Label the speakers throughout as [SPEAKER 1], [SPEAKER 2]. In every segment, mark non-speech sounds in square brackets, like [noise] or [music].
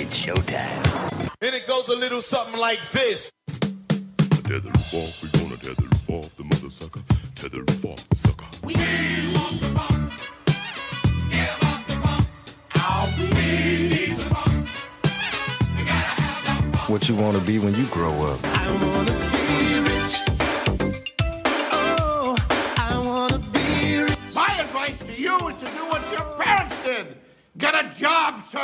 [SPEAKER 1] showtime.
[SPEAKER 2] And it goes a little something like this.
[SPEAKER 3] Tether it off, we gonna tether it off the mother sucker. Tether it off the sucker. We
[SPEAKER 4] What you want to be when you grow up?
[SPEAKER 5] My advice to you is to do what your parents did. Get a job, sir.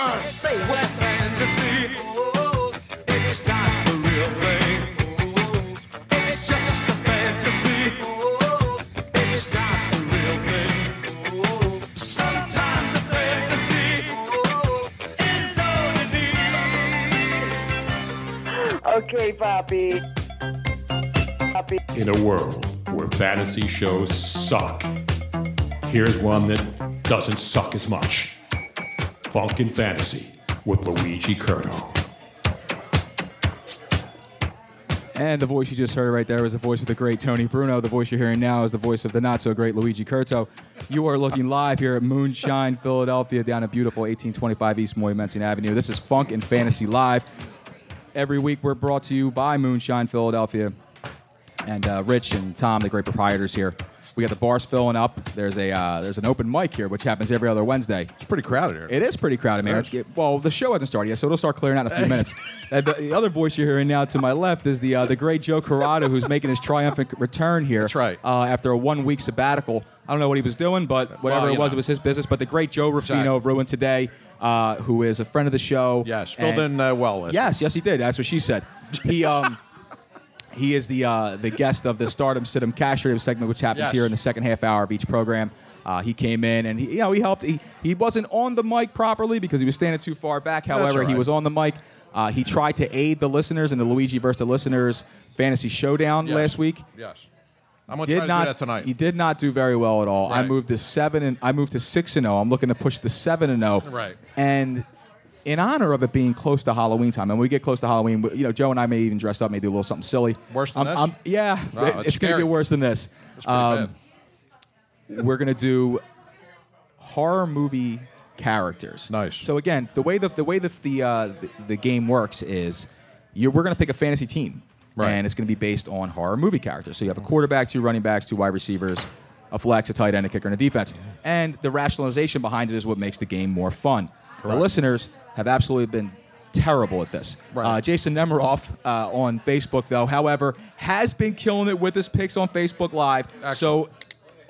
[SPEAKER 6] Okay, Poppy. Poppy.
[SPEAKER 7] In a world where fantasy shows suck, here's one that doesn't suck as much Funkin' Fantasy with Luigi Curto.
[SPEAKER 8] And the voice you just heard right there was the voice of the great Tony Bruno. The voice you're hearing now is the voice of the not so great Luigi Curto. You are looking live here at Moonshine, Philadelphia, down at beautiful 1825 East Moymensin Avenue. This is Funk and Fantasy Live. Every week we're brought to you by Moonshine, Philadelphia. And uh, Rich and Tom, the great proprietors here. We got the bars filling up. There's a uh, there's an open mic here, which happens every other Wednesday.
[SPEAKER 9] Pretty crowded here.
[SPEAKER 8] It is pretty crowded, man. It's, get- well, the show hasn't started yet, so it'll start clearing out in a few minutes. And the, the other voice you're hearing now to my left is the uh, the great Joe Corrado, who's making his triumphant return here.
[SPEAKER 9] That's right.
[SPEAKER 8] Uh, after a one week sabbatical, I don't know what he was doing, but whatever
[SPEAKER 9] Well,
[SPEAKER 8] it
[SPEAKER 9] you
[SPEAKER 8] was, it
[SPEAKER 9] know.
[SPEAKER 8] was his business. But the great Joe Ruffino
[SPEAKER 9] Exactly.
[SPEAKER 8] of Ruin Today, uh, who is a friend of the show.
[SPEAKER 9] Yes, filled
[SPEAKER 8] and-
[SPEAKER 9] in uh, well. With.
[SPEAKER 8] Yes, yes, he did. That's what she said. He um,
[SPEAKER 9] [laughs]
[SPEAKER 8] he is the uh, the guest of the Stardom Situm Cashrium segment, which happens
[SPEAKER 9] Yes.
[SPEAKER 8] here in the second half hour of each program. Uh, he came in and he, you know he helped. He, he wasn't on the mic properly because he was standing too far back. However,
[SPEAKER 9] all
[SPEAKER 8] he
[SPEAKER 9] right.
[SPEAKER 8] was on the mic. Uh, he tried to aid the listeners in the Luigi versus the listeners fantasy showdown
[SPEAKER 9] Yes.
[SPEAKER 8] last week.
[SPEAKER 9] Yes. I'm gonna try
[SPEAKER 8] Did
[SPEAKER 9] to
[SPEAKER 8] not
[SPEAKER 9] do that tonight.
[SPEAKER 8] he did not do very well at all. I
[SPEAKER 9] Right.
[SPEAKER 8] moved to seven and I moved to six and zero. I'm looking to push to seven and zero.
[SPEAKER 9] Right.
[SPEAKER 8] And in honor of it being close to Halloween time, and we get close to Halloween, we- you know, Joe and I may even dress up, may do a little something silly.
[SPEAKER 9] Worse
[SPEAKER 8] I'm,
[SPEAKER 9] than this?
[SPEAKER 8] I'm- yeah,
[SPEAKER 9] Wow,
[SPEAKER 8] it-
[SPEAKER 9] that's
[SPEAKER 8] it's going to
[SPEAKER 9] scary.
[SPEAKER 8] get worse than this.
[SPEAKER 9] It's pretty
[SPEAKER 8] Um,
[SPEAKER 9] bad.
[SPEAKER 8] we're going to do horror movie characters.
[SPEAKER 9] Nice.
[SPEAKER 8] So again, the way the the way the the, uh, the, the game works is, you we're going to pick a fantasy team,
[SPEAKER 9] Right.
[SPEAKER 8] And it's going to be based on horror movie characters. So you have a quarterback, two running backs, two wide receivers, a flex, a tight end, a kicker, and a defense. And the rationalization behind it is what makes the game more fun. The listeners have absolutely been terrible at this.
[SPEAKER 9] Right.
[SPEAKER 8] Uh, Jason Nemiroff uh, on Facebook, though, however, has been killing it with his picks on Facebook Live. So.
[SPEAKER 9] Excellent.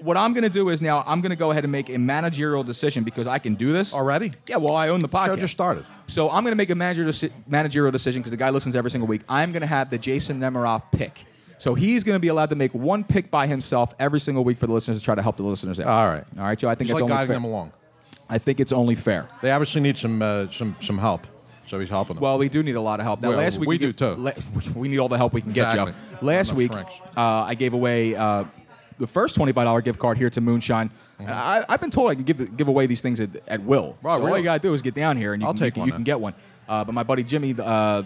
[SPEAKER 8] What I'm going to do is now I'm going to go ahead and make a managerial decision because I can do this
[SPEAKER 9] Already?
[SPEAKER 8] Yeah, well, I own the podcast.
[SPEAKER 9] Show just started.
[SPEAKER 8] So I'm going to make a manager deci- managerial decision because the guy listens every single week. I'm going to have the Jason Nemiroff pick. So he's going to be allowed to make one pick by himself every single week for the listeners to try to help the listeners out.
[SPEAKER 9] All right.
[SPEAKER 8] All right, Joe. I think
[SPEAKER 9] Just
[SPEAKER 8] it's
[SPEAKER 9] like
[SPEAKER 8] only
[SPEAKER 9] guiding
[SPEAKER 8] fair.
[SPEAKER 9] them along.
[SPEAKER 8] I think it's only fair.
[SPEAKER 9] They obviously need some uh, some some help, so he's helping them.
[SPEAKER 8] Well, we do need a lot of help. Now,
[SPEAKER 9] Well,
[SPEAKER 8] last week
[SPEAKER 9] we
[SPEAKER 8] you-
[SPEAKER 9] do too.
[SPEAKER 8] [laughs] we need all the help we can
[SPEAKER 9] Exactly.
[SPEAKER 8] get, Joe. Last
[SPEAKER 9] Enough
[SPEAKER 8] week, uh,
[SPEAKER 9] shrinks.
[SPEAKER 8] I gave away uh, the first twenty-five dollar gift card here to Moonshine.
[SPEAKER 9] Mm-hmm.
[SPEAKER 8] I, I've been told I can give the- give away these things at, at will.
[SPEAKER 9] Wow,
[SPEAKER 8] so all
[SPEAKER 9] really?
[SPEAKER 8] you gotta do is get down here, and you
[SPEAKER 9] I'll
[SPEAKER 8] can,
[SPEAKER 9] take
[SPEAKER 8] you,
[SPEAKER 9] one
[SPEAKER 8] can- you can
[SPEAKER 9] then.
[SPEAKER 8] get one. Uh, but my buddy Jimmy, uh,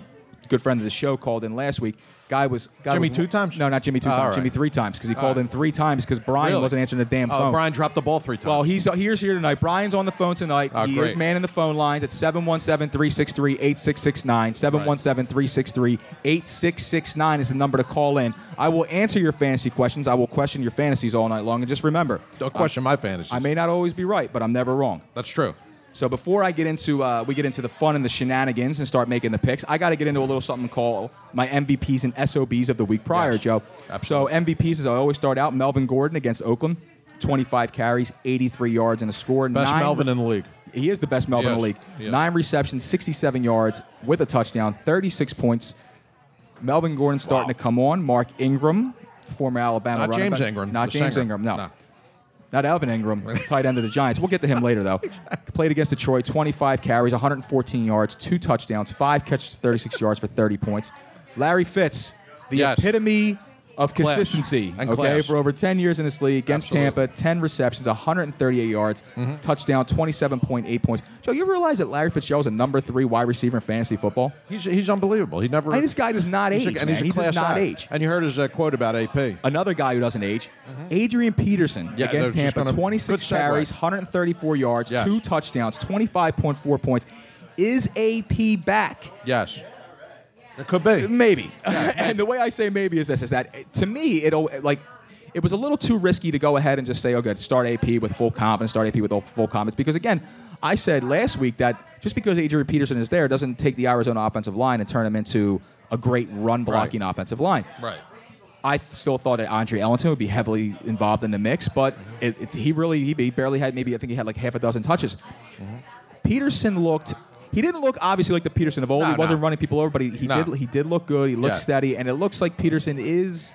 [SPEAKER 8] good friend of the show, called in last week. Guy was guy
[SPEAKER 9] Jimmy
[SPEAKER 8] was-
[SPEAKER 9] two times?
[SPEAKER 8] No, not Jimmy two
[SPEAKER 9] Oh, all
[SPEAKER 8] times.
[SPEAKER 9] right.
[SPEAKER 8] Jimmy three times because he called
[SPEAKER 9] right.
[SPEAKER 8] in three times because Brian
[SPEAKER 9] Really?
[SPEAKER 8] wasn't answering the damn
[SPEAKER 9] Oh,
[SPEAKER 8] phone.
[SPEAKER 9] Brian dropped the ball three times.
[SPEAKER 8] Well, he's uh, here's here tonight. Brian's on the phone tonight.
[SPEAKER 9] Oh,
[SPEAKER 8] he is
[SPEAKER 9] great.
[SPEAKER 8] man in the phone lines at 717-363-8669. 717-363-8669 is the number to call in. I will answer your fantasy questions. I will question your fantasies all night long. And just remember,
[SPEAKER 9] don't question my fantasy.
[SPEAKER 8] I may not always be right, but I'm never wrong.
[SPEAKER 9] that's true.
[SPEAKER 8] So before I get into uh, we get into the fun and the shenanigans and start making the picks, I got to get into a little something called my MVPs and SOBs of the week prior,
[SPEAKER 9] Yes.
[SPEAKER 8] Joe.
[SPEAKER 9] Absolutely.
[SPEAKER 8] So MVPs, as I always start out, Melvin Gordon against Oakland, 25 carries, 83 yards and a score.
[SPEAKER 9] Best
[SPEAKER 8] nine,
[SPEAKER 9] Melvin in the league.
[SPEAKER 8] He is the best Melvin in the
[SPEAKER 9] Yes.
[SPEAKER 8] league.
[SPEAKER 9] Yes.
[SPEAKER 8] Nine receptions, 67 yards with a touchdown, 36 points. Melvin Gordon starting to come on. Mark Ingram, former Alabama
[SPEAKER 9] Not
[SPEAKER 8] running
[SPEAKER 9] James
[SPEAKER 8] back.
[SPEAKER 9] Ingram.
[SPEAKER 8] Not
[SPEAKER 9] the
[SPEAKER 8] James
[SPEAKER 9] singer.
[SPEAKER 8] Ingram. no. Not Alvin
[SPEAKER 9] [laughs]
[SPEAKER 8] Ingram, tight end of the Giants. We'll get to him later, though. Played against Detroit, 25 carries, 114 yards, two touchdowns, five catches, 36 yards for 30 points. Larry Fitz, the
[SPEAKER 9] Yes.
[SPEAKER 8] epitome of
[SPEAKER 9] Class.
[SPEAKER 8] consistency.
[SPEAKER 9] And
[SPEAKER 8] okay,
[SPEAKER 9] class.
[SPEAKER 8] for over 10 years in this league against
[SPEAKER 9] Absolutely. Mm-hmm.
[SPEAKER 8] Tampa, 10 receptions, 138 yards, touchdown, 27.8 points. Joe, you realize that Larry Fitzgerald's a number three wide receiver in fantasy football?
[SPEAKER 9] He's he's unbelievable. He never.
[SPEAKER 8] I mean, this guy does not
[SPEAKER 9] he's
[SPEAKER 8] age.
[SPEAKER 9] a- and he's
[SPEAKER 8] man.
[SPEAKER 9] a
[SPEAKER 8] he
[SPEAKER 9] class
[SPEAKER 8] does not
[SPEAKER 9] act.
[SPEAKER 8] age
[SPEAKER 9] And you heard his uh, quote about AP.
[SPEAKER 8] another guy who doesn't age, Adrian Peterson
[SPEAKER 9] Mm-hmm. Yeah,
[SPEAKER 8] against
[SPEAKER 9] they're just
[SPEAKER 8] Tampa,
[SPEAKER 9] gonna-
[SPEAKER 8] 26
[SPEAKER 9] good segue.
[SPEAKER 8] carries, 134 yards,
[SPEAKER 9] Yes.
[SPEAKER 8] two touchdowns, 25.4 points. Is AP back?
[SPEAKER 4] Yes. It could be.
[SPEAKER 8] Maybe. [laughs] and the way I say maybe is this: is that eh, to me, it al- like it was a little too risky to go ahead and just say, okay, start AP with full confidence, start AP with all- full confidence, because again, I said last week that just because Adrian Peterson is there doesn't take the Arizona offensive line and turn them into a great run blocking offensive line.
[SPEAKER 4] Right.
[SPEAKER 8] I th- still thought that Andre Ellington would be heavily involved in the mix, but it, it, he really he, he barely had maybe I think he had like half a dozen touches. Peterson looked. He didn't look obviously like the Peterson of old.
[SPEAKER 4] No,
[SPEAKER 8] he wasn't
[SPEAKER 4] no.
[SPEAKER 8] running people over, but he, he
[SPEAKER 4] No.
[SPEAKER 8] did he did look good. He looked
[SPEAKER 4] Yeah.
[SPEAKER 8] steady, and it looks like Peterson is.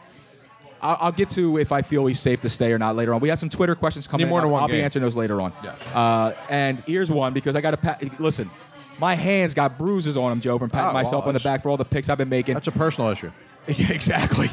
[SPEAKER 8] I'll, I'll get to if I feel he's safe to stay or not later on. We had some Twitter questions coming.
[SPEAKER 4] Need more
[SPEAKER 8] in.
[SPEAKER 4] than
[SPEAKER 8] I'll,
[SPEAKER 4] one
[SPEAKER 8] I'll be
[SPEAKER 4] game.
[SPEAKER 8] answering those later on.
[SPEAKER 4] Yeah.
[SPEAKER 8] Uh, and here's one because I got to pa- listen. My hands got bruises on them, Joe, from patting
[SPEAKER 4] Oh, well,
[SPEAKER 8] myself on the
[SPEAKER 4] that's-
[SPEAKER 8] back for all the picks I've been making.
[SPEAKER 4] That's a personal issue.
[SPEAKER 8] [laughs] Yeah, exactly.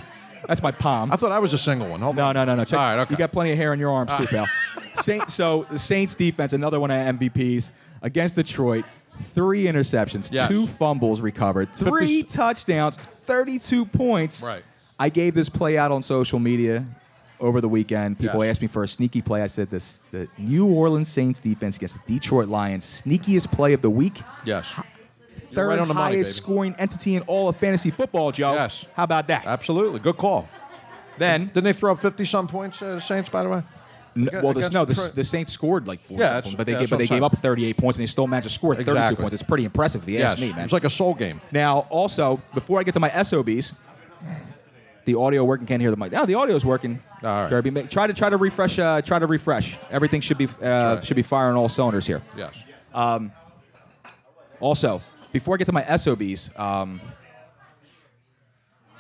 [SPEAKER 8] That's my palm.
[SPEAKER 4] I thought I was a single one. Hold
[SPEAKER 8] No,
[SPEAKER 4] on.
[SPEAKER 8] no, no, no. Check.
[SPEAKER 4] All right, okay.
[SPEAKER 8] You got plenty of hair on your arms too, pal.
[SPEAKER 4] [laughs]
[SPEAKER 8] Saint, so the Saints defense, another one of MVPs against Detroit. Three interceptions,
[SPEAKER 4] Yes.
[SPEAKER 8] two fumbles recovered, three touchdowns, 32 points.
[SPEAKER 4] Right.
[SPEAKER 8] I gave this play out on social media over the weekend. People
[SPEAKER 4] Yes.
[SPEAKER 8] asked me for a sneaky play. I said this: the New Orleans Saints defense against the Detroit Lions, sneakiest play of the week,
[SPEAKER 4] Yes. You're
[SPEAKER 8] third
[SPEAKER 4] right on the money,
[SPEAKER 8] highest
[SPEAKER 4] baby.
[SPEAKER 8] scoring entity in all of fantasy football. Joe,
[SPEAKER 4] Yes.
[SPEAKER 8] how about that?
[SPEAKER 4] Absolutely. Good call.
[SPEAKER 8] then
[SPEAKER 4] Didn't they throw up 50 some points, uh, the Saints, by the way?
[SPEAKER 8] N-
[SPEAKER 4] Aga-
[SPEAKER 8] well, this,
[SPEAKER 4] against
[SPEAKER 8] no, the,
[SPEAKER 4] Detroit.
[SPEAKER 8] the Saints scored like four,
[SPEAKER 4] Yeah,
[SPEAKER 8] something,
[SPEAKER 4] that's-
[SPEAKER 8] but they
[SPEAKER 4] yeah,
[SPEAKER 8] gave,
[SPEAKER 4] that's
[SPEAKER 8] but
[SPEAKER 4] what
[SPEAKER 8] they
[SPEAKER 4] I'm saying.
[SPEAKER 8] gave up 38 points and they still managed to score 32
[SPEAKER 4] Exactly.
[SPEAKER 8] points. It's pretty impressive, if you ask me,
[SPEAKER 4] It
[SPEAKER 8] E, man.
[SPEAKER 4] was like a soul game.
[SPEAKER 8] now, also, before I get to my SOBs, the audio working. Can't hear the mic. No, the audio's working.
[SPEAKER 4] All right.
[SPEAKER 8] Kirby, ma- try to try to refresh. Uh, try to refresh. Everything should be uh,
[SPEAKER 4] right.
[SPEAKER 8] should be firing all cylinders here.
[SPEAKER 4] Yes.
[SPEAKER 8] Also, before I get to my SOBs, um,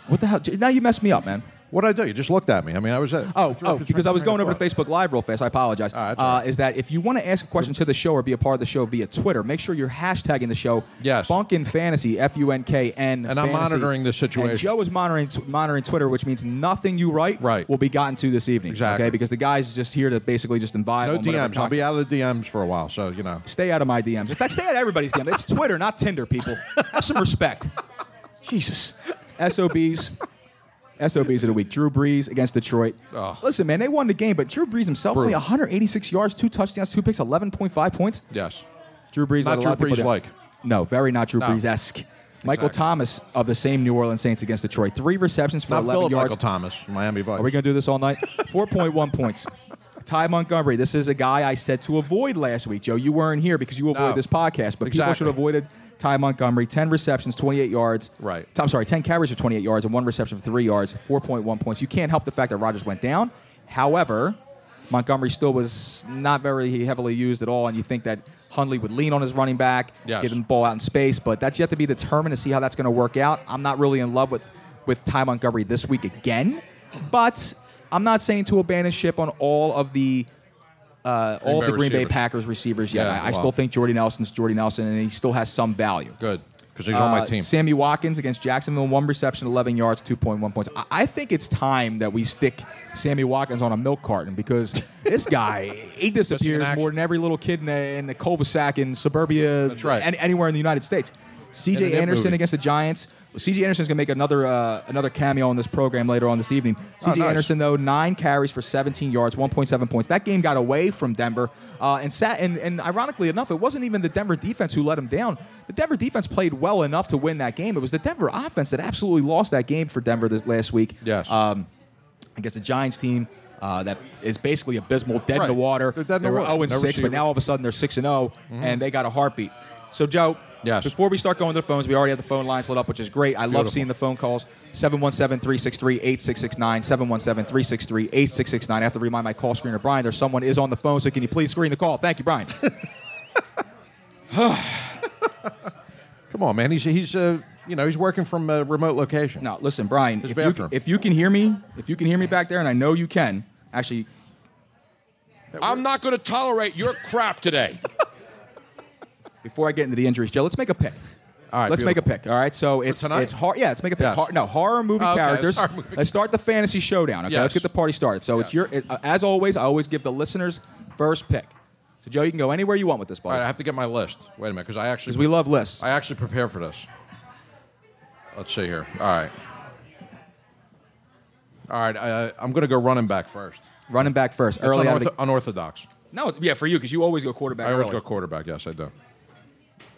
[SPEAKER 8] what the hell? J- Now you messed me up, man.
[SPEAKER 4] What did I do? You just looked at me. I mean, I was it.
[SPEAKER 8] [laughs] Oh,
[SPEAKER 4] threw
[SPEAKER 8] oh
[SPEAKER 4] up just
[SPEAKER 8] because I
[SPEAKER 4] right
[SPEAKER 8] was
[SPEAKER 4] in your
[SPEAKER 8] going over to
[SPEAKER 4] thought.
[SPEAKER 8] Facebook Live real fast. I apologize.
[SPEAKER 4] Ah, that's all
[SPEAKER 8] uh,
[SPEAKER 4] right.
[SPEAKER 8] is that if you want to ask a question to the show or be a part of the show via Twitter, make sure you're hashtagging the show.
[SPEAKER 4] Yes.
[SPEAKER 8] Funkin Fantasy F U N K N.
[SPEAKER 4] And I'm
[SPEAKER 8] Fantasy.
[SPEAKER 4] monitoring the situation.
[SPEAKER 8] And Joe is monitoring t- monitoring Twitter, which means nothing you write
[SPEAKER 4] Right.
[SPEAKER 8] will be gotten to this evening.
[SPEAKER 4] Exactly.
[SPEAKER 8] Okay, because the guy's just here to basically just invite.
[SPEAKER 4] No DMs. I'll be out of the DMs for a while, so, you know.
[SPEAKER 8] Stay out of my DMs. In fact, stay out of everybody's DMs. It's Twitter, not Tinder, people. Have some respect. Jesus. SOBs. SOBs of the week. Drew Brees against Detroit.
[SPEAKER 4] Ugh.
[SPEAKER 8] Listen, man, they won the game, but Drew Brees himself only
[SPEAKER 4] Brutal.
[SPEAKER 8] 186 yards, two touchdowns, two picks, 11.5 points.
[SPEAKER 4] Yes.
[SPEAKER 8] Drew Brees,
[SPEAKER 4] Not
[SPEAKER 8] let a lot of
[SPEAKER 4] Drew
[SPEAKER 8] people down.
[SPEAKER 4] Brees-like.
[SPEAKER 8] No, very not Drew
[SPEAKER 4] No.
[SPEAKER 8] Brees esque. Michael
[SPEAKER 4] Exactly.
[SPEAKER 8] Thomas of the same New Orleans Saints against Detroit. Three receptions for
[SPEAKER 4] Not
[SPEAKER 8] 11
[SPEAKER 4] Philip
[SPEAKER 8] yards.
[SPEAKER 4] Michael Thomas, Miami Vice.
[SPEAKER 8] Are we going to do this all night? 4.1 points. Ty Montgomery. This is a guy I said to avoid last week, Joe. You weren't here because you avoid
[SPEAKER 4] No.
[SPEAKER 8] this podcast, but people
[SPEAKER 4] Exactly.
[SPEAKER 8] should have avoided Ty Montgomery. 10 receptions, 28 yards.
[SPEAKER 4] Right.
[SPEAKER 8] I'm sorry, 10 carries for 28 yards and one reception for three yards, 4.1 points. You can't help the fact that Rodgers went down. However, Montgomery still was not very heavily used at all, and you think that Hundley would lean on his running back,
[SPEAKER 4] Yes.
[SPEAKER 8] get him the ball out in space, but that's yet to be determined to see how that's going to work out. I'm not really in love with, with Ty Montgomery this week again, but I'm not saying to abandon ship on all of the uh, all of
[SPEAKER 4] Bay
[SPEAKER 8] the Green Bay
[SPEAKER 4] receivers.
[SPEAKER 8] Packers receivers yet.
[SPEAKER 4] Yeah,
[SPEAKER 8] I, I
[SPEAKER 4] wow.
[SPEAKER 8] still think Jordy Nelson's Jordy Nelson, and he still has some value.
[SPEAKER 4] Good. Because he's on my
[SPEAKER 8] Uh,
[SPEAKER 4] team.
[SPEAKER 8] Sammy Watkins against Jacksonville, one reception, 11 yards, 2.1 points. I, I think it's time that we stick Sammy Watkins on a milk
[SPEAKER 4] [laughs]
[SPEAKER 8] carton because this guy, he disappears
[SPEAKER 4] action.
[SPEAKER 8] more than every little kid in the, in the cul-de-sac in suburbia,
[SPEAKER 4] That's right.
[SPEAKER 8] an- anywhere in the United States.
[SPEAKER 4] In
[SPEAKER 8] C.J.
[SPEAKER 4] an It
[SPEAKER 8] Anderson
[SPEAKER 4] movie.
[SPEAKER 8] against the Giants. C.J. Anderson's going to make another uh, another cameo on this program later on this evening.
[SPEAKER 4] Oh,
[SPEAKER 8] C.J.
[SPEAKER 4] nice.
[SPEAKER 8] Anderson, though, nine carries for 17 yards, 1.7 points. That game got away from Denver, uh, and sat. And, and ironically enough, it wasn't even the Denver defense who let him down. The Denver defense played well enough to win that game. It was the Denver offense that absolutely lost that game for Denver this last week.
[SPEAKER 4] Yes.
[SPEAKER 8] Um, against the Giants team. Uh, that is basically abysmal, dead in
[SPEAKER 4] Right.
[SPEAKER 8] the water.
[SPEAKER 4] They're dead in
[SPEAKER 8] they
[SPEAKER 4] the
[SPEAKER 8] were
[SPEAKER 4] water. Mm-hmm.
[SPEAKER 8] 0 and
[SPEAKER 4] No
[SPEAKER 8] 6, but
[SPEAKER 4] receivers.
[SPEAKER 8] now all of a sudden they're 6 and 0, and they got a heartbeat. So, Joe,
[SPEAKER 4] Yes.
[SPEAKER 8] before we start going to the phones, we already have the phone lines lit up, which is great. I love
[SPEAKER 4] Beautiful.
[SPEAKER 8] seeing the phone calls 717 363 8669. 717 363 8669. I have to remind my call screener, Brian, there's someone is on the phone, so can you please screen the call? Thank
[SPEAKER 4] [laughs]
[SPEAKER 8] you, Brian.
[SPEAKER 4] Come on, man. He's, he's uh, you know, he's working from a remote location.
[SPEAKER 8] now, listen, Brian,
[SPEAKER 4] His
[SPEAKER 8] if you,
[SPEAKER 4] bathroom.
[SPEAKER 8] if you can hear me, if you can hear me back there, and I know you can, actually,
[SPEAKER 10] I'm not going to tolerate your crap today.
[SPEAKER 8] before I get into the injuries, Joe, let's make a pick.
[SPEAKER 4] All right,
[SPEAKER 8] let's
[SPEAKER 4] beautiful.
[SPEAKER 8] make a pick. All right, so it's
[SPEAKER 4] tonight?
[SPEAKER 8] it's hor- Yeah, let's make a pick.
[SPEAKER 4] Yeah.
[SPEAKER 8] Hor- no horror movie
[SPEAKER 4] Oh, okay,
[SPEAKER 8] characters.
[SPEAKER 4] it's horror movie.
[SPEAKER 8] Let's start the fantasy showdown. Okay,
[SPEAKER 4] Yes.
[SPEAKER 8] let's get the party started. So it's
[SPEAKER 4] Yeah.
[SPEAKER 8] your it, uh, as always. I always give the listeners first pick. So Joe, you can go anywhere you want with this
[SPEAKER 4] All right, I
[SPEAKER 8] ball
[SPEAKER 4] have to get my list. Wait a minute, because I actually
[SPEAKER 8] because we love lists.
[SPEAKER 4] I actually prepare for this. Let's see here. All right. All right. I, I'm going to go running back first.
[SPEAKER 8] Running back first,
[SPEAKER 4] That's
[SPEAKER 8] early out of
[SPEAKER 4] unortho-
[SPEAKER 8] the,
[SPEAKER 4] unorthodox.
[SPEAKER 8] No, yeah, for you because you always go quarterback.
[SPEAKER 4] I always go
[SPEAKER 8] early.
[SPEAKER 4] quarterback. Yes, I do.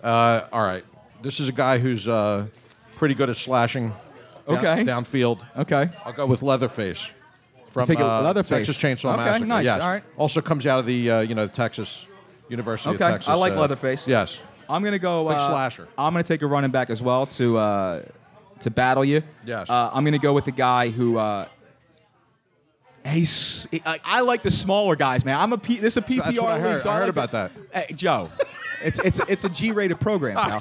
[SPEAKER 4] Uh, all right. This is a guy who's uh, pretty good at slashing down-
[SPEAKER 8] Okay.
[SPEAKER 4] downfield.
[SPEAKER 8] Okay.
[SPEAKER 4] I'll go with Leatherface from
[SPEAKER 8] Take it with
[SPEAKER 4] uh,
[SPEAKER 8] Leatherface.
[SPEAKER 4] Texas Chainsaw
[SPEAKER 8] Okay,
[SPEAKER 4] Massacre.
[SPEAKER 8] nice.
[SPEAKER 4] Yes.
[SPEAKER 8] All right.
[SPEAKER 4] Also comes out of the uh, you know Texas University
[SPEAKER 8] Okay,
[SPEAKER 4] of Texas.
[SPEAKER 8] I like
[SPEAKER 4] uh,
[SPEAKER 8] Leatherface.
[SPEAKER 4] Yes.
[SPEAKER 8] I'm gonna go
[SPEAKER 4] Big
[SPEAKER 8] uh,
[SPEAKER 4] slasher.
[SPEAKER 8] I'm gonna take a running back as well to uh, to battle you.
[SPEAKER 4] Yes.
[SPEAKER 8] Uh, I'm gonna go with a guy who. Uh, He's. I, I like the smaller guys, man. I'm a P, this is a PPR
[SPEAKER 4] That's what I
[SPEAKER 8] league,
[SPEAKER 4] heard.
[SPEAKER 8] so
[SPEAKER 4] I heard
[SPEAKER 8] like
[SPEAKER 4] about that.
[SPEAKER 8] the- Hey, Joe, it's it's it's a G-rated
[SPEAKER 4] [laughs]
[SPEAKER 8] program now.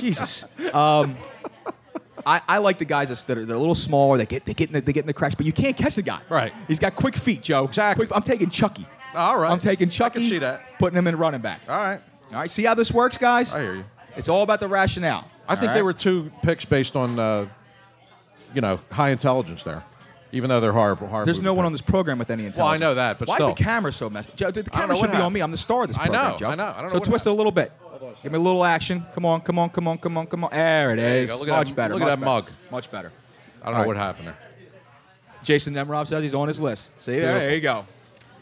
[SPEAKER 8] Jesus. Um, I, I like the guys that's- that are they're a little smaller. They get they get in the, they get in the cracks, but you can't catch the guy.
[SPEAKER 4] Right.
[SPEAKER 8] He's got quick feet, Joe.
[SPEAKER 4] Exactly.
[SPEAKER 8] Quick- I'm taking Chucky.
[SPEAKER 4] All right.
[SPEAKER 8] I'm taking
[SPEAKER 4] I can
[SPEAKER 8] Chucky.
[SPEAKER 4] see that.
[SPEAKER 8] Putting him in running back.
[SPEAKER 4] All right.
[SPEAKER 8] All right, see how this works, guys?
[SPEAKER 4] I hear you.
[SPEAKER 8] It's all about the rationale.
[SPEAKER 4] I think
[SPEAKER 8] All
[SPEAKER 4] they
[SPEAKER 8] right?
[SPEAKER 4] were two picks based on uh, you know high intelligence there, even though they're horrible. horrible
[SPEAKER 8] There's no one on
[SPEAKER 4] picks.
[SPEAKER 8] this program with any intelligence.
[SPEAKER 4] know that, but
[SPEAKER 8] why
[SPEAKER 4] still.
[SPEAKER 8] is the camera so messed? Joe, the
[SPEAKER 4] know
[SPEAKER 8] camera
[SPEAKER 4] what
[SPEAKER 8] should be on
[SPEAKER 4] happened.
[SPEAKER 8] me. I'm the star of this
[SPEAKER 4] I
[SPEAKER 8] program,
[SPEAKER 4] know,
[SPEAKER 8] Joe.
[SPEAKER 4] I know. I don't know
[SPEAKER 8] So
[SPEAKER 4] what
[SPEAKER 8] twist it a
[SPEAKER 4] happened.
[SPEAKER 8] little bit. Give me a little action. Come on, come on, come on, come on, come on. There it is.
[SPEAKER 4] you go. Look at
[SPEAKER 8] much
[SPEAKER 4] that-
[SPEAKER 8] better.
[SPEAKER 4] look at that
[SPEAKER 8] much better.
[SPEAKER 4] mug.
[SPEAKER 8] Much better.
[SPEAKER 4] I don't know
[SPEAKER 8] All
[SPEAKER 4] what
[SPEAKER 8] right.
[SPEAKER 4] happened there.
[SPEAKER 8] Jason Nemrov says he's on his list. See there?
[SPEAKER 4] Beautiful.
[SPEAKER 8] There you go.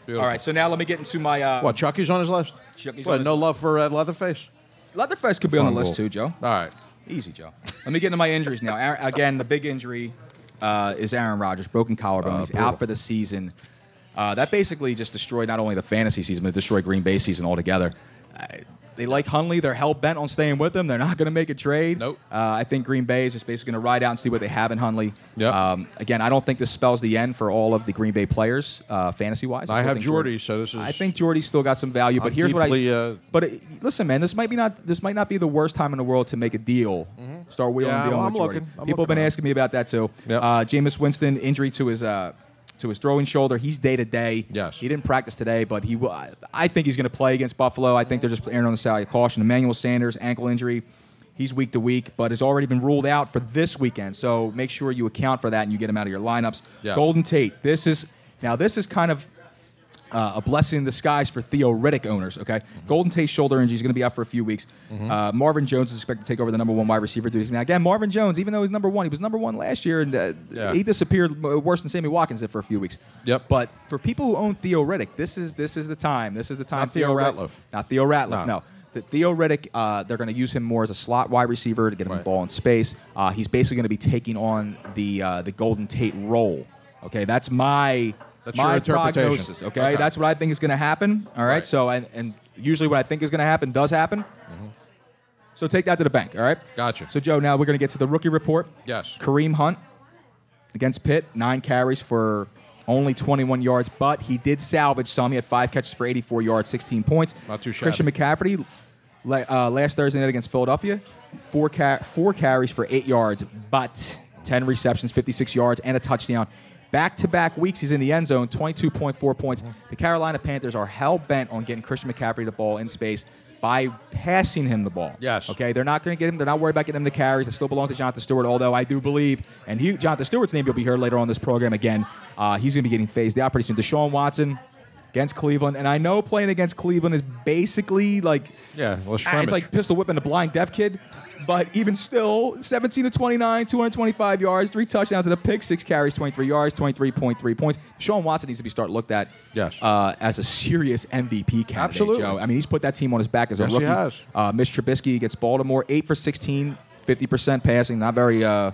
[SPEAKER 4] Beautiful.
[SPEAKER 8] All right, so now let me get into my. Uh,
[SPEAKER 4] What Chucky's on his list?
[SPEAKER 8] Chucky's
[SPEAKER 4] what,
[SPEAKER 8] on his
[SPEAKER 4] no love for uh, Leatherface.
[SPEAKER 8] Leatherface could be on the
[SPEAKER 4] Fun
[SPEAKER 8] list
[SPEAKER 4] rule.
[SPEAKER 8] too, Joe.
[SPEAKER 4] All right.
[SPEAKER 8] Easy, Joe. Let me get into my injuries now. Aaron, again, the big injury uh, is Aaron Rodgers, broken collarbone.
[SPEAKER 4] Uh,
[SPEAKER 8] He's
[SPEAKER 4] brutal.
[SPEAKER 8] out for the season. Uh, that basically just destroyed not only the fantasy season, but it destroyed Green Bay season altogether. Uh, they like Hunley. They're hell bent on staying with him. They're not going to make a trade.
[SPEAKER 4] Nope.
[SPEAKER 8] Uh, I think Green Bay is just basically going to ride out and see what they have in Hunley.
[SPEAKER 4] Yep.
[SPEAKER 8] Um, again, I don't think this spells the end for all of the Green Bay players, uh, fantasy wise.
[SPEAKER 4] I have Jordy, so this is.
[SPEAKER 8] I think Jordy's still got some value, but
[SPEAKER 4] I'm
[SPEAKER 8] here's
[SPEAKER 4] deeply,
[SPEAKER 8] what I.
[SPEAKER 4] uh,
[SPEAKER 8] but it, listen, man, this might be not this might not be the worst time in the world to make a deal. Start wheeling
[SPEAKER 4] Mm-hmm. Yeah,
[SPEAKER 8] and dealing
[SPEAKER 4] I'm-
[SPEAKER 8] with
[SPEAKER 4] I'm
[SPEAKER 8] Jordy.
[SPEAKER 4] looking. I'm
[SPEAKER 8] People have
[SPEAKER 4] looking
[SPEAKER 8] been
[SPEAKER 4] around.
[SPEAKER 8] asking me about that too.
[SPEAKER 4] Yep.
[SPEAKER 8] Uh, Jameis Winston injury to his uh, to his throwing shoulder. He's day to day.
[SPEAKER 4] Yes.
[SPEAKER 8] he didn't practice today, but he will. I- I think he's going to play against Buffalo. I think they're just erring on the side of caution. Emmanuel Sanders ankle injury. He's week to week, but has already been ruled out for this weekend. So make sure you account for that and you get him out of your lineups.
[SPEAKER 4] Yes.
[SPEAKER 8] Golden Tate. This is now. This is kind of uh, a blessing in disguise for Theo Riddick owners. Okay,
[SPEAKER 4] Mm-hmm.
[SPEAKER 8] Golden Tate's shoulder injury is going to be out for a few weeks. Uh, Marvin Jones is expected to take over the number one wide receiver duties. Now, again, Marvin Jones, even though he's number one, he was number one last year, and uh,
[SPEAKER 4] Yeah.
[SPEAKER 8] he disappeared m- worse than Sammy Watkins did for a few weeks.
[SPEAKER 4] Yep.
[SPEAKER 8] But for people who own Theo Riddick, this is this is the time. This is the time.
[SPEAKER 4] Not Theo
[SPEAKER 8] Rid-
[SPEAKER 4] Ratliff.
[SPEAKER 8] Not Theo Ratliff. No.
[SPEAKER 4] No.
[SPEAKER 8] The Theo Riddick, uh, they're going to use him more as a slot wide receiver to get him the
[SPEAKER 4] Right.
[SPEAKER 8] ball in space. Uh, he's basically going to be taking on the uh, the Golden Tate role. Okay, that's my
[SPEAKER 4] That's
[SPEAKER 8] my
[SPEAKER 4] your interpretation.
[SPEAKER 8] prognosis. Okay?
[SPEAKER 4] Okay.
[SPEAKER 8] that's what I think is going to happen. All right?
[SPEAKER 4] Right.
[SPEAKER 8] So and, and usually what I think is going to happen does happen. So take that to the bank. All right.
[SPEAKER 4] Gotcha.
[SPEAKER 8] So Joe, now we're going to get to the rookie report.
[SPEAKER 4] Yes.
[SPEAKER 8] Kareem Hunt against Pitt, nine carries for only 21 yards, but he did salvage some. He had five catches for 84 yards, 16 points.
[SPEAKER 4] Not too shabby.
[SPEAKER 8] Christian McCafferty la- uh, last Thursday night against Philadelphia, four ca- four carries for eight yards, but 10 receptions, 56 yards, and a touchdown. Back to back weeks, he's in the end zone, 22.4 points. The Carolina Panthers are hell bent on getting Christian McCaffrey the ball in space by passing him the ball.
[SPEAKER 4] Yes.
[SPEAKER 8] Okay. They're not going to get him. They're not worried about getting him the carries. It still belongs to Jonathan Stewart. Although I do believe, and he, Jonathan Stewart's name you'll be heard later on this program again. Uh, he's going to be getting phased out pretty soon. Deshaun Watson against Cleveland, and I know playing against Cleveland is basically like
[SPEAKER 4] Yeah, well,
[SPEAKER 8] Ah,
[SPEAKER 4] scrimmage.
[SPEAKER 8] it's like pistol whipping a blind deaf kid. But even still, 17 to 29, 225 yards, three touchdowns to the pick, six carries, 23 yards, 23.3 points. Sean Watson needs to be start looked at
[SPEAKER 4] Yes.
[SPEAKER 8] uh, as a serious MVP candidate,
[SPEAKER 4] Absolutely.
[SPEAKER 8] Joe. I mean, he's put that team on his back as
[SPEAKER 4] Yes,
[SPEAKER 8] a
[SPEAKER 4] he
[SPEAKER 8] rookie.
[SPEAKER 4] has.
[SPEAKER 8] Uh, Mitch Trubisky against Baltimore, 8 for 16, 50% passing, not very. Uh,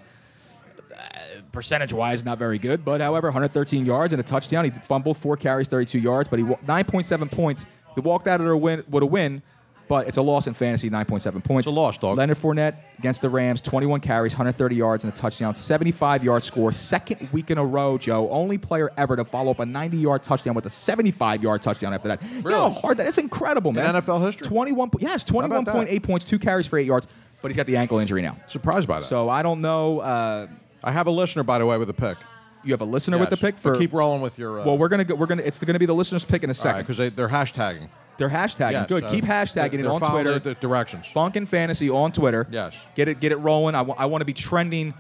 [SPEAKER 8] percentage wise, not very good. But however, 113 yards and a touchdown. He fumbled four carries, 32 yards, but he wa- 9.7 points. They walked out of their win with a win, but it's a loss in fantasy. 9.7
[SPEAKER 4] It's
[SPEAKER 8] points.
[SPEAKER 4] a loss, dog.
[SPEAKER 8] Leonard Fournette against the Rams, 21 carries, 130 yards and a touchdown, 75 yard score. Second week in a row, Joe. Only player ever to follow up a 90 yard touchdown with a 75 yard touchdown after that. You know how
[SPEAKER 4] Really?
[SPEAKER 8] hard that- That's incredible, man.
[SPEAKER 4] NFL history?
[SPEAKER 8] 21. po- Yes,
[SPEAKER 4] about that?
[SPEAKER 8] 21.8 points, two carries for eight yards, but he's got the ankle injury now.
[SPEAKER 4] Surprised by that.
[SPEAKER 8] So I don't know. Uh,
[SPEAKER 4] I have a listener, by the way, with a pick.
[SPEAKER 8] you have a listener with the
[SPEAKER 4] Yes.
[SPEAKER 8] pick
[SPEAKER 4] But
[SPEAKER 8] for
[SPEAKER 4] keep rolling with your. Uh,
[SPEAKER 8] Well, we're gonna go, we're gonna it's gonna be the listeners pick in a second.
[SPEAKER 4] because they, they're hashtagging.
[SPEAKER 8] they're hashtagging.
[SPEAKER 4] Yes,
[SPEAKER 8] Good.
[SPEAKER 4] uh,
[SPEAKER 8] Keep hashtagging it
[SPEAKER 4] they're
[SPEAKER 8] on
[SPEAKER 4] following
[SPEAKER 8] Twitter.
[SPEAKER 4] The, the directions.
[SPEAKER 8] Funkin' Fantasy on Twitter.
[SPEAKER 4] Yes.
[SPEAKER 8] Get it get it rolling. I want to be trending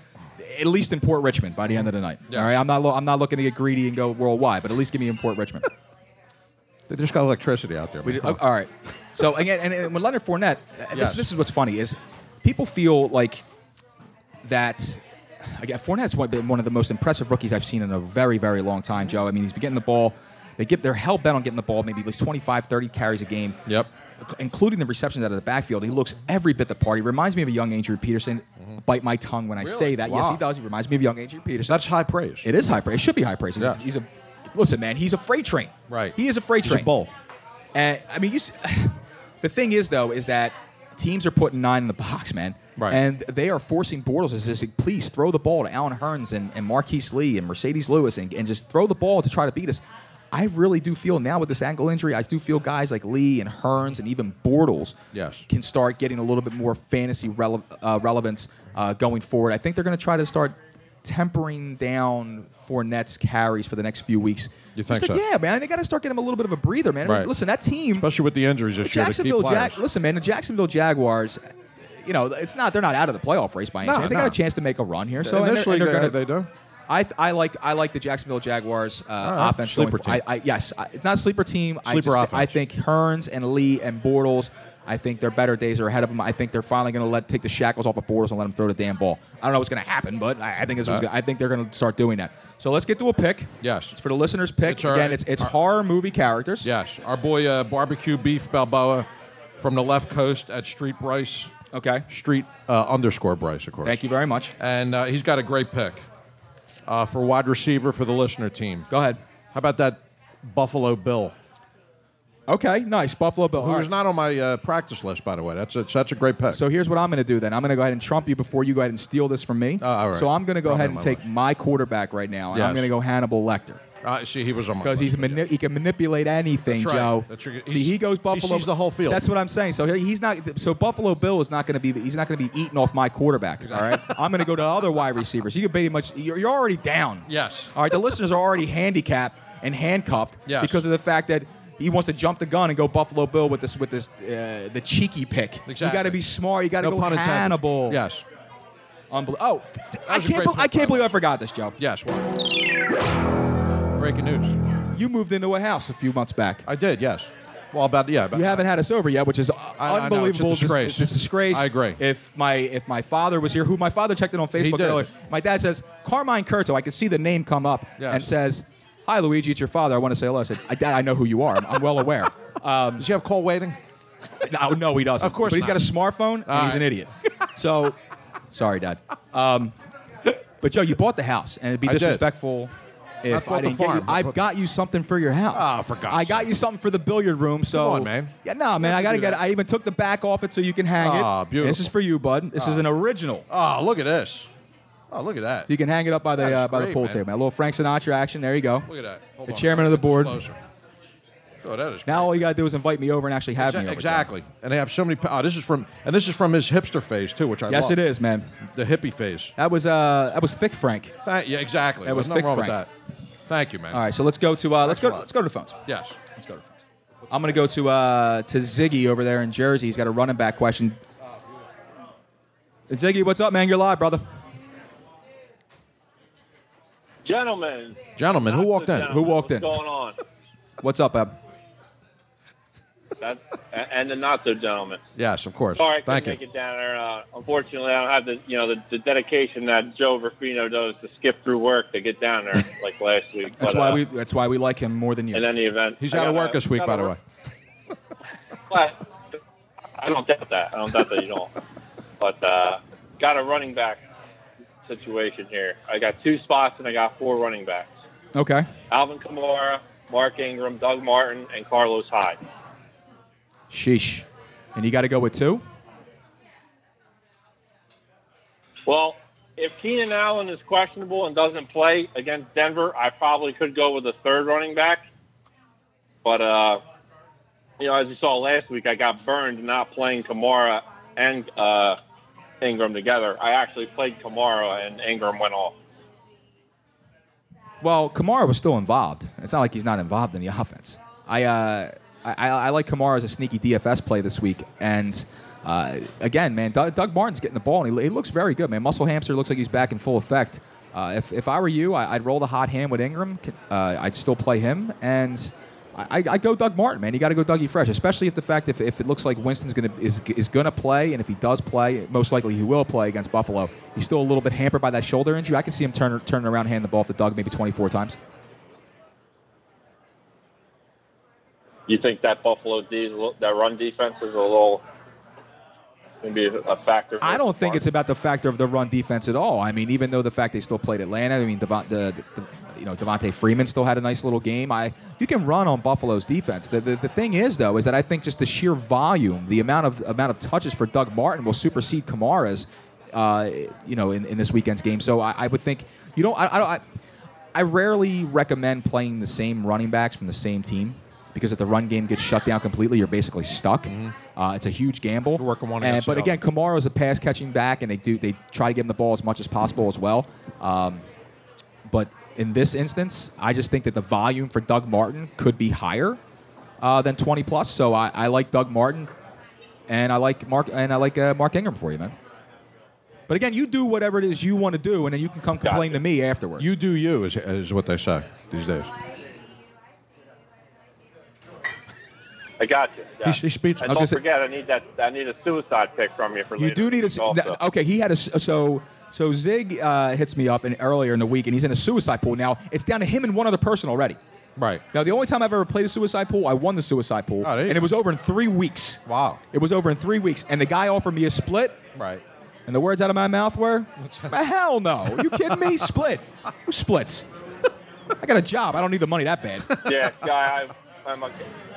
[SPEAKER 8] at least in Port Richmond by the end of the night.
[SPEAKER 4] Yes.
[SPEAKER 8] All right. I'm not lo- I'm not looking to get greedy and go worldwide, but at least give me in Port Richmond.
[SPEAKER 4] They just got electricity out there.
[SPEAKER 8] We
[SPEAKER 4] man.
[SPEAKER 9] Uh-huh.
[SPEAKER 8] did- oh, all right. So again, and, and when Leonard Fournette, uh, this,
[SPEAKER 4] Yes.
[SPEAKER 8] this is what's funny is people feel like that. Again, Fournette's one, been one of the most impressive rookies I've seen in a very, very long time, Joe. I mean, he's been getting the ball. They get they're hell bent on getting the ball, maybe at least 25, 30 carries a game.
[SPEAKER 4] Yep.
[SPEAKER 8] including the receptions out of the backfield, he looks every bit the part. He reminds me of a young Adrian Peterson. Bite my tongue when I say that. Yes,
[SPEAKER 9] Mm-hmm. Wow.
[SPEAKER 8] he does. He reminds me of a young Adrian Peterson.
[SPEAKER 9] That's high praise.
[SPEAKER 8] It is high praise. It should be high praise. He's, a,
[SPEAKER 9] Yeah.
[SPEAKER 8] he's a listen, man. He's a freight train.
[SPEAKER 9] Right.
[SPEAKER 8] He is a freight
[SPEAKER 9] He's
[SPEAKER 8] train.
[SPEAKER 9] a bull.
[SPEAKER 8] And I mean, you. See, [sighs] the thing is, though, is that teams are putting nine in the box, man.
[SPEAKER 9] Right.
[SPEAKER 8] And they are forcing Bortles to just please throw the ball to Alan Hearns and, and Marquise Lee and Mercedes Lewis and, and just throw the ball to try to beat us. I really do feel now with this ankle injury, I do feel guys like Lee and Hearns and even Bortles
[SPEAKER 9] Yes.
[SPEAKER 8] can start getting a little bit more fantasy rele- uh, relevance uh, going forward. I think they're going to try to start tempering down Fournette's carries for the next few weeks.
[SPEAKER 9] You think
[SPEAKER 8] Just like,
[SPEAKER 9] so?
[SPEAKER 8] Yeah, man. They got to start getting him a little bit of a breather, man. I mean,
[SPEAKER 9] Right.
[SPEAKER 8] listen, that team.
[SPEAKER 9] Especially with the injuries this year to key
[SPEAKER 8] Jacksonville
[SPEAKER 9] players.
[SPEAKER 8] Jag- listen, man, the Jacksonville Jaguars, you know, it's not they're not out of the playoff race by any
[SPEAKER 9] No,
[SPEAKER 8] chance. They
[SPEAKER 9] no.
[SPEAKER 8] got a chance to make a run here. So
[SPEAKER 9] In
[SPEAKER 8] and
[SPEAKER 9] this
[SPEAKER 8] they're- and
[SPEAKER 9] league,
[SPEAKER 8] they're
[SPEAKER 9] they-
[SPEAKER 8] gonna-
[SPEAKER 9] they do.
[SPEAKER 8] I, th- I like I like the Jacksonville Jaguars uh,
[SPEAKER 9] right.
[SPEAKER 8] offense.
[SPEAKER 9] Sleeper
[SPEAKER 8] going for-
[SPEAKER 9] team.
[SPEAKER 8] I, I, yes, I, it's not a sleeper team. I,
[SPEAKER 9] Sleeper
[SPEAKER 8] just, I
[SPEAKER 9] offense.
[SPEAKER 8] think Hearns and Lee and Bortles. I think their better days are ahead of them. I think they're finally going to let take the shackles off of Bortles and let him throw the damn ball. I don't know what's going to happen, but I, I think this one's
[SPEAKER 9] Uh.
[SPEAKER 8] gonna, I think they're going to start doing that. So let's get to a pick.
[SPEAKER 9] Yes.
[SPEAKER 8] it's for the listeners' pick.
[SPEAKER 9] It's all
[SPEAKER 8] Again,
[SPEAKER 9] right.
[SPEAKER 8] it's it's
[SPEAKER 9] All right.
[SPEAKER 8] horror movie characters.
[SPEAKER 9] Yes, our boy uh, Barbecue Beef Balboa from the left coast at Street Bryce,
[SPEAKER 8] Okay.
[SPEAKER 9] Street uh, underscore Bryce, of course.
[SPEAKER 8] Thank you very much.
[SPEAKER 9] And uh, he's got a great pick uh, for wide receiver for the listener team.
[SPEAKER 8] Go ahead.
[SPEAKER 9] How about that Buffalo Bill,
[SPEAKER 8] Okay, nice. Buffalo Bill.
[SPEAKER 9] who
[SPEAKER 8] All
[SPEAKER 9] is
[SPEAKER 8] right.
[SPEAKER 9] not on my uh, practice list, by the way? That's a, that's a great pick.
[SPEAKER 8] so here's what I'm going to do then. I'm going to go ahead and trump you before you go ahead and steal this from me.
[SPEAKER 9] Oh, all right.
[SPEAKER 8] So I'm going to go
[SPEAKER 9] Probably
[SPEAKER 8] ahead and
[SPEAKER 9] my
[SPEAKER 8] take
[SPEAKER 9] list.
[SPEAKER 8] my quarterback right now, and I'm
[SPEAKER 9] Yes.
[SPEAKER 8] going to go Hannibal Lecter
[SPEAKER 9] uh, see, he was on my
[SPEAKER 8] because he's
[SPEAKER 9] list.
[SPEAKER 8] mani- he can manipulate anything,
[SPEAKER 9] That's right.
[SPEAKER 8] Joe.
[SPEAKER 9] That's your-
[SPEAKER 8] See,
[SPEAKER 9] he's-
[SPEAKER 8] he goes
[SPEAKER 9] he
[SPEAKER 8] Buffalo.
[SPEAKER 9] sees the whole field.
[SPEAKER 8] That's what I'm saying. So he- he's not. So Buffalo Bill is not going to be. He's not going to be eating off my quarterback. All right. I'm going to go to other wide receivers. You can pretty much. You're, you're already down.
[SPEAKER 9] Yes.
[SPEAKER 8] All right. The listeners are already handicapped and handcuffed
[SPEAKER 9] Yes.
[SPEAKER 8] because of the fact that. He wants to jump the gun and go Buffalo Bill with this with this uh, the cheeky pick. You
[SPEAKER 9] Exactly.
[SPEAKER 8] got to be smart. You got to
[SPEAKER 9] no
[SPEAKER 8] go
[SPEAKER 9] pun intended.
[SPEAKER 8] Hannibal.
[SPEAKER 9] Yes,
[SPEAKER 8] Unbel- oh, I
[SPEAKER 9] was a
[SPEAKER 8] can't. Be- I
[SPEAKER 9] great pick, by
[SPEAKER 8] can't
[SPEAKER 9] the way.
[SPEAKER 8] believe I forgot this, Joe.
[SPEAKER 9] yes. Well, breaking news.
[SPEAKER 8] You moved into a house a few months back.
[SPEAKER 9] I did, yes. Well, about, yeah. About
[SPEAKER 8] You haven't had us over yet, which is
[SPEAKER 9] I know, it's a
[SPEAKER 8] unbelievable.
[SPEAKER 9] disgrace.
[SPEAKER 8] It's, a disgrace.
[SPEAKER 9] I agree.
[SPEAKER 8] If my if my father was here, who my father checked in on Facebook
[SPEAKER 9] did.
[SPEAKER 8] earlier, my dad says Carmine Curto. I could see the name come up
[SPEAKER 9] Yes.
[SPEAKER 8] and says, "Hi Luigi, it's your father. I want to say hello." I said, "I- "Dad, I know who you are. I'm, I'm well aware." Um,
[SPEAKER 9] Does he have call waiting?
[SPEAKER 8] no, Oh, no, he doesn't.
[SPEAKER 9] Of course
[SPEAKER 8] but he's
[SPEAKER 9] not.
[SPEAKER 8] got a smartphone and
[SPEAKER 9] All
[SPEAKER 8] he's an
[SPEAKER 9] right.
[SPEAKER 8] idiot.
[SPEAKER 9] [laughs]
[SPEAKER 8] So, sorry, Dad. Um, but Joe, you bought the house, and it'd be
[SPEAKER 9] I did.
[SPEAKER 8] disrespectful. If
[SPEAKER 9] bought
[SPEAKER 8] I
[SPEAKER 9] the
[SPEAKER 8] didn't get you,
[SPEAKER 9] farm. I
[SPEAKER 8] I've
[SPEAKER 9] bought-
[SPEAKER 8] got you something for your house.
[SPEAKER 9] Ah, for God's
[SPEAKER 8] I got you something for the billiard room. So,
[SPEAKER 9] Come on, man.
[SPEAKER 8] Yeah, no, man.
[SPEAKER 9] have
[SPEAKER 8] I
[SPEAKER 9] to
[SPEAKER 8] gotta
[SPEAKER 9] do
[SPEAKER 8] get.
[SPEAKER 9] that.
[SPEAKER 8] I even took the back off it so you can hang it.
[SPEAKER 9] Ah,
[SPEAKER 8] And This is
[SPEAKER 9] beautiful. Ah.
[SPEAKER 8] for you, bud. This is an original.
[SPEAKER 9] Oh, look at this. Oh, look at that.
[SPEAKER 8] You can hang it up by the
[SPEAKER 9] That is
[SPEAKER 8] uh, by the
[SPEAKER 9] great,
[SPEAKER 8] pool
[SPEAKER 9] man.
[SPEAKER 8] table, man. A little Frank Sinatra action. There you go.
[SPEAKER 9] Look at that. Hold
[SPEAKER 8] The
[SPEAKER 9] on.
[SPEAKER 8] chairman of the
[SPEAKER 9] Get this
[SPEAKER 8] board.
[SPEAKER 9] closer. Oh, that is
[SPEAKER 8] Now all you gotta do is invite me over and actually have
[SPEAKER 9] great.
[SPEAKER 8] me over. Joe.
[SPEAKER 9] exactly. And they have so many. pa- Oh, this is from and this is from his hipster phase too, which I
[SPEAKER 8] Yes, it
[SPEAKER 9] love.
[SPEAKER 8] is, man.
[SPEAKER 9] The hippie phase.
[SPEAKER 8] That was uh, that was thick Frank.
[SPEAKER 9] Thank, yeah, exactly.
[SPEAKER 8] That was
[SPEAKER 9] There's
[SPEAKER 8] thick
[SPEAKER 9] nothing wrong
[SPEAKER 8] Frank.
[SPEAKER 9] with that. Thank you, man.
[SPEAKER 8] All right, so let's go to uh, let's go
[SPEAKER 9] a lot.
[SPEAKER 8] let's go to the phones.
[SPEAKER 9] Yes.
[SPEAKER 8] Let's go to the phones. I'm gonna go to uh, to Ziggy over there in Jersey. He's got a running back question. Ziggy, what's up, man? You're live, brother.
[SPEAKER 11] Gentlemen.
[SPEAKER 9] Gentlemen, who
[SPEAKER 11] Lots of
[SPEAKER 9] walked in?
[SPEAKER 11] gentlemen.
[SPEAKER 8] Who walked in?
[SPEAKER 11] What's going on?
[SPEAKER 8] What's up, Ab?
[SPEAKER 11] That, and the not so gentlemen.
[SPEAKER 9] Yes, of course.
[SPEAKER 11] Sorry, I couldn't
[SPEAKER 9] Thank
[SPEAKER 11] make
[SPEAKER 9] you.
[SPEAKER 11] it down there. Uh, unfortunately, I don't have the you know the, the dedication that Joe Verfino does to skip through work to get down
[SPEAKER 9] [laughs]
[SPEAKER 11] there like last week.
[SPEAKER 8] That's
[SPEAKER 11] But,
[SPEAKER 8] why
[SPEAKER 11] uh,
[SPEAKER 8] we that's why we like him more than you.
[SPEAKER 11] In any event,
[SPEAKER 9] He's
[SPEAKER 11] I
[SPEAKER 9] out of
[SPEAKER 11] gotta-
[SPEAKER 9] work this week,
[SPEAKER 11] gotta
[SPEAKER 9] by the way.
[SPEAKER 11] work. [laughs] But I don't doubt that. I don't doubt that you don't. But uh, got a running back situation here. I got two spots and I got four running backs:
[SPEAKER 8] Okay,
[SPEAKER 11] Alvin Kamara, Mark Ingram, Doug Martin, and Carlos Hyde.
[SPEAKER 8] sheesh. And you got to go with two.
[SPEAKER 11] Well, if Keenan Allen is questionable and doesn't play against Denver, I probably could go with a third running back. But uh, you know, as you saw last week, I got burned not playing Kamara and uh, Ingram together. I actually played Kamara and Ingram went off.
[SPEAKER 8] Well, Kamara was still involved. It's not like he's not involved in the [laughs] offense. I uh, I, I, I like Kamara as a sneaky DFS play this week. And uh, again, man, Doug, Doug Martin's getting the ball, and he, he looks very good, man. Muscle hamster looks like he's back in full effect. Uh, if, if I were you, I, I'd roll the hot hand with Ingram. Uh, I'd still play him, and I, I I'd go Doug Martin, man. You got to go Dougie Fresh, especially if the fact if, if it looks like Winston's gonna is, is gonna play, and if he does play, most likely he will play against Buffalo. He's still a little bit hampered by that shoulder injury. I can see him turn, turning around, handing the ball off to Doug maybe 24 times.
[SPEAKER 9] you think that Buffalo D, that run defense is a little going to be a factor?
[SPEAKER 8] I don't think it's about the factor of the run defense at all. I mean, even though the fact they still played Atlanta, I mean, Devon, the, the, you know Devontae Freeman still had a nice little game. I you can run on Buffalo's defense. The, the, the thing is though is that I think just the sheer volume, the amount of amount of touches for Doug Martin will supersede Kamara's, uh, you know, in, in this weekend's game. So I, I would think you don't. I, I don't. I, I rarely recommend playing the same running backs from the same team because if the run game gets shut down completely, you're basically stuck. Uh, it's a huge gamble.
[SPEAKER 4] Mm-hmm. You're working one
[SPEAKER 8] and,
[SPEAKER 4] against
[SPEAKER 8] but
[SPEAKER 4] the
[SPEAKER 8] again,
[SPEAKER 4] other.
[SPEAKER 8] Kamara's a pass catching back, and they do they try to give him the ball as much as possible as well. Um, but in this instance, I just think that the volume for Doug Martin could be higher uh, than 20 plus. So I, I like Doug Martin, and I like Mark and I like uh, Mark Ingram for you, man. But again, you do whatever it is you want to do, and then you can come complain to me afterwards.
[SPEAKER 4] You do you is, is what they say these days.
[SPEAKER 9] I got you. Yeah.
[SPEAKER 4] He's- he's speech-
[SPEAKER 9] And
[SPEAKER 4] I was
[SPEAKER 9] don't
[SPEAKER 4] gonna say-
[SPEAKER 9] forget, I need that. I need a suicide pick from you for
[SPEAKER 8] You
[SPEAKER 9] later
[SPEAKER 8] do need a oh,
[SPEAKER 9] week also.
[SPEAKER 8] no, okay. He had a s- uh, so so Zig uh, hits me up in, earlier in the week, and he's in a suicide pool now. It's down to him and one other person already.
[SPEAKER 4] Right.
[SPEAKER 8] Now the only time I've ever played a suicide pool, I won the suicide pool,
[SPEAKER 4] Oh, there you
[SPEAKER 8] and it
[SPEAKER 4] go.
[SPEAKER 8] was over in three weeks.
[SPEAKER 4] Wow.
[SPEAKER 8] It was over in three weeks, and the guy offered me a split,
[SPEAKER 4] Right.
[SPEAKER 8] and the words out of my mouth were, "Hell no!
[SPEAKER 4] [laughs]
[SPEAKER 8] You kidding me? split? Who splits? I got a job. I don't need the money that bad."
[SPEAKER 9] Yeah, guy, I, I'm a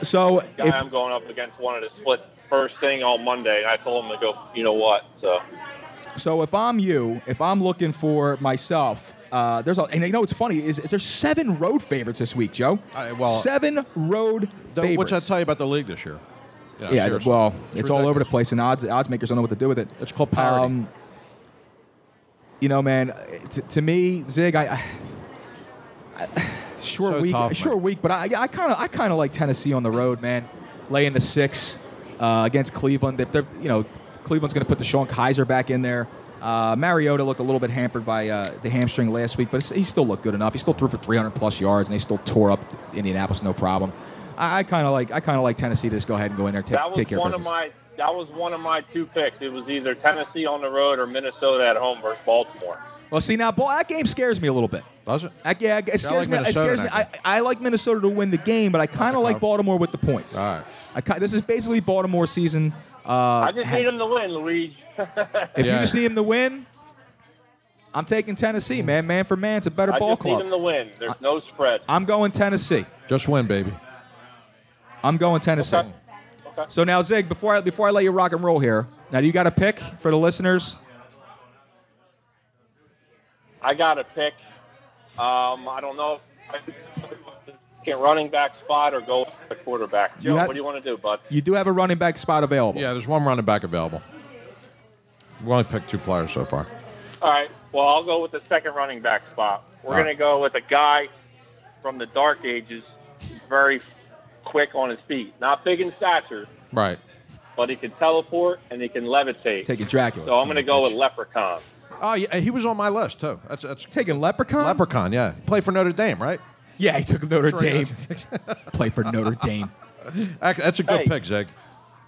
[SPEAKER 8] So
[SPEAKER 9] guy.
[SPEAKER 8] if,
[SPEAKER 9] I'm going up against one of the split first thing on Monday, and I told him to go. You know what? So
[SPEAKER 8] So if I'm you, if I'm looking for myself, uh, there's a, and you know what's funny is there's seven road favorites this week, Joe.
[SPEAKER 4] Uh, well-
[SPEAKER 8] seven road
[SPEAKER 4] Th-
[SPEAKER 8] favorites.
[SPEAKER 4] What's that tell you about the league this year?
[SPEAKER 8] yeah,
[SPEAKER 4] seriously.
[SPEAKER 8] well, it's, all over the
[SPEAKER 4] ridiculous.
[SPEAKER 8] place, and odds odds makers don't know what to do with it. Um,
[SPEAKER 4] It's called parity.
[SPEAKER 8] you know, man, t- to me, Zig, I. I Short
[SPEAKER 4] So
[SPEAKER 8] week,
[SPEAKER 4] tough, man.
[SPEAKER 8] short week, but I kind of I kind of like Tennessee on the road, man. Laying the six uh, against Cleveland, they're, they're- you know Cleveland's going to put the Sean Kaiser back in there. Uh, Mariota looked a little bit hampered by uh, the hamstring last week, but he still looked good enough. He still threw for 300 plus yards, and they still tore up Indianapolis, no problem. I, I kind of like I kind of like Tennessee to just go ahead and go in there, take,
[SPEAKER 9] that was
[SPEAKER 8] take care of
[SPEAKER 9] one of
[SPEAKER 8] business.
[SPEAKER 9] my. That was one of my two picks. It was either Tennessee on the road or Minnesota at home versus Baltimore.
[SPEAKER 8] Well, see now, boy, that game scares me a little bit.
[SPEAKER 4] Does it?
[SPEAKER 8] I, yeah, it scares
[SPEAKER 4] like
[SPEAKER 8] me. It
[SPEAKER 4] Minnesota
[SPEAKER 8] scares
[SPEAKER 4] in
[SPEAKER 8] me. I,
[SPEAKER 4] that
[SPEAKER 8] I like Minnesota to win the game, but I kind of like
[SPEAKER 4] cover.
[SPEAKER 8] Baltimore with the points.
[SPEAKER 4] All right.
[SPEAKER 8] I ki- this is basically Baltimore season. Uh,
[SPEAKER 9] I just need him to win, Luigi.
[SPEAKER 8] if you
[SPEAKER 4] Yeah.
[SPEAKER 8] just need him to win, I'm taking Tennessee, man. Man for man, it's a better
[SPEAKER 9] I
[SPEAKER 8] ball
[SPEAKER 9] just
[SPEAKER 8] club. Uh,
[SPEAKER 9] need him to win. There's no spread.
[SPEAKER 8] I'm going Tennessee.
[SPEAKER 4] Just win, baby.
[SPEAKER 8] I'm going Tennessee.
[SPEAKER 9] Okay. Okay.
[SPEAKER 8] So now, Zig, before I before I let you rock and roll here, now do you got a pick for the listeners?
[SPEAKER 9] I got a pick. Um, I don't know if I can running back spot or go with the quarterback. Joe,
[SPEAKER 8] You had-
[SPEAKER 9] what do you want to do, bud?
[SPEAKER 8] You do have a running back spot available.
[SPEAKER 4] Yeah, there's one running back available. We only picked two players so far.
[SPEAKER 9] All right. Well, I'll go with the second running back spot. We're
[SPEAKER 4] All right.
[SPEAKER 9] going to go with a guy from the dark ages, very quick on his feet. Not big in stature,
[SPEAKER 4] Right.
[SPEAKER 9] but he can teleport and he can levitate.
[SPEAKER 8] Taking Dracula.
[SPEAKER 9] so I'm going to go with Leprechaun.
[SPEAKER 4] Oh, yeah, he was on my list too. That's that's
[SPEAKER 8] Taking Leprechaun.
[SPEAKER 4] Leprechaun. Yeah, played for Notre Dame, right?
[SPEAKER 8] yeah, he took Notre Dame.
[SPEAKER 4] right. [laughs]
[SPEAKER 8] Play for Notre Dame.
[SPEAKER 4] Ac- That's a good
[SPEAKER 9] Hey.
[SPEAKER 4] pick, Zig.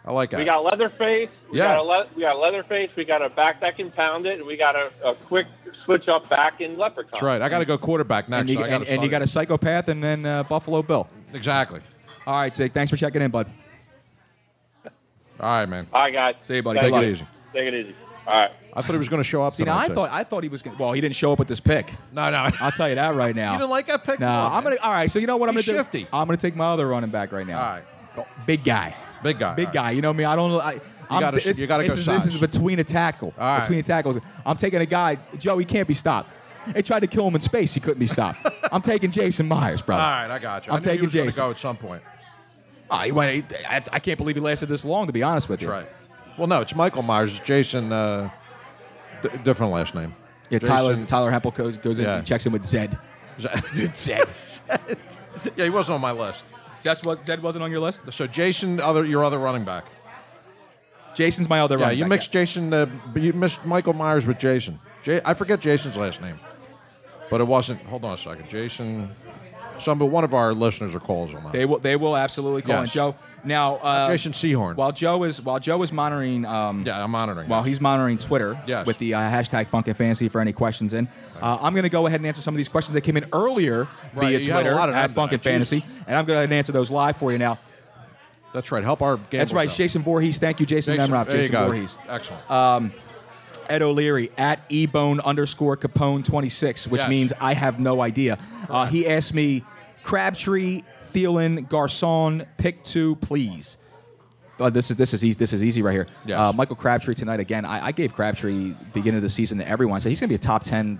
[SPEAKER 4] I like that.
[SPEAKER 9] We got Leatherface. We
[SPEAKER 4] Yeah.
[SPEAKER 9] Got a le- we got Leatherface. We got a back that can pound it. And we got a, a quick switch up back in Leprechaun.
[SPEAKER 4] that's right. I got to go quarterback next.
[SPEAKER 8] and, you,
[SPEAKER 4] so I gotta
[SPEAKER 8] and, and you got
[SPEAKER 4] start
[SPEAKER 8] a psychopath and then uh, Buffalo Bill.
[SPEAKER 4] it. exactly.
[SPEAKER 8] All right, Zig. Thanks for checking in, bud.
[SPEAKER 4] All right, man.
[SPEAKER 9] All right, guys.
[SPEAKER 8] See you, buddy.
[SPEAKER 4] Take
[SPEAKER 8] Good luck.
[SPEAKER 4] it easy.
[SPEAKER 9] Take it easy. All right.
[SPEAKER 4] I thought he was going to show up.
[SPEAKER 8] See, now
[SPEAKER 4] tonight,
[SPEAKER 8] I
[SPEAKER 4] Zig.
[SPEAKER 8] thought I thought he was gonna, well. He didn't show up with this pick.
[SPEAKER 4] No,
[SPEAKER 8] [laughs]
[SPEAKER 4] no.
[SPEAKER 8] I'll tell you that right
[SPEAKER 4] [laughs]
[SPEAKER 8] now.
[SPEAKER 4] You didn't like that pick?
[SPEAKER 8] No,
[SPEAKER 4] Come on,
[SPEAKER 8] I'm
[SPEAKER 4] man.
[SPEAKER 8] gonna. All right, so you know what I'm
[SPEAKER 4] He's
[SPEAKER 8] gonna do?
[SPEAKER 4] shifty.
[SPEAKER 8] I'm gonna take my other running back right now.
[SPEAKER 4] All right.
[SPEAKER 8] Go- big guy,
[SPEAKER 4] Big guy.
[SPEAKER 8] big
[SPEAKER 4] All right.
[SPEAKER 8] guy. You know me. I don't. I, I'm,
[SPEAKER 4] gotta-
[SPEAKER 8] this,
[SPEAKER 4] you gotta
[SPEAKER 8] this
[SPEAKER 4] go
[SPEAKER 8] is, this
[SPEAKER 4] size.
[SPEAKER 8] is between a tackle.
[SPEAKER 4] All right.
[SPEAKER 8] Between tackles. I'm taking a guy. Joe, he can't be stopped. They tried to kill him in space. He couldn't be stopped. I'm taking Jason Myers, brother.
[SPEAKER 4] All right, I got you.
[SPEAKER 8] I'm
[SPEAKER 4] I knew he
[SPEAKER 8] taking
[SPEAKER 4] was gonna
[SPEAKER 8] Jason.
[SPEAKER 4] go at some point.
[SPEAKER 8] Ah, he went, he- I, I can't believe he lasted this long. To be honest with
[SPEAKER 4] That's
[SPEAKER 8] you.
[SPEAKER 4] right. Well, no, it's Michael Myers. It's Jason. Uh, d- different last name.
[SPEAKER 8] Yeah, Tyler
[SPEAKER 4] Jason-
[SPEAKER 8] Tyler Heppel goes, goes in
[SPEAKER 4] Yeah.
[SPEAKER 8] and checks in with Zed. Zed.
[SPEAKER 4] [laughs] yeah, he wasn't on my list.
[SPEAKER 8] That's what Zed wasn't on your list.
[SPEAKER 4] So Jason, other your other running back.
[SPEAKER 8] Jason's my other
[SPEAKER 4] Yeah,
[SPEAKER 8] running
[SPEAKER 4] you
[SPEAKER 8] back.
[SPEAKER 4] mixed Jason. Uh, but you mixed Michael Myers with Jason. J- I forget Jason's last name, but it wasn't. Hold on a second, Jason. Some, but one of our listeners or calls on that.
[SPEAKER 8] They will. They will absolutely call
[SPEAKER 4] Yes.
[SPEAKER 8] in Joe. Now, uh,
[SPEAKER 4] Jason Sehorn.
[SPEAKER 8] While Joe is while Joe is monitoring, um,
[SPEAKER 4] yeah, I'm monitoring.
[SPEAKER 8] while he's monitoring Twitter
[SPEAKER 4] Yes.
[SPEAKER 8] with the uh, hashtag Funk and Fantasy for any questions in, uh, I'm going to go ahead and answer some of these questions that came in earlier
[SPEAKER 4] Right,
[SPEAKER 8] via
[SPEAKER 4] you had a
[SPEAKER 8] Twitter
[SPEAKER 4] lot of
[SPEAKER 8] at
[SPEAKER 4] them
[SPEAKER 8] Funk and
[SPEAKER 4] tonight,
[SPEAKER 8] Fantasy,
[SPEAKER 4] Jesus.
[SPEAKER 8] and I'm going to answer those live for you now.
[SPEAKER 4] That's right. Help our gamblers
[SPEAKER 8] That's right.
[SPEAKER 4] out.
[SPEAKER 8] Jason Voorhees. Thank you, Jason,
[SPEAKER 4] Jason-
[SPEAKER 8] Nemrov.
[SPEAKER 4] there you
[SPEAKER 8] Jason
[SPEAKER 4] go.
[SPEAKER 8] Voorhees.
[SPEAKER 4] Excellent.
[SPEAKER 8] Um, Ed O'Leary at ebone underscore Capone 26, which
[SPEAKER 4] Yes.
[SPEAKER 8] means I have no idea. Uh, he asked me, Crabtree, Thielen, Garcon, pick two, please. Uh, this is this is easy. This is easy right here.
[SPEAKER 4] Yes.
[SPEAKER 8] Uh, Michael Crabtree tonight again. I, I gave Crabtree beginning of the season to everyone. So he's going to be a top ten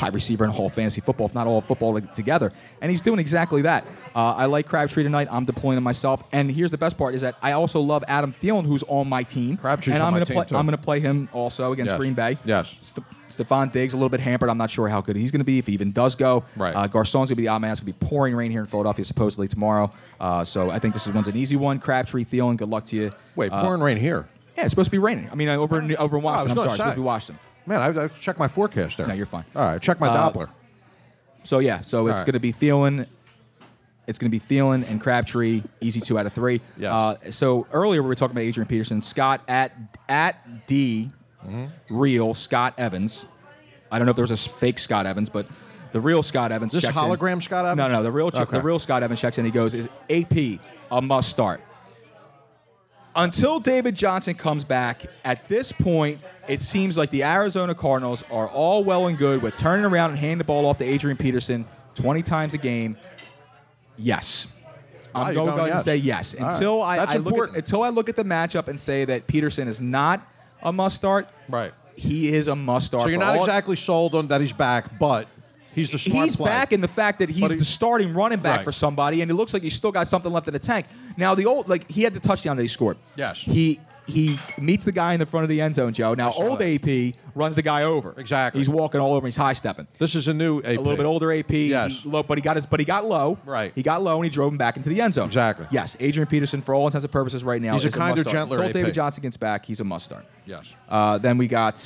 [SPEAKER 8] wide receiver in all fantasy football, if not all of football together. And he's doing exactly that. Uh, I like Crabtree tonight. I'm deploying him myself. And here's the best part: is that I also love Adam Thielen, who's on my team.
[SPEAKER 4] Crabtree's
[SPEAKER 8] and
[SPEAKER 4] on
[SPEAKER 8] I'm
[SPEAKER 4] my
[SPEAKER 8] gonna
[SPEAKER 4] team,
[SPEAKER 8] play.
[SPEAKER 4] too.
[SPEAKER 8] I'm going to play him also against
[SPEAKER 4] Yes.
[SPEAKER 8] Green Bay.
[SPEAKER 4] Yes.
[SPEAKER 8] Ste- Stephon Diggs a little bit hampered. I'm not sure how good he's going to be if he even does go.
[SPEAKER 4] Right.
[SPEAKER 8] Uh, Garcon's going to be the odd man. It's going to be pouring rain here in Philadelphia supposedly tomorrow. Uh, so I think this is one's an easy one. Crabtree, Thielen, good luck to you.
[SPEAKER 4] Wait,
[SPEAKER 8] Uh,
[SPEAKER 4] pouring rain here.
[SPEAKER 8] Yeah, it's supposed to be raining. I mean, uh, over in, over
[SPEAKER 4] I was
[SPEAKER 8] in Washington.
[SPEAKER 4] gonna say.
[SPEAKER 8] I'm sorry, it's supposed to be Washington.
[SPEAKER 4] Man, I, I checked my forecast there.
[SPEAKER 8] No, you're fine.
[SPEAKER 4] All right, check my
[SPEAKER 8] Uh,
[SPEAKER 4] Doppler.
[SPEAKER 8] So yeah, so it's
[SPEAKER 4] right.
[SPEAKER 8] going to be Thielen. It's going to be Thielen and Crabtree, easy two out of three.
[SPEAKER 4] Yes.
[SPEAKER 8] Uh, so earlier we were talking about Adrian Peterson. Scott at at D
[SPEAKER 4] Mm-hmm.
[SPEAKER 8] real Scott Evans. I don't know if there was a s- fake Scott Evans, but the real Scott Evans.
[SPEAKER 4] This
[SPEAKER 8] checks in.
[SPEAKER 4] hologram Scott Evans?
[SPEAKER 8] No, no, the real ch-
[SPEAKER 4] Okay.
[SPEAKER 8] the real Scott Evans checks in. He goes, "Is AP a must start?" Until David Johnson comes back, at this point, it seems like the Arizona Cardinals are all well and good with turning around and handing the ball off to Adrian Peterson 20 times a game. Yes.
[SPEAKER 4] Wow,
[SPEAKER 8] I'm
[SPEAKER 4] you're
[SPEAKER 8] going,
[SPEAKER 4] going
[SPEAKER 8] to
[SPEAKER 4] yes.
[SPEAKER 8] say yes.
[SPEAKER 4] All right.
[SPEAKER 8] Until I,
[SPEAKER 4] That's
[SPEAKER 8] I look
[SPEAKER 4] important.
[SPEAKER 8] at, until I look at the matchup and say that Peterson is not a must start.
[SPEAKER 4] Right.
[SPEAKER 8] He is a must start.
[SPEAKER 4] So you're
[SPEAKER 8] for
[SPEAKER 4] not
[SPEAKER 8] all-
[SPEAKER 4] exactly sold on that he's back, but he's the smart
[SPEAKER 8] he's
[SPEAKER 4] play.
[SPEAKER 8] back in the fact that he's
[SPEAKER 4] he-
[SPEAKER 8] the starting running back
[SPEAKER 4] Right.
[SPEAKER 8] for somebody, and it looks like he's still got something left in the tank. Now the old like he had the touchdown that he scored.
[SPEAKER 4] Yes.
[SPEAKER 8] He he meets the guy in the front of the end zone, Joe. Now
[SPEAKER 4] saw
[SPEAKER 8] old
[SPEAKER 4] that.
[SPEAKER 8] AP runs the guy over.
[SPEAKER 4] Exactly.
[SPEAKER 8] He's walking all over. and He's high stepping.
[SPEAKER 4] This is a new AP.
[SPEAKER 8] A little bit older AP.
[SPEAKER 4] Yes.
[SPEAKER 8] he- low, but he got his. But he got low.
[SPEAKER 4] Right.
[SPEAKER 8] He got low and he drove him back into the end zone.
[SPEAKER 4] Exactly.
[SPEAKER 8] Yes. Adrian Peterson, for all intents and purposes, right now
[SPEAKER 4] He's a
[SPEAKER 8] is
[SPEAKER 4] kinder,
[SPEAKER 8] must start.
[SPEAKER 4] gentler
[SPEAKER 8] Until
[SPEAKER 4] AP.
[SPEAKER 8] David Johnson gets back, he's a must start.
[SPEAKER 4] Yes.
[SPEAKER 8] Uh, then we got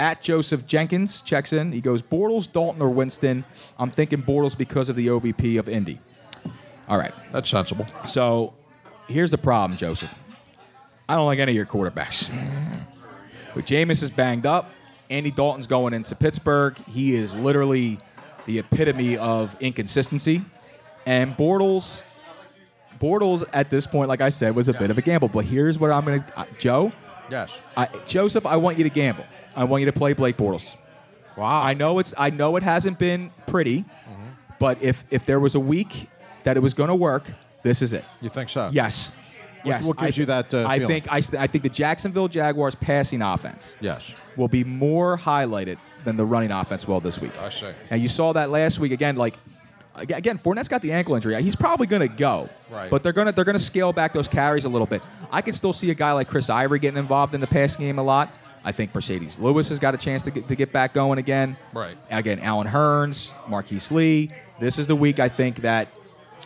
[SPEAKER 8] at Joseph Jenkins checks in. He goes Bortles, Dalton, or Winston. I'm thinking Bortles because of the OVP of Indy. All right.
[SPEAKER 4] That's sensible.
[SPEAKER 8] So here's the problem, Joseph. I don't like any of your quarterbacks. But Jameis is banged up. Andy Dalton's going into Pittsburgh. He is literally the epitome of inconsistency. And Bortles, Bortles at this point, like I said, was a bit of a gamble. But here's what I'm going to, Joe.
[SPEAKER 4] Yes.
[SPEAKER 8] I, Joseph, I want you to gamble. I want you to play Blake Bortles.
[SPEAKER 4] Wow.
[SPEAKER 8] I know it's I know it hasn't been pretty, but if if there was a week that it was going to work, this is it.
[SPEAKER 4] You think so?
[SPEAKER 8] Yes. yes.
[SPEAKER 4] what
[SPEAKER 8] I
[SPEAKER 4] gives you that, uh,
[SPEAKER 8] I
[SPEAKER 4] feeling?
[SPEAKER 8] think I, s- I think the Jacksonville Jaguars passing offense
[SPEAKER 4] Yes.
[SPEAKER 8] will be more highlighted than the running offense will this week.
[SPEAKER 4] I see.
[SPEAKER 8] Now you saw that last week again. Like ag- again, Fournette's got the ankle injury. He's probably going to go.
[SPEAKER 4] Right.
[SPEAKER 8] But they're going to they're going to scale back those carries a little bit. I can still see a guy like Chris Ivory getting involved in the passing game a lot. I think Mercedes Lewis has got a chance to get, to get back going again.
[SPEAKER 4] Right.
[SPEAKER 8] Again, Alan Hearns, Marquise Lee. This is the week I think that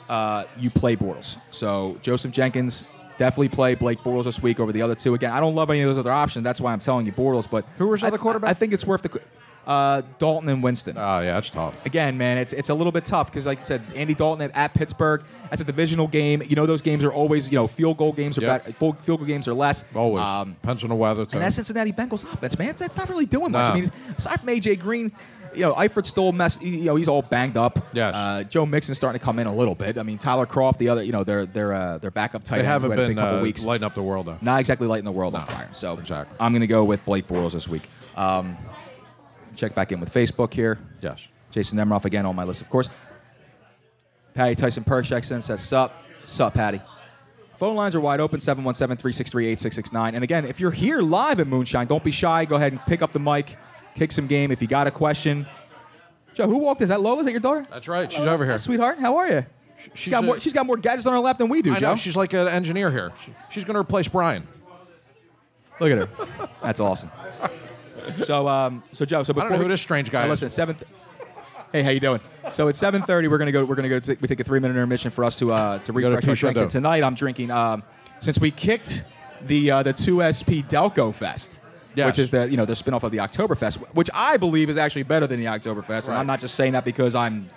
[SPEAKER 8] uh, you play Bortles. So Joseph Jenkins definitely play Blake Bortles this week over the other two. Again, I don't love any of those other options. That's why I'm telling you Bortles. But
[SPEAKER 4] Who was the
[SPEAKER 8] I-
[SPEAKER 4] other quarterback?
[SPEAKER 8] I, think it's worth the uh, Dalton and Winston.
[SPEAKER 4] Oh, yeah, that's tough.
[SPEAKER 8] Again, man, it's it's a little bit tough because, like I said, Andy Dalton at, at Pittsburgh. That's a divisional game. You know, those games are always you know field goal games or
[SPEAKER 4] Yep.
[SPEAKER 8] bet- full- field goal games or less.
[SPEAKER 4] Always.
[SPEAKER 8] Um,
[SPEAKER 4] Depends on the weather, too.
[SPEAKER 8] and that Cincinnati Bengals offense, man, that's not really doing much.
[SPEAKER 4] Nah.
[SPEAKER 8] I mean, aside from AJ Green, you know, Eifert still mess. You know, he's all banged up.
[SPEAKER 4] Yes.
[SPEAKER 8] Uh, Joe Mixon's starting to come in a little bit. I mean, Tyler Croft, the other, you know, their their uh, their backup tight
[SPEAKER 4] they
[SPEAKER 8] end,
[SPEAKER 4] haven't
[SPEAKER 8] who had a
[SPEAKER 4] been
[SPEAKER 8] big couple
[SPEAKER 4] uh,
[SPEAKER 8] weeks.
[SPEAKER 4] lighting up the world, though.
[SPEAKER 8] Not exactly lighting the world on fire. So
[SPEAKER 4] exactly.
[SPEAKER 8] I'm going to go with Blake Bortles this week. Um, check back in with Facebook here.
[SPEAKER 4] Yes.
[SPEAKER 8] Jason Nemiroff again on my list, of course. Patty Tyson Pershek sends us sup. Sup, Patty. Phone lines are wide open, 717 363 8669. And again, if you're here live at Moonshine, don't be shy. Go ahead and pick up the mic, kick some game. If you got a question, Joe, who walked in? Is that Lola? Is that your daughter?
[SPEAKER 4] That's right. She's over here.
[SPEAKER 8] Sweetheart, how are you?
[SPEAKER 4] She's
[SPEAKER 8] She's Uh, got,
[SPEAKER 4] a-
[SPEAKER 8] more, she's got more gadgets on her lap than we do,
[SPEAKER 4] I
[SPEAKER 8] Joe.
[SPEAKER 4] know. She's like an engineer here. She- She's going to replace Brian.
[SPEAKER 8] Look at her. That's awesome. So, um, so Joe, so
[SPEAKER 4] I
[SPEAKER 8] before
[SPEAKER 4] don't know
[SPEAKER 8] we-
[SPEAKER 4] who this strange guy
[SPEAKER 8] Now,
[SPEAKER 4] is.
[SPEAKER 8] listen, seventh. Hey, how you doing? So at seven thirty, we're gonna go. We're gonna go. T- we take a three minute intermission for us to uh, to
[SPEAKER 4] to
[SPEAKER 8] refresh our
[SPEAKER 4] Pusha
[SPEAKER 8] drinks.
[SPEAKER 4] Dough.
[SPEAKER 8] And tonight, I'm drinking. Um, since we kicked the uh, the two SP Delco Fest,
[SPEAKER 4] Yes.
[SPEAKER 8] which is the you know the spinoff of the Oktoberfest, wh- which I believe is actually better than the Oktoberfest. And
[SPEAKER 4] Right.
[SPEAKER 8] I'm not just saying that because I'm.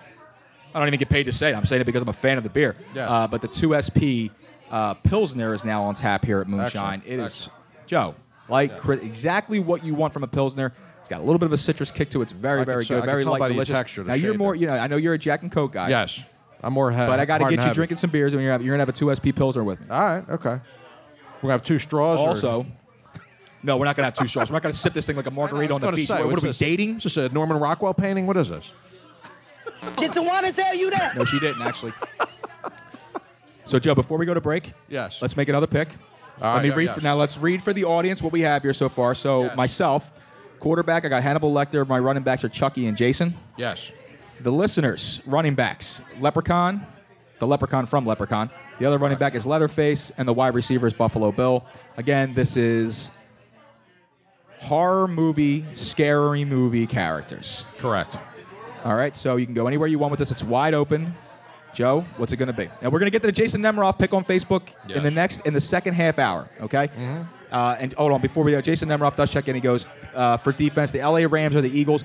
[SPEAKER 8] I don't even get paid to say it. I'm saying it because I'm a fan of the beer.
[SPEAKER 4] Yeah.
[SPEAKER 8] Uh, but the two SP uh, Pilsner is now on tap here at Moonshine.
[SPEAKER 4] Excellent.
[SPEAKER 8] It is.
[SPEAKER 4] Excellent.
[SPEAKER 8] Joe, like cri- exactly what you want from a pilsner. It's got a little bit of a citrus kick to it. It's very,
[SPEAKER 4] I can
[SPEAKER 8] very
[SPEAKER 4] say- I
[SPEAKER 8] good,
[SPEAKER 4] can
[SPEAKER 8] very
[SPEAKER 4] tell
[SPEAKER 8] light,
[SPEAKER 4] by the
[SPEAKER 8] delicious.
[SPEAKER 4] texture, the
[SPEAKER 8] now you're
[SPEAKER 4] shade
[SPEAKER 8] more,
[SPEAKER 4] there.
[SPEAKER 8] you know, I know you're a Jack and Coke guy.
[SPEAKER 4] Yes. I'm more heavy.
[SPEAKER 8] But I got to
[SPEAKER 4] hard and
[SPEAKER 8] get you
[SPEAKER 4] heavy.
[SPEAKER 8] drinking some beers, and you're gonna have, you're gonna have a two SP Pilsner with me.
[SPEAKER 4] All right, okay. We're gonna have two straws. or-
[SPEAKER 8] Also, no, we're not gonna have two straws. We're not gonna sip this thing like a margarita
[SPEAKER 4] I
[SPEAKER 8] on
[SPEAKER 4] was
[SPEAKER 8] the
[SPEAKER 4] gonna
[SPEAKER 8] beach.
[SPEAKER 4] say,
[SPEAKER 8] what what
[SPEAKER 4] what's
[SPEAKER 8] are we
[SPEAKER 4] this?
[SPEAKER 8] dating?
[SPEAKER 4] Is this a Norman Rockwell painting? What is this?
[SPEAKER 1] Did the want to tell you that?
[SPEAKER 8] No, she
[SPEAKER 4] [laughs]
[SPEAKER 8] didn't actually. so Joe, before we go to break,
[SPEAKER 4] Yes.
[SPEAKER 8] let's make another pick.
[SPEAKER 4] All
[SPEAKER 8] Let
[SPEAKER 4] right,
[SPEAKER 8] me
[SPEAKER 4] yeah,
[SPEAKER 8] read
[SPEAKER 4] yes.
[SPEAKER 8] for, now. Let's read for the audience what we have here so far. So
[SPEAKER 4] Yes.
[SPEAKER 8] myself, quarterback, I got Hannibal Lecter. My running backs are Chucky and Jason.
[SPEAKER 4] Yes.
[SPEAKER 8] The listeners, running backs, Leprechaun, the Leprechaun from Leprechaun. The other running back is Leatherface, and the wide receiver is Buffalo Bill. Again, this is horror movie, scary movie characters.
[SPEAKER 4] Correct.
[SPEAKER 8] All right, so you can go anywhere you want with this. It's wide open. Joe, what's it going to be? And we're going to get to the Jason Nemiroff pick on Facebook in the
[SPEAKER 4] Yes. Mm-hmm.
[SPEAKER 8] next in the second half hour. Okay. Uh, and hold on, before we go, Jason Nemiroff does check in. He goes uh, for defense. The LA Rams or the Eagles.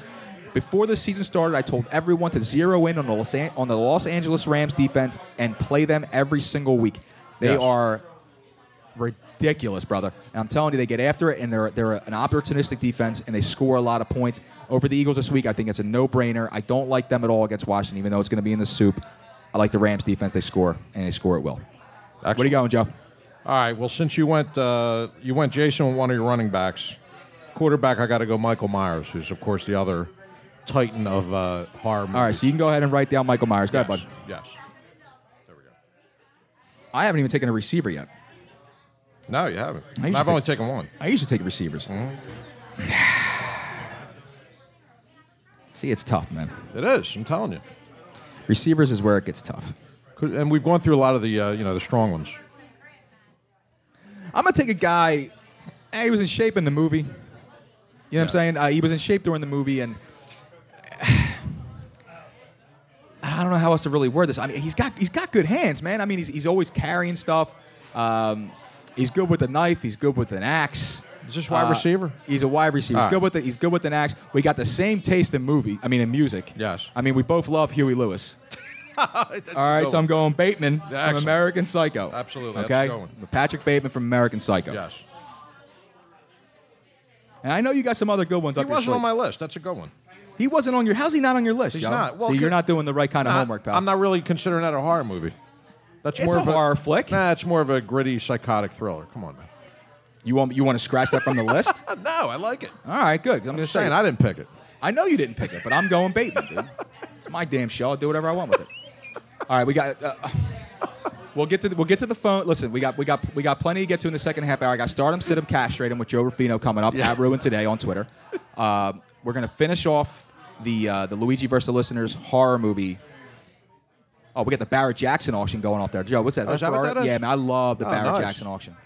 [SPEAKER 8] Before the season started, I told everyone to zero in on the Los, An- on the Los Angeles Rams defense and play them every single week. They
[SPEAKER 4] Yes.
[SPEAKER 8] are ridiculous, brother. And I'm telling you, they get after it, and they're they're an opportunistic defense, and they score a lot of points over the Eagles this week. I think it's a no-brainer. I don't like them at all against Washington, even though it's going to be in the soup. I like the Rams defense. They score, and they score at will. Where are you going, Joe?
[SPEAKER 4] All right. Well, since you went, uh, you went Jason with one of your running backs. Quarterback, I got to go Michael Myers, who's of course the other titan of uh, horror.
[SPEAKER 8] All right, so you can go ahead and write down Michael Myers. Go ahead,
[SPEAKER 4] yes.
[SPEAKER 8] bud.
[SPEAKER 4] Yes.
[SPEAKER 8] I haven't even taken a receiver yet.
[SPEAKER 4] No, you haven't.
[SPEAKER 8] I usually
[SPEAKER 4] I've only
[SPEAKER 8] take-
[SPEAKER 4] taken one.
[SPEAKER 8] I usually take receivers. [sighs] See, it's tough, man.
[SPEAKER 4] It is. I'm telling you.
[SPEAKER 8] Receivers is where it gets tough.
[SPEAKER 4] Could- And we've gone through a lot of the, uh, you know, the strong ones.
[SPEAKER 8] I'm gonna take a guy. eh, He was in shape in the movie. You know what I'm saying? Uh, he was in shape during the movie, and [sighs] I don't know how else to really word this. I mean, he's got he's got good hands, man. I mean, he's, he's always carrying stuff. Um, he's good with a knife. He's good with an axe. Uh,
[SPEAKER 4] Is this wide receiver?
[SPEAKER 8] He's a wide receiver. He's
[SPEAKER 4] All right.
[SPEAKER 8] good with the, he's good with an axe. We got the same taste in movie. I mean, in music.
[SPEAKER 4] Yes.
[SPEAKER 8] I mean, we both love
[SPEAKER 4] [laughs]
[SPEAKER 8] Huey Lewis. All right, so I'm going Bateman from
[SPEAKER 4] Excellent.
[SPEAKER 8] American Psycho.
[SPEAKER 4] Absolutely, that's a
[SPEAKER 8] Okay,
[SPEAKER 4] good one.
[SPEAKER 8] Patrick Bateman from American Psycho.
[SPEAKER 4] Yes.
[SPEAKER 8] And I know you got some other good ones
[SPEAKER 4] He
[SPEAKER 8] up your
[SPEAKER 4] wasn't
[SPEAKER 8] sleeve.
[SPEAKER 4] on my list. That's a good one.
[SPEAKER 8] he wasn't on your. How's he not on your list?
[SPEAKER 4] He's
[SPEAKER 8] Joe?
[SPEAKER 4] not. Well,
[SPEAKER 8] See, you're
[SPEAKER 4] could-
[SPEAKER 8] not doing the right kind of
[SPEAKER 4] Nah,
[SPEAKER 8] homework, pal.
[SPEAKER 4] I'm not really considering that a horror movie. That's
[SPEAKER 8] It's
[SPEAKER 4] more
[SPEAKER 8] a
[SPEAKER 4] of
[SPEAKER 8] horror flick.
[SPEAKER 4] Nah, it's more of a gritty, psychotic thriller. Come on, man.
[SPEAKER 8] You want you want to scratch that from
[SPEAKER 4] [laughs]
[SPEAKER 8] the list?
[SPEAKER 4] Uh, No, I like it.
[SPEAKER 8] All right, good. I'm, gonna say
[SPEAKER 4] Saying I didn't pick it.
[SPEAKER 8] I know you didn't pick it, but I'm going Bateman, dude. It's my damn show. I'll do whatever I want with it. All right, we got. Uh, we'll get to the, we'll get to the phone. Listen, we got we got we got plenty to get to in the second half hour. I got Stardom, Sit 'em, Castrate 'em with Joe Rufino coming up.
[SPEAKER 4] Yeah.
[SPEAKER 8] At Ruin today on Twitter. Uh, we're gonna finish off the uh, the Luigi versus the listeners horror movie. Oh, we got the Barrett Jackson auction going off there. Joe, what's that?
[SPEAKER 4] Oh, is that what
[SPEAKER 8] Ferrari?
[SPEAKER 4] that is?
[SPEAKER 8] Yeah, man, I love the
[SPEAKER 4] Oh,
[SPEAKER 8] Barrett
[SPEAKER 4] nice.
[SPEAKER 8] Jackson auction.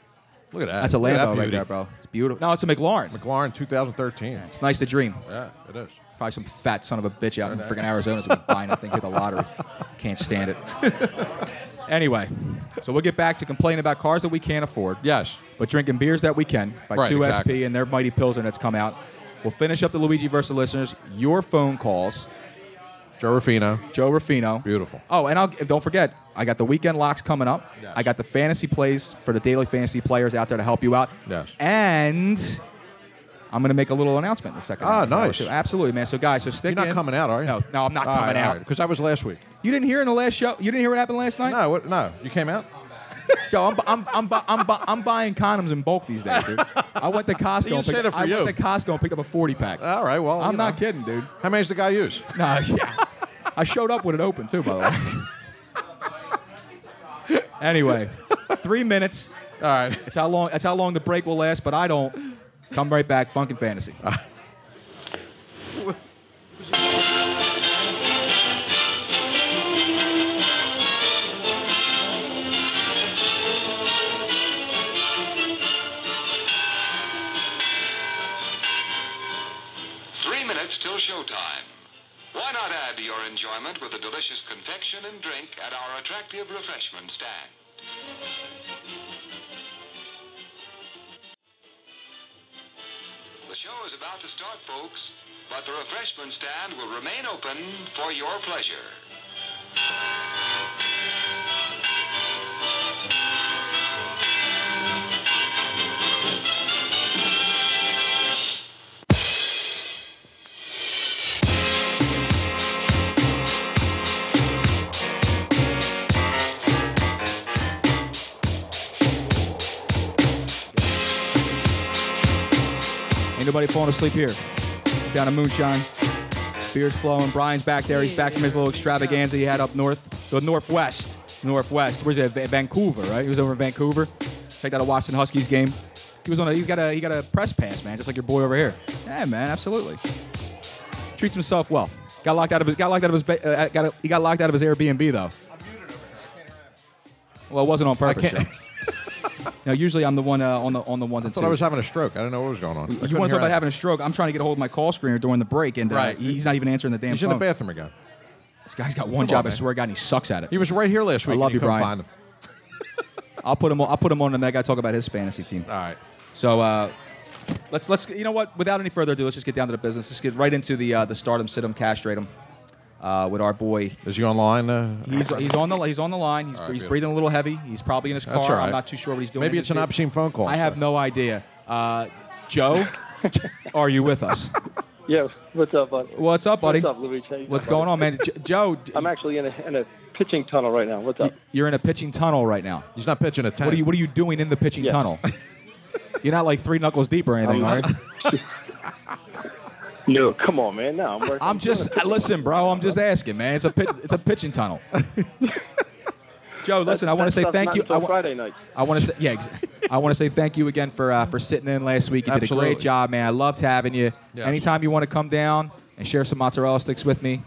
[SPEAKER 4] Look at that.
[SPEAKER 8] That's a
[SPEAKER 4] Look at that
[SPEAKER 8] Lambo right
[SPEAKER 4] beauty.
[SPEAKER 8] there, bro. It's beautiful. No, it's a McLaren.
[SPEAKER 4] McLaren 2013.
[SPEAKER 8] It's nice to dream.
[SPEAKER 4] Yeah, it is.
[SPEAKER 8] Probably some fat son of a bitch out in freaking Arizona is gonna be buying that thing hit the lottery. Can't stand it. anyway, so we'll get back to complaining about cars that we can't afford.
[SPEAKER 4] Yes.
[SPEAKER 8] But drinking beers that we can by
[SPEAKER 4] Right,
[SPEAKER 8] 2SP
[SPEAKER 4] exactly.
[SPEAKER 8] and their mighty Pilsner that's come out. We'll finish up the Luigi versus listeners. Your phone calls,
[SPEAKER 4] Joe Rufino.
[SPEAKER 8] Joe Rufino.
[SPEAKER 4] Beautiful.
[SPEAKER 8] Oh, and I'll don't forget, I got the weekend locks coming up.
[SPEAKER 4] Yes.
[SPEAKER 8] I got the fantasy plays for the daily fantasy players out there to help you out.
[SPEAKER 4] Yes.
[SPEAKER 8] And I'm going to make a little announcement in a second.
[SPEAKER 4] Ah,
[SPEAKER 8] hour,
[SPEAKER 4] nice.
[SPEAKER 8] too. Absolutely, man. So guys, so stick
[SPEAKER 4] You're not
[SPEAKER 8] in.
[SPEAKER 4] coming out, are you?
[SPEAKER 8] No, no, I'm not coming out.
[SPEAKER 4] Because that was last week.
[SPEAKER 8] You didn't hear in the last show. You didn't hear what happened last night.
[SPEAKER 4] No, what, no. You came out?
[SPEAKER 8] Joe, I'm, I'm, I'm, bu- I'm, bu- I'm buying condoms in bulk these
[SPEAKER 4] [laughs]
[SPEAKER 8] days, dude. I went to Costco.
[SPEAKER 4] You
[SPEAKER 8] and
[SPEAKER 4] say
[SPEAKER 8] picked-
[SPEAKER 4] that for
[SPEAKER 8] I
[SPEAKER 4] you.
[SPEAKER 8] went to Costco and picked up a 40 pack.
[SPEAKER 4] All right, well.
[SPEAKER 8] I'm
[SPEAKER 4] you
[SPEAKER 8] not
[SPEAKER 4] know.
[SPEAKER 8] kidding, dude.
[SPEAKER 4] How many's the guy use?
[SPEAKER 8] Nah, yeah. I showed up when it opened too, by the way. anyway, three minutes.
[SPEAKER 4] All right. [laughs]
[SPEAKER 8] That's how long. That's how long the break will last. But I don't. Come right back, Funk and Fantasy.
[SPEAKER 12] Three minutes till showtime. Why not add to your enjoyment with a delicious confection and drink at our attractive refreshment stand? The show is about to start, folks, but the refreshment stand will remain open for your pleasure.
[SPEAKER 13] Thank
[SPEAKER 8] Anybody falling asleep here? Down in Moonshine. Beer's flowing. Brian's back there. He's back from his little extravaganza he had up north, the Northwest. Northwest. Where's it? Va- Vancouver, right? He was over in Vancouver. Checked out a Washington Huskies game. He was on a. He's got a. He got a press pass, man, just like your boy over here. Yeah, man, absolutely. Treats himself well. Got locked out of his. Got locked out of his. ba- Uh, got a, he got locked out of his Airbnb though. Well, it wasn't on purpose.
[SPEAKER 4] [laughs] can't-
[SPEAKER 8] Joe. now, usually I'm the one uh, on the on the ones and
[SPEAKER 4] thought I
[SPEAKER 8] twos.
[SPEAKER 4] was having a stroke. I didn't know what was going on. I couldn't
[SPEAKER 8] You want to
[SPEAKER 4] hear
[SPEAKER 8] talk about
[SPEAKER 4] anything.
[SPEAKER 8] having a stroke? I'm trying to get a hold of my call screener during the break, and uh,
[SPEAKER 4] Right.
[SPEAKER 8] he's not even answering the damn
[SPEAKER 4] He's
[SPEAKER 8] phone.
[SPEAKER 4] in the bathroom again.
[SPEAKER 8] This guy's got one
[SPEAKER 4] Come
[SPEAKER 8] job,
[SPEAKER 4] on,
[SPEAKER 8] I
[SPEAKER 4] man.
[SPEAKER 8] swear to God, and he sucks at it.
[SPEAKER 4] He was right here last
[SPEAKER 8] I
[SPEAKER 4] week.
[SPEAKER 8] love
[SPEAKER 4] and
[SPEAKER 8] you,
[SPEAKER 4] couldn't
[SPEAKER 8] Brian.
[SPEAKER 4] Find him.
[SPEAKER 8] I'll put him. I'll put him on, and then I got to talk about his fantasy team.
[SPEAKER 4] All right.
[SPEAKER 8] So uh, let's let's you know what? Without any further ado, let's just get down to the business. Let's get right into the uh, the stardom, sit 'em, castrate 'em uh, with our boy.
[SPEAKER 4] Is he online? Uh,
[SPEAKER 8] He's he's on the he's on the line. He's,
[SPEAKER 4] All right,
[SPEAKER 8] he's
[SPEAKER 4] good.
[SPEAKER 8] breathing a little heavy. He's probably in his car.
[SPEAKER 4] That's all right.
[SPEAKER 8] I'm not too sure what he's doing.
[SPEAKER 4] Maybe it's an obscene phone call.
[SPEAKER 8] I have no idea. Uh, Joe, [laughs] are you with
[SPEAKER 9] [laughs]
[SPEAKER 8] us?
[SPEAKER 9] Yeah, what's up, buddy?
[SPEAKER 8] What's up, buddy?
[SPEAKER 9] What's up, Luigi? How you
[SPEAKER 8] What's
[SPEAKER 9] doing,
[SPEAKER 8] going on, man? J- Joe, d-
[SPEAKER 9] buddy? I'm actually in a, in a pitching tunnel right now. What's up?
[SPEAKER 8] you're in a pitching tunnel right now.
[SPEAKER 4] He's not pitching a ten.
[SPEAKER 8] What are you What are you doing in the pitching
[SPEAKER 4] [laughs]
[SPEAKER 9] Yeah.
[SPEAKER 8] tunnel? You're not like three knuckles deep or anything, are
[SPEAKER 9] I'm
[SPEAKER 8] you?
[SPEAKER 9] not. No, come on, man. No, I'm working.
[SPEAKER 8] [laughs] I'm just uh, listen, bro. I'm just asking, man. It's a pit, it's a
[SPEAKER 4] [laughs]
[SPEAKER 8] pitching tunnel. Joe, listen. I want to say thank you. I,
[SPEAKER 9] On Friday night.
[SPEAKER 8] want to say yeah. ex- I want to say thank you again for uh, for sitting in last week. You did a
[SPEAKER 4] Absolutely.
[SPEAKER 8] great job, man. I loved having you.
[SPEAKER 4] Yeah.
[SPEAKER 8] Anytime you want to come down and share some mozzarella sticks with me,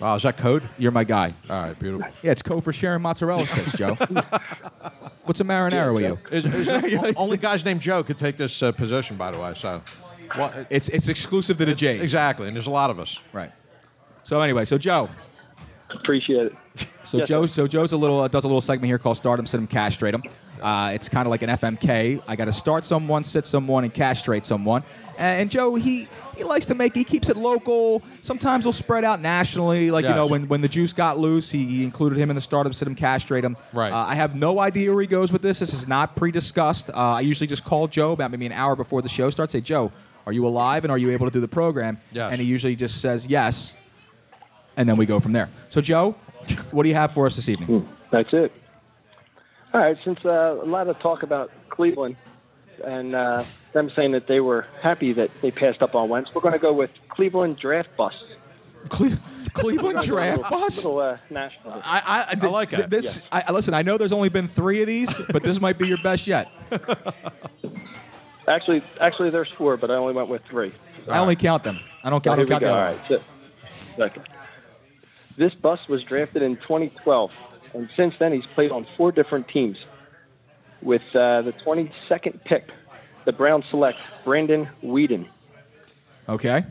[SPEAKER 4] Wow, is that code?
[SPEAKER 8] you're my guy.
[SPEAKER 4] All right, beautiful.
[SPEAKER 8] Yeah, it's code for sharing mozzarella sticks, Joe.
[SPEAKER 4] [laughs]
[SPEAKER 8] What's a marinara with you?
[SPEAKER 4] Is,
[SPEAKER 8] [laughs]
[SPEAKER 4] is o- only guys named Joe could take this uh, position, by the way. So, well, it-
[SPEAKER 8] It's it's exclusive to the Jays.
[SPEAKER 4] exactly, and there's a lot of us.
[SPEAKER 8] Right. So anyway, so Joe,
[SPEAKER 9] Appreciate it.
[SPEAKER 8] So
[SPEAKER 9] Yes,
[SPEAKER 8] Joe,
[SPEAKER 9] sir.
[SPEAKER 8] so Joe's a little uh, does a little segment here called Stardom, Sit 'em, Castrate 'em. Uh, it's kind of like an FMK. I got to start someone, sit someone, and castrate someone. And, and Joe, he he likes to make he keeps it local. Sometimes he'll spread out nationally. Like you
[SPEAKER 4] Yes.
[SPEAKER 8] know when when the juice got loose, he, he included him in the Stardom, Sit 'em, Castrate 'em.
[SPEAKER 4] Right.
[SPEAKER 8] Uh, I have no idea where he goes with this. This is not pre-discussed. Uh, I usually just call Joe about maybe an hour before the show starts. Say Joe, are you alive and are you able to do the program?
[SPEAKER 4] Yes.
[SPEAKER 8] And he usually just says yes and then we go from there. So, Joe, what do you have for us this evening?
[SPEAKER 9] That's it. All right. Since uh, a lot of talk about Cleveland and uh, them saying that they were happy that they passed up on Wentz, we're going to go with Cleveland draft bus. Hmm.
[SPEAKER 8] Cle- Cleveland
[SPEAKER 9] [laughs]
[SPEAKER 8] draft
[SPEAKER 9] Little-
[SPEAKER 8] bus.
[SPEAKER 9] Little uh, national.
[SPEAKER 8] I, I, I
[SPEAKER 4] like
[SPEAKER 8] th-
[SPEAKER 4] it.
[SPEAKER 8] This, I, listen. I know there's only been three of these, [laughs] but this might be your best yet.
[SPEAKER 9] Actually, actually, there's four, but I only went with three.
[SPEAKER 8] I only count them. I don't count. I
[SPEAKER 9] Here
[SPEAKER 8] don't count
[SPEAKER 9] we go.
[SPEAKER 8] the
[SPEAKER 9] All
[SPEAKER 8] other.
[SPEAKER 9] right. so- second. This bus was drafted in 2012, and since then he's played on four different teams. With uh, the 22nd pick, the Browns select Brandon Whedon.
[SPEAKER 8] Okay.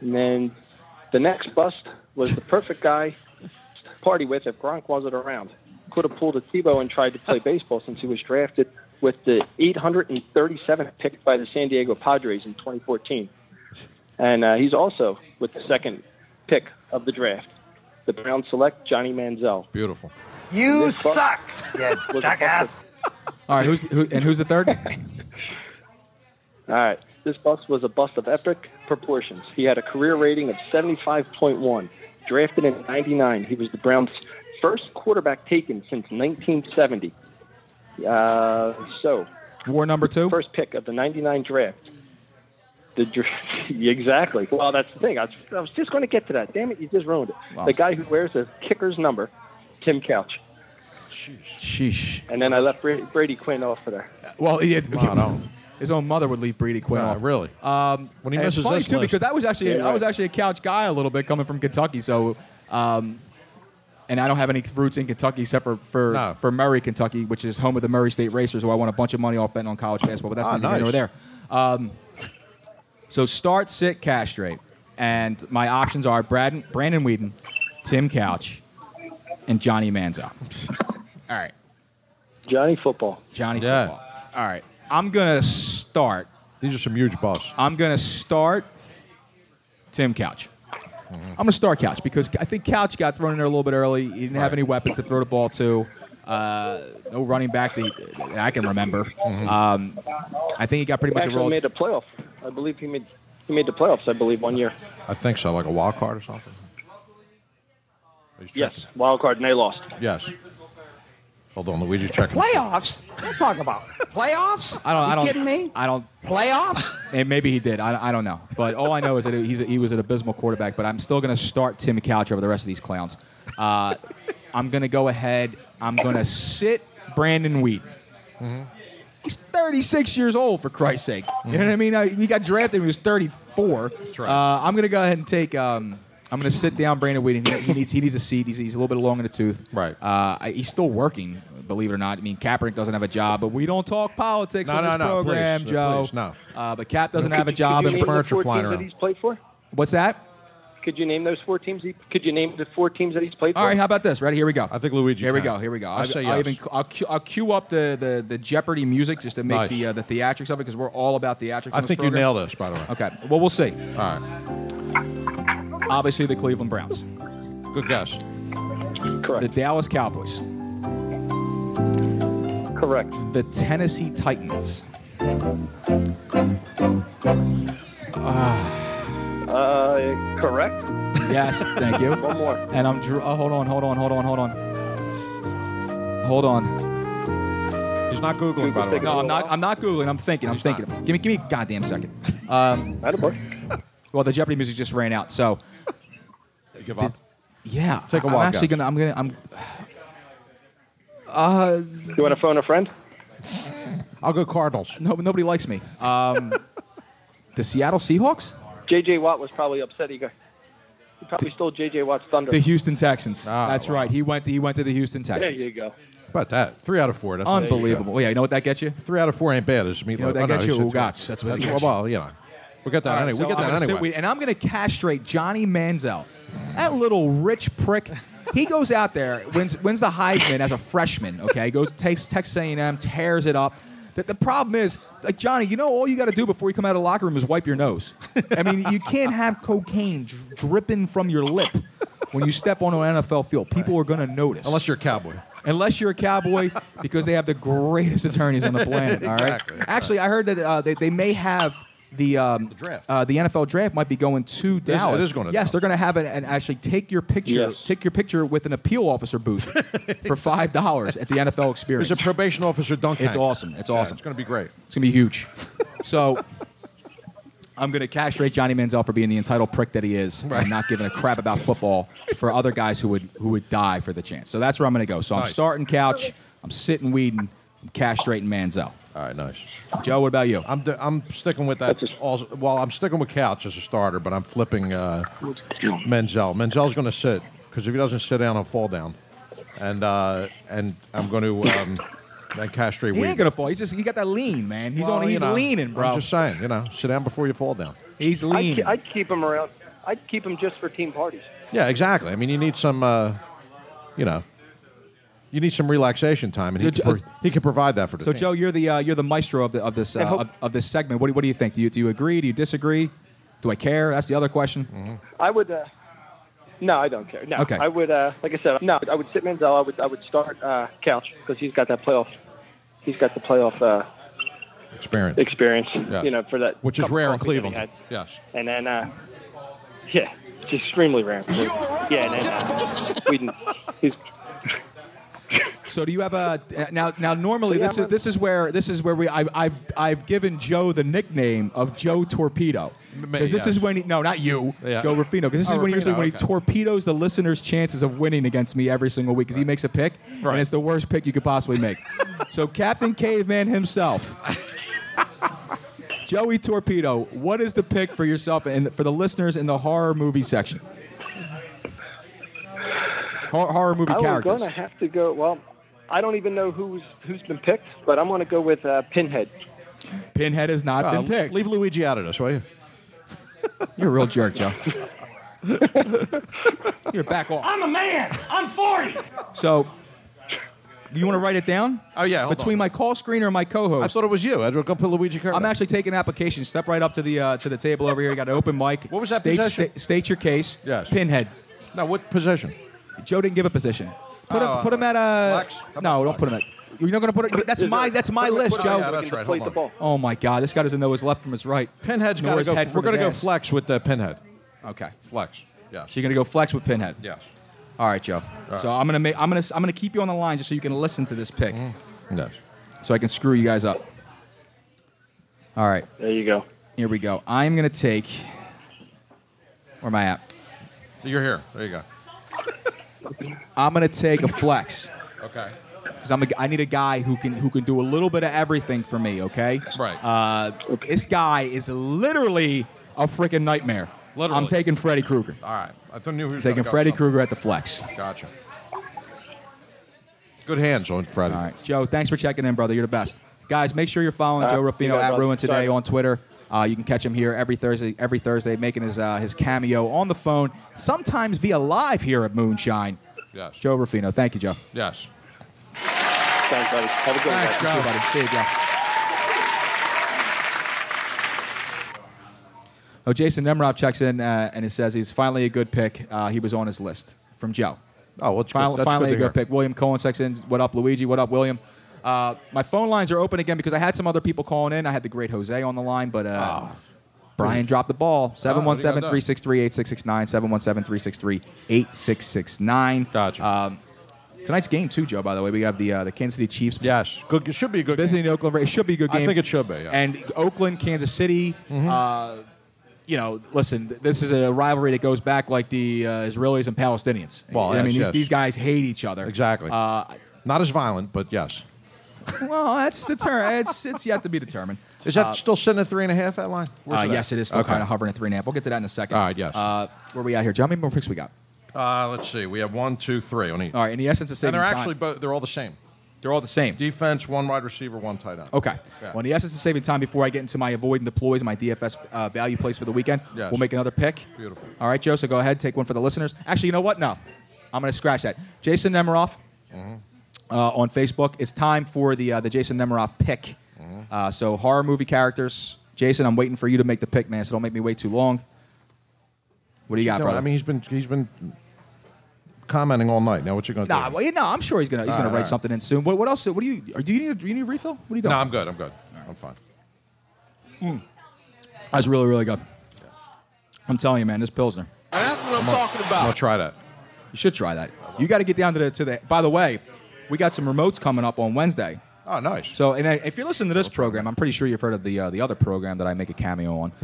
[SPEAKER 9] And then the next bust was the perfect guy to party with if Gronk wasn't around. Could have pulled a Tebow and tried to play baseball since he was drafted with the 837th pick by the San Diego Padres in 2014. And uh, he's also with the second pick of the draft. The Browns select Johnny Manziel.
[SPEAKER 4] Beautiful.
[SPEAKER 5] You
[SPEAKER 9] This fuck-
[SPEAKER 5] suck, you
[SPEAKER 9] Was a
[SPEAKER 5] jackass.
[SPEAKER 9] fucker.
[SPEAKER 8] All right. Who's who, and who's the
[SPEAKER 9] [laughs]
[SPEAKER 8] third?
[SPEAKER 9] All right. This bust was a bust of epic proportions. He had a career rating of 75.1. Drafted in 99, he was the Browns' first quarterback taken since 1970. Uh, so,
[SPEAKER 8] War number two.
[SPEAKER 9] first pick of the 99 draft. The dr- [laughs] exactly. Well, that's the thing. I was, I was just going to get to that. Damn it, you just ruined it.
[SPEAKER 8] Wow.
[SPEAKER 9] The guy who wears the kicker's number, Tim Couch.
[SPEAKER 8] Sheesh.
[SPEAKER 9] And then I left Brady, Brady Quinn off of there.
[SPEAKER 8] Well, yeah,
[SPEAKER 4] Wow, no.
[SPEAKER 8] [laughs] his own mother would leave Brady Quinn
[SPEAKER 4] Wow,
[SPEAKER 8] off.
[SPEAKER 4] really?
[SPEAKER 8] Um,
[SPEAKER 4] When he
[SPEAKER 8] and
[SPEAKER 4] misses
[SPEAKER 8] it's funny
[SPEAKER 4] this
[SPEAKER 8] too,
[SPEAKER 4] list.
[SPEAKER 8] because I was actually
[SPEAKER 9] Yeah,
[SPEAKER 8] I was
[SPEAKER 9] right.
[SPEAKER 8] actually a couch guy a little bit coming from Kentucky, so um, and I don't have any roots in Kentucky except for for,
[SPEAKER 4] No.
[SPEAKER 8] for Murray, Kentucky, which is home of the Murray State Racers, who I won a bunch of money off betting on college basketball, but that's
[SPEAKER 4] Ah,
[SPEAKER 8] not neither here nor
[SPEAKER 4] nice.
[SPEAKER 8] there. Um, so start, sit, castrate, and my options are Brad, Brandon Whedon, Tim Couch, and Johnny Manziel. All right.
[SPEAKER 9] Johnny Football.
[SPEAKER 8] Johnny
[SPEAKER 4] Yeah.
[SPEAKER 8] football. All right. I'm gonna start.
[SPEAKER 4] These are some huge busts.
[SPEAKER 8] I'm gonna start Tim Couch. I'm gonna start Couch because I think Couch got thrown in there a little bit early. He didn't have
[SPEAKER 4] Right.
[SPEAKER 8] any weapons to throw the ball to. Uh, no running back to, that I can remember. Um, I think he got pretty
[SPEAKER 9] He
[SPEAKER 8] much a
[SPEAKER 9] actually
[SPEAKER 8] roll.
[SPEAKER 9] made a playoff. I believe he made he made the playoffs. I believe one year.
[SPEAKER 4] I think so, like a wild card or something. He's
[SPEAKER 9] Yes,
[SPEAKER 4] checking.
[SPEAKER 9] wild card, and they lost.
[SPEAKER 4] Yes. Hold on, Luigi's checking.
[SPEAKER 1] Playoffs? What are you talking about? Playoffs?
[SPEAKER 8] I don't.
[SPEAKER 1] You
[SPEAKER 8] I don't.
[SPEAKER 1] kidding me?
[SPEAKER 8] I don't.
[SPEAKER 1] Playoffs?
[SPEAKER 8] And maybe he did. I, I don't know. But all I know is that he's a, he was an abysmal quarterback. But I'm still going to start Tim Couch over the rest of these clowns. Uh, I'm going to go ahead. I'm going to sit Brandon Wheat. Mm-hmm. He's 36 years old, for Christ's sake. You know what I mean? I, he got drafted when he was 34. That's
[SPEAKER 4] right.
[SPEAKER 8] Uh, I'm going to go ahead and take. Um, I'm going to sit down Brandon Wheat. And he, he needs he needs a seat. He's, he's a little bit long in the tooth.
[SPEAKER 4] Right.
[SPEAKER 8] Uh, I- he's still working, believe it or not. I mean, Kaepernick doesn't have a job, but we don't talk politics
[SPEAKER 4] No,
[SPEAKER 8] on
[SPEAKER 4] no,
[SPEAKER 8] this
[SPEAKER 4] no,
[SPEAKER 8] program,
[SPEAKER 4] please,
[SPEAKER 8] Joe.
[SPEAKER 4] please, no.
[SPEAKER 8] Uh, but Cap doesn't
[SPEAKER 9] [laughs]
[SPEAKER 8] have a job.
[SPEAKER 4] There's
[SPEAKER 8] And
[SPEAKER 4] furniture
[SPEAKER 9] four
[SPEAKER 4] flying
[SPEAKER 9] teams
[SPEAKER 4] around.
[SPEAKER 9] that he's played for?
[SPEAKER 8] what's that?
[SPEAKER 9] Could you name those four teams? He, could you name the four teams that he's played
[SPEAKER 8] All
[SPEAKER 9] for?
[SPEAKER 8] right, how about this? Ready? Here we go.
[SPEAKER 4] I think Luigi.
[SPEAKER 8] Here we
[SPEAKER 4] can.
[SPEAKER 8] go. Here we go.
[SPEAKER 4] I say
[SPEAKER 8] I'll
[SPEAKER 4] yes.
[SPEAKER 8] even I'll, cue, I'll cue up the, the, the Jeopardy music just to make
[SPEAKER 4] Nice.
[SPEAKER 8] the uh, the theatrics of it because we're all about theatrics.
[SPEAKER 4] I
[SPEAKER 8] on this
[SPEAKER 4] think you
[SPEAKER 8] program.
[SPEAKER 4] nailed us, by the way.
[SPEAKER 8] Okay. Well, we'll see.
[SPEAKER 4] All right.
[SPEAKER 8] Obviously, the Cleveland Browns,
[SPEAKER 4] Good guess.
[SPEAKER 8] the
[SPEAKER 9] Correct.
[SPEAKER 8] Dallas Cowboys,
[SPEAKER 9] Correct.
[SPEAKER 8] the Tennessee Titans.
[SPEAKER 9] Uh, correct.
[SPEAKER 8] Yes, thank you.
[SPEAKER 9] One more.
[SPEAKER 8] And I'm dr- oh, hold on, hold on, hold on, hold on, hold on.
[SPEAKER 4] He's not googling, by the way.
[SPEAKER 9] Google
[SPEAKER 8] No, I'm not. I'm not googling. I'm thinking. I'm
[SPEAKER 4] He's not.
[SPEAKER 8] thinking. Give me, give me a goddamn second. Um,
[SPEAKER 9] Attaboy.
[SPEAKER 8] well, the Jeopardy music just ran out, so
[SPEAKER 4] Give up.
[SPEAKER 8] yeah.
[SPEAKER 4] Take a
[SPEAKER 8] I'm
[SPEAKER 4] wild
[SPEAKER 8] actually
[SPEAKER 4] guess.
[SPEAKER 8] gonna. I'm gonna. I'm.
[SPEAKER 9] You want to phone a friend?
[SPEAKER 4] I'll go Cardinals.
[SPEAKER 8] No, nobody likes me. Um, [laughs] the Seattle Seahawks,
[SPEAKER 9] J.J. Watt was probably upset. He got. He probably stole J.J. Watt's thunder.
[SPEAKER 8] the Houston Texans.
[SPEAKER 4] Ah,
[SPEAKER 8] That's
[SPEAKER 4] wow.
[SPEAKER 8] right. He went. To, he went to the Houston
[SPEAKER 9] there
[SPEAKER 8] Texans.
[SPEAKER 9] you go.
[SPEAKER 4] How about that? Three out of four. That's not bad.
[SPEAKER 8] Unbelievable. Well, yeah, you know what that gets you?
[SPEAKER 4] Three out of four ain't bad. It's meat.
[SPEAKER 8] You know what that gets you? Ugats. That's what it gets you.
[SPEAKER 4] Well, you know, we get that
[SPEAKER 8] All right,
[SPEAKER 4] anyway.
[SPEAKER 8] so
[SPEAKER 4] we get
[SPEAKER 8] I'm
[SPEAKER 4] that
[SPEAKER 8] gonna sit
[SPEAKER 4] anyway.
[SPEAKER 8] with- and I'm going to castrate Johnny Manziel. That little rich prick. He goes out there, wins, wins the Heisman as a freshman. Okay, goes takes Texas A&M, tears it up. The, the problem is, like Johnny, you know, all you got to do before you come out of the locker room is wipe your nose. I mean, you can't have cocaine dri- dripping from your lip when you step on an NFL field. People are going to notice
[SPEAKER 4] Unless you're a cowboy.
[SPEAKER 8] unless you're a cowboy, because they have the greatest attorneys on the planet. All right.
[SPEAKER 4] Exactly, exactly.
[SPEAKER 8] Actually, I heard that uh, they, they may have the um, the
[SPEAKER 4] draft.
[SPEAKER 8] Uh, the NFL draft might be going to Dallas.
[SPEAKER 4] it is going to
[SPEAKER 8] yes,
[SPEAKER 4] Dallas.
[SPEAKER 8] they're going to have an, an actually take your picture,
[SPEAKER 9] Yes.
[SPEAKER 8] take your picture with an appeal officer booth
[SPEAKER 4] [laughs]
[SPEAKER 8] for five dollars at the NFL experience.
[SPEAKER 4] He's a probation officer dunk
[SPEAKER 8] It's
[SPEAKER 4] tank.
[SPEAKER 8] awesome. It's
[SPEAKER 4] Yeah,
[SPEAKER 8] awesome.
[SPEAKER 4] it's going to be great.
[SPEAKER 8] It's gonna be huge. So I'm gonna castrate Johnny Manziel for being the entitled prick that he is
[SPEAKER 4] Right.
[SPEAKER 8] and not giving a crap about football for other guys who would who would die for the chance. So that's where I'm gonna go. So I'm
[SPEAKER 4] Nice.
[SPEAKER 8] starting couch. I'm sitting weeding. I'm castrating Manziel.
[SPEAKER 4] All right, nice.
[SPEAKER 8] Joe, what about you?
[SPEAKER 4] I'm, d am sticking with that. Also, well, I'm sticking with Couch as a starter, but I'm flipping uh, Menzel. Menzel's going to sit because if he doesn't sit down, he'll fall down. And uh, and I'm going to um, then castrate.
[SPEAKER 8] He
[SPEAKER 4] Weed.
[SPEAKER 8] ain't gonna fall. He's just he got that lean, man. He's
[SPEAKER 4] Well,
[SPEAKER 8] on.
[SPEAKER 4] you
[SPEAKER 8] He's
[SPEAKER 4] know,
[SPEAKER 8] leaning, bro.
[SPEAKER 4] I'm just saying, you know, sit down before you fall down.
[SPEAKER 8] he's
[SPEAKER 9] I'd,
[SPEAKER 8] leaning.
[SPEAKER 9] ke- I'd keep him around. I'd keep him just for team parties.
[SPEAKER 4] Yeah, exactly. I mean, you need some, uh, you know, you need some relaxation time, and he,
[SPEAKER 8] Good
[SPEAKER 4] can,
[SPEAKER 8] jo-
[SPEAKER 4] pro- he can provide that for the
[SPEAKER 8] so
[SPEAKER 4] team.
[SPEAKER 8] Joe, you're the uh, you're the maestro of the of this uh,
[SPEAKER 9] I hope-
[SPEAKER 8] of, of this segment. What do, what do you think? Do you do you agree? Do you disagree? Do I care? That's the other question.
[SPEAKER 9] I would. Uh, no, I don't care. No,
[SPEAKER 8] Okay.
[SPEAKER 9] I would. Uh, like I said, no, I would sit Manziel. I would. I would start uh, Couch because he's got that playoff. He's got the playoff uh,
[SPEAKER 4] experience,
[SPEAKER 9] experience.
[SPEAKER 4] Yes.
[SPEAKER 9] You know, for that.
[SPEAKER 4] which is
[SPEAKER 9] cup of
[SPEAKER 4] rare in
[SPEAKER 9] coffee that he
[SPEAKER 4] Cleveland.
[SPEAKER 9] had.
[SPEAKER 4] Yes.
[SPEAKER 9] And then, uh, yeah, it's extremely rare. Yeah, and then uh, Whedon, he's
[SPEAKER 8] So do you have a now? Now normally
[SPEAKER 9] Yeah,
[SPEAKER 8] this
[SPEAKER 9] I'm
[SPEAKER 8] is
[SPEAKER 9] a-
[SPEAKER 8] this is where this is where we I've I've, I've given Joe the nickname of Joe Torpedo
[SPEAKER 4] Me,
[SPEAKER 8] because this
[SPEAKER 4] yeah.
[SPEAKER 8] is when he, no not you
[SPEAKER 4] Yeah.
[SPEAKER 8] Joe Ruffino because this
[SPEAKER 4] Oh,
[SPEAKER 8] is when he
[SPEAKER 4] Ruffino,
[SPEAKER 8] usually when he
[SPEAKER 4] okay.
[SPEAKER 8] torpedoes the listeners' chances of winning against me every single week because he makes a pick
[SPEAKER 4] Right.
[SPEAKER 8] and it's the worst pick you could
[SPEAKER 4] [laughs]
[SPEAKER 8] possibly make. so Captain Caveman himself. Joey Torpedo, what is the pick for yourself and for the listeners in the horror movie section? Hor- horror movie
[SPEAKER 9] I was
[SPEAKER 8] characters.
[SPEAKER 9] going to have to go. Well, I don't even know who's who's been picked, but I'm going to go with uh, Pinhead.
[SPEAKER 8] Pinhead has not
[SPEAKER 4] Uh,
[SPEAKER 8] been picked.
[SPEAKER 4] leave Luigi out of this, will you?
[SPEAKER 8] You're a real
[SPEAKER 5] [laughs]
[SPEAKER 8] jerk, Joe. You're back off.
[SPEAKER 5] I'm a man. I'm 40.
[SPEAKER 8] So, you want to write it down?
[SPEAKER 4] Oh, yeah, hold
[SPEAKER 8] Between
[SPEAKER 4] on.
[SPEAKER 8] my call screener and my
[SPEAKER 4] I
[SPEAKER 8] co-host,
[SPEAKER 4] thought it was you. I was going to put Luigi Curry.
[SPEAKER 8] I'm actually taking applications. Step right up to the uh, to the table over here. You got an open mic.
[SPEAKER 4] What was that
[SPEAKER 8] State,
[SPEAKER 4] possession?
[SPEAKER 8] sta- state your case.
[SPEAKER 4] Yes.
[SPEAKER 8] Pinhead.
[SPEAKER 4] Now, what position?
[SPEAKER 8] Joe didn't give a position. Put
[SPEAKER 4] Oh,
[SPEAKER 8] him. Put him at a.
[SPEAKER 4] Flex? How about
[SPEAKER 8] No, don't
[SPEAKER 4] flex?
[SPEAKER 8] put him at. You're not gonna put it. That's my. That's my
[SPEAKER 9] I'm gonna
[SPEAKER 8] list,
[SPEAKER 9] put
[SPEAKER 8] Joe.
[SPEAKER 9] him
[SPEAKER 4] yeah,
[SPEAKER 9] looking
[SPEAKER 4] that's
[SPEAKER 9] to
[SPEAKER 4] right,
[SPEAKER 9] play
[SPEAKER 4] hold
[SPEAKER 9] the ball.
[SPEAKER 8] Oh my God, this guy doesn't know his left from his right.
[SPEAKER 4] Pinhead's
[SPEAKER 8] Nor
[SPEAKER 4] got to
[SPEAKER 8] his
[SPEAKER 4] go.
[SPEAKER 8] head
[SPEAKER 4] We're
[SPEAKER 8] from his
[SPEAKER 4] gonna go
[SPEAKER 8] ass.
[SPEAKER 4] flex with uh, Pinhead.
[SPEAKER 8] Okay.
[SPEAKER 4] Flex. Yes.
[SPEAKER 8] So you're gonna go flex with Pinhead.
[SPEAKER 4] Yes.
[SPEAKER 8] All right, Joe.
[SPEAKER 14] right.
[SPEAKER 8] So I'm gonna make, I'm gonna I'm gonna keep you on the line just so you can listen to this pick.
[SPEAKER 4] Mm. No.
[SPEAKER 8] So I can screw you guys up. All right.
[SPEAKER 9] There you go.
[SPEAKER 8] Here we go. I'm gonna take. Where am I at?
[SPEAKER 4] You're here. There you go.
[SPEAKER 8] I'm gonna take a flex.
[SPEAKER 4] Okay.
[SPEAKER 8] Because I'm a, I need a guy who can who can do a little bit of everything for me. Okay.
[SPEAKER 4] Right.
[SPEAKER 8] Uh, this guy is literally a freaking nightmare.
[SPEAKER 4] Literally.
[SPEAKER 8] I'm taking Freddy Krueger.
[SPEAKER 4] All right. I thought I knew he was
[SPEAKER 8] Taking
[SPEAKER 4] gonna go
[SPEAKER 8] Freddy
[SPEAKER 4] something.
[SPEAKER 8] Krueger at the flex.
[SPEAKER 4] Gotcha. Good hands on Freddy.
[SPEAKER 8] All right, Joe. Thanks for checking in, brother. You're the best. Guys, make sure you're following
[SPEAKER 9] All
[SPEAKER 8] Joe
[SPEAKER 9] right, you
[SPEAKER 8] Ruffino
[SPEAKER 9] got it,
[SPEAKER 8] at
[SPEAKER 9] brother.
[SPEAKER 8] Ruin Today
[SPEAKER 9] Sorry.
[SPEAKER 8] on Twitter. Uh, you can catch him here every Thursday. Every Thursday, making his uh, his cameo on the phone, sometimes via live here at Moonshine.
[SPEAKER 4] Yes.
[SPEAKER 8] Joe Ruffino. Thank you, Joe.
[SPEAKER 4] Yes.
[SPEAKER 9] Thanks, buddy. Have a good one.
[SPEAKER 4] Thanks,
[SPEAKER 8] Thank
[SPEAKER 9] guys.
[SPEAKER 8] you, buddy.
[SPEAKER 4] Joe.
[SPEAKER 8] See you, Joe. Oh, Jason Nemrov checks in uh, and he says he's finally a good pick. Uh, he was on his list from Joe.
[SPEAKER 4] Oh, well, it's
[SPEAKER 8] Final,
[SPEAKER 4] good. That's
[SPEAKER 8] finally
[SPEAKER 4] good
[SPEAKER 8] a
[SPEAKER 4] to
[SPEAKER 8] good
[SPEAKER 4] hear.
[SPEAKER 8] pick. William Cohen checks in. What up, Luigi? What up, William? Uh, my phone lines are open again because I had some other people calling in. I had the great Jose on the line, but uh,
[SPEAKER 4] Ah,
[SPEAKER 8] Brian dropped the ball. 717 363 8669, 717 363 8669.
[SPEAKER 4] Gotcha.
[SPEAKER 8] Uh, Tonight's game, too, Joe, by the way. We have the uh, the Kansas City Chiefs
[SPEAKER 4] Yes. Good. It should be a good.
[SPEAKER 8] visiting Oakland. Ra- It should be a good
[SPEAKER 4] I
[SPEAKER 8] game.
[SPEAKER 4] think it should be, yeah. Mm-hmm.
[SPEAKER 8] And Oakland, Kansas City. Uh, you know, listen, th- this is a rivalry that goes back like the uh, Israelis and Palestinians.
[SPEAKER 4] Well,
[SPEAKER 8] I
[SPEAKER 4] yes,
[SPEAKER 8] mean, these,
[SPEAKER 4] yes.
[SPEAKER 8] these guys hate each other.
[SPEAKER 4] Exactly.
[SPEAKER 8] Uh,
[SPEAKER 4] Not as violent, but yes.
[SPEAKER 8] well, that's the term. It's it's yet to be determined.
[SPEAKER 4] [laughs] Is that still sitting at three and a half? That line? Where's
[SPEAKER 8] Uh,
[SPEAKER 4] at?
[SPEAKER 8] yes, it is still
[SPEAKER 4] Okay.
[SPEAKER 8] kind of hovering at three and a half. We'll get to that in a second.
[SPEAKER 4] All right, yes.
[SPEAKER 8] Uh, where we at here, John? How many more picks we got?
[SPEAKER 4] Uh, let's see. We have one, two, three on each.
[SPEAKER 8] All right, in the essence of
[SPEAKER 4] and
[SPEAKER 8] saving
[SPEAKER 4] they're
[SPEAKER 8] time,
[SPEAKER 4] actually both. They're all the same.
[SPEAKER 8] they're all the same.
[SPEAKER 4] Defense, one wide receiver, one tight end.
[SPEAKER 8] Okay.
[SPEAKER 4] Yeah.
[SPEAKER 8] Well, in the essence of saving time, before I get into my avoid and deploys, my DFS uh, value plays for the weekend,
[SPEAKER 4] Yes.
[SPEAKER 8] we'll make another pick.
[SPEAKER 4] Beautiful.
[SPEAKER 8] All right, Joe. So go ahead, take one for the listeners. Actually, you know what? No, I'm going to scratch that. Jason Nemiroff
[SPEAKER 4] Mm-hmm.
[SPEAKER 8] uh, on Facebook. It's time for the uh, the Jason Nemiroff pick.
[SPEAKER 4] Mm-hmm.
[SPEAKER 8] Uh, so horror movie characters. Jason, I'm waiting for you to make the pick, man. So don't make me wait too long. What do you got,
[SPEAKER 4] No,
[SPEAKER 8] brother?
[SPEAKER 4] I mean, he's been he's been commenting all night. Now, what you gonna
[SPEAKER 8] nah,
[SPEAKER 4] do?
[SPEAKER 8] well, you know, I'm sure he's gonna he's
[SPEAKER 4] All
[SPEAKER 8] gonna
[SPEAKER 4] right,
[SPEAKER 8] write
[SPEAKER 4] all right.
[SPEAKER 8] something in soon. What, what else? What do you or do? You need a, do you need a refill? What are you doing?
[SPEAKER 4] no, I'm good. I'm good. I'm fine.
[SPEAKER 8] That's really really good. I'm telling you, man, this pilsner.
[SPEAKER 2] that's what I'm talking
[SPEAKER 4] i will
[SPEAKER 2] about.
[SPEAKER 4] try that.
[SPEAKER 8] You should try that. You got to get down to the to the. By the way, we got some remotes coming up on Wednesday.
[SPEAKER 4] Oh, nice.
[SPEAKER 8] So, and I, if you're listening to this program, I'm pretty sure you've heard of the uh, the other program that I make a cameo
[SPEAKER 4] [laughs]
[SPEAKER 8] on, [laughs]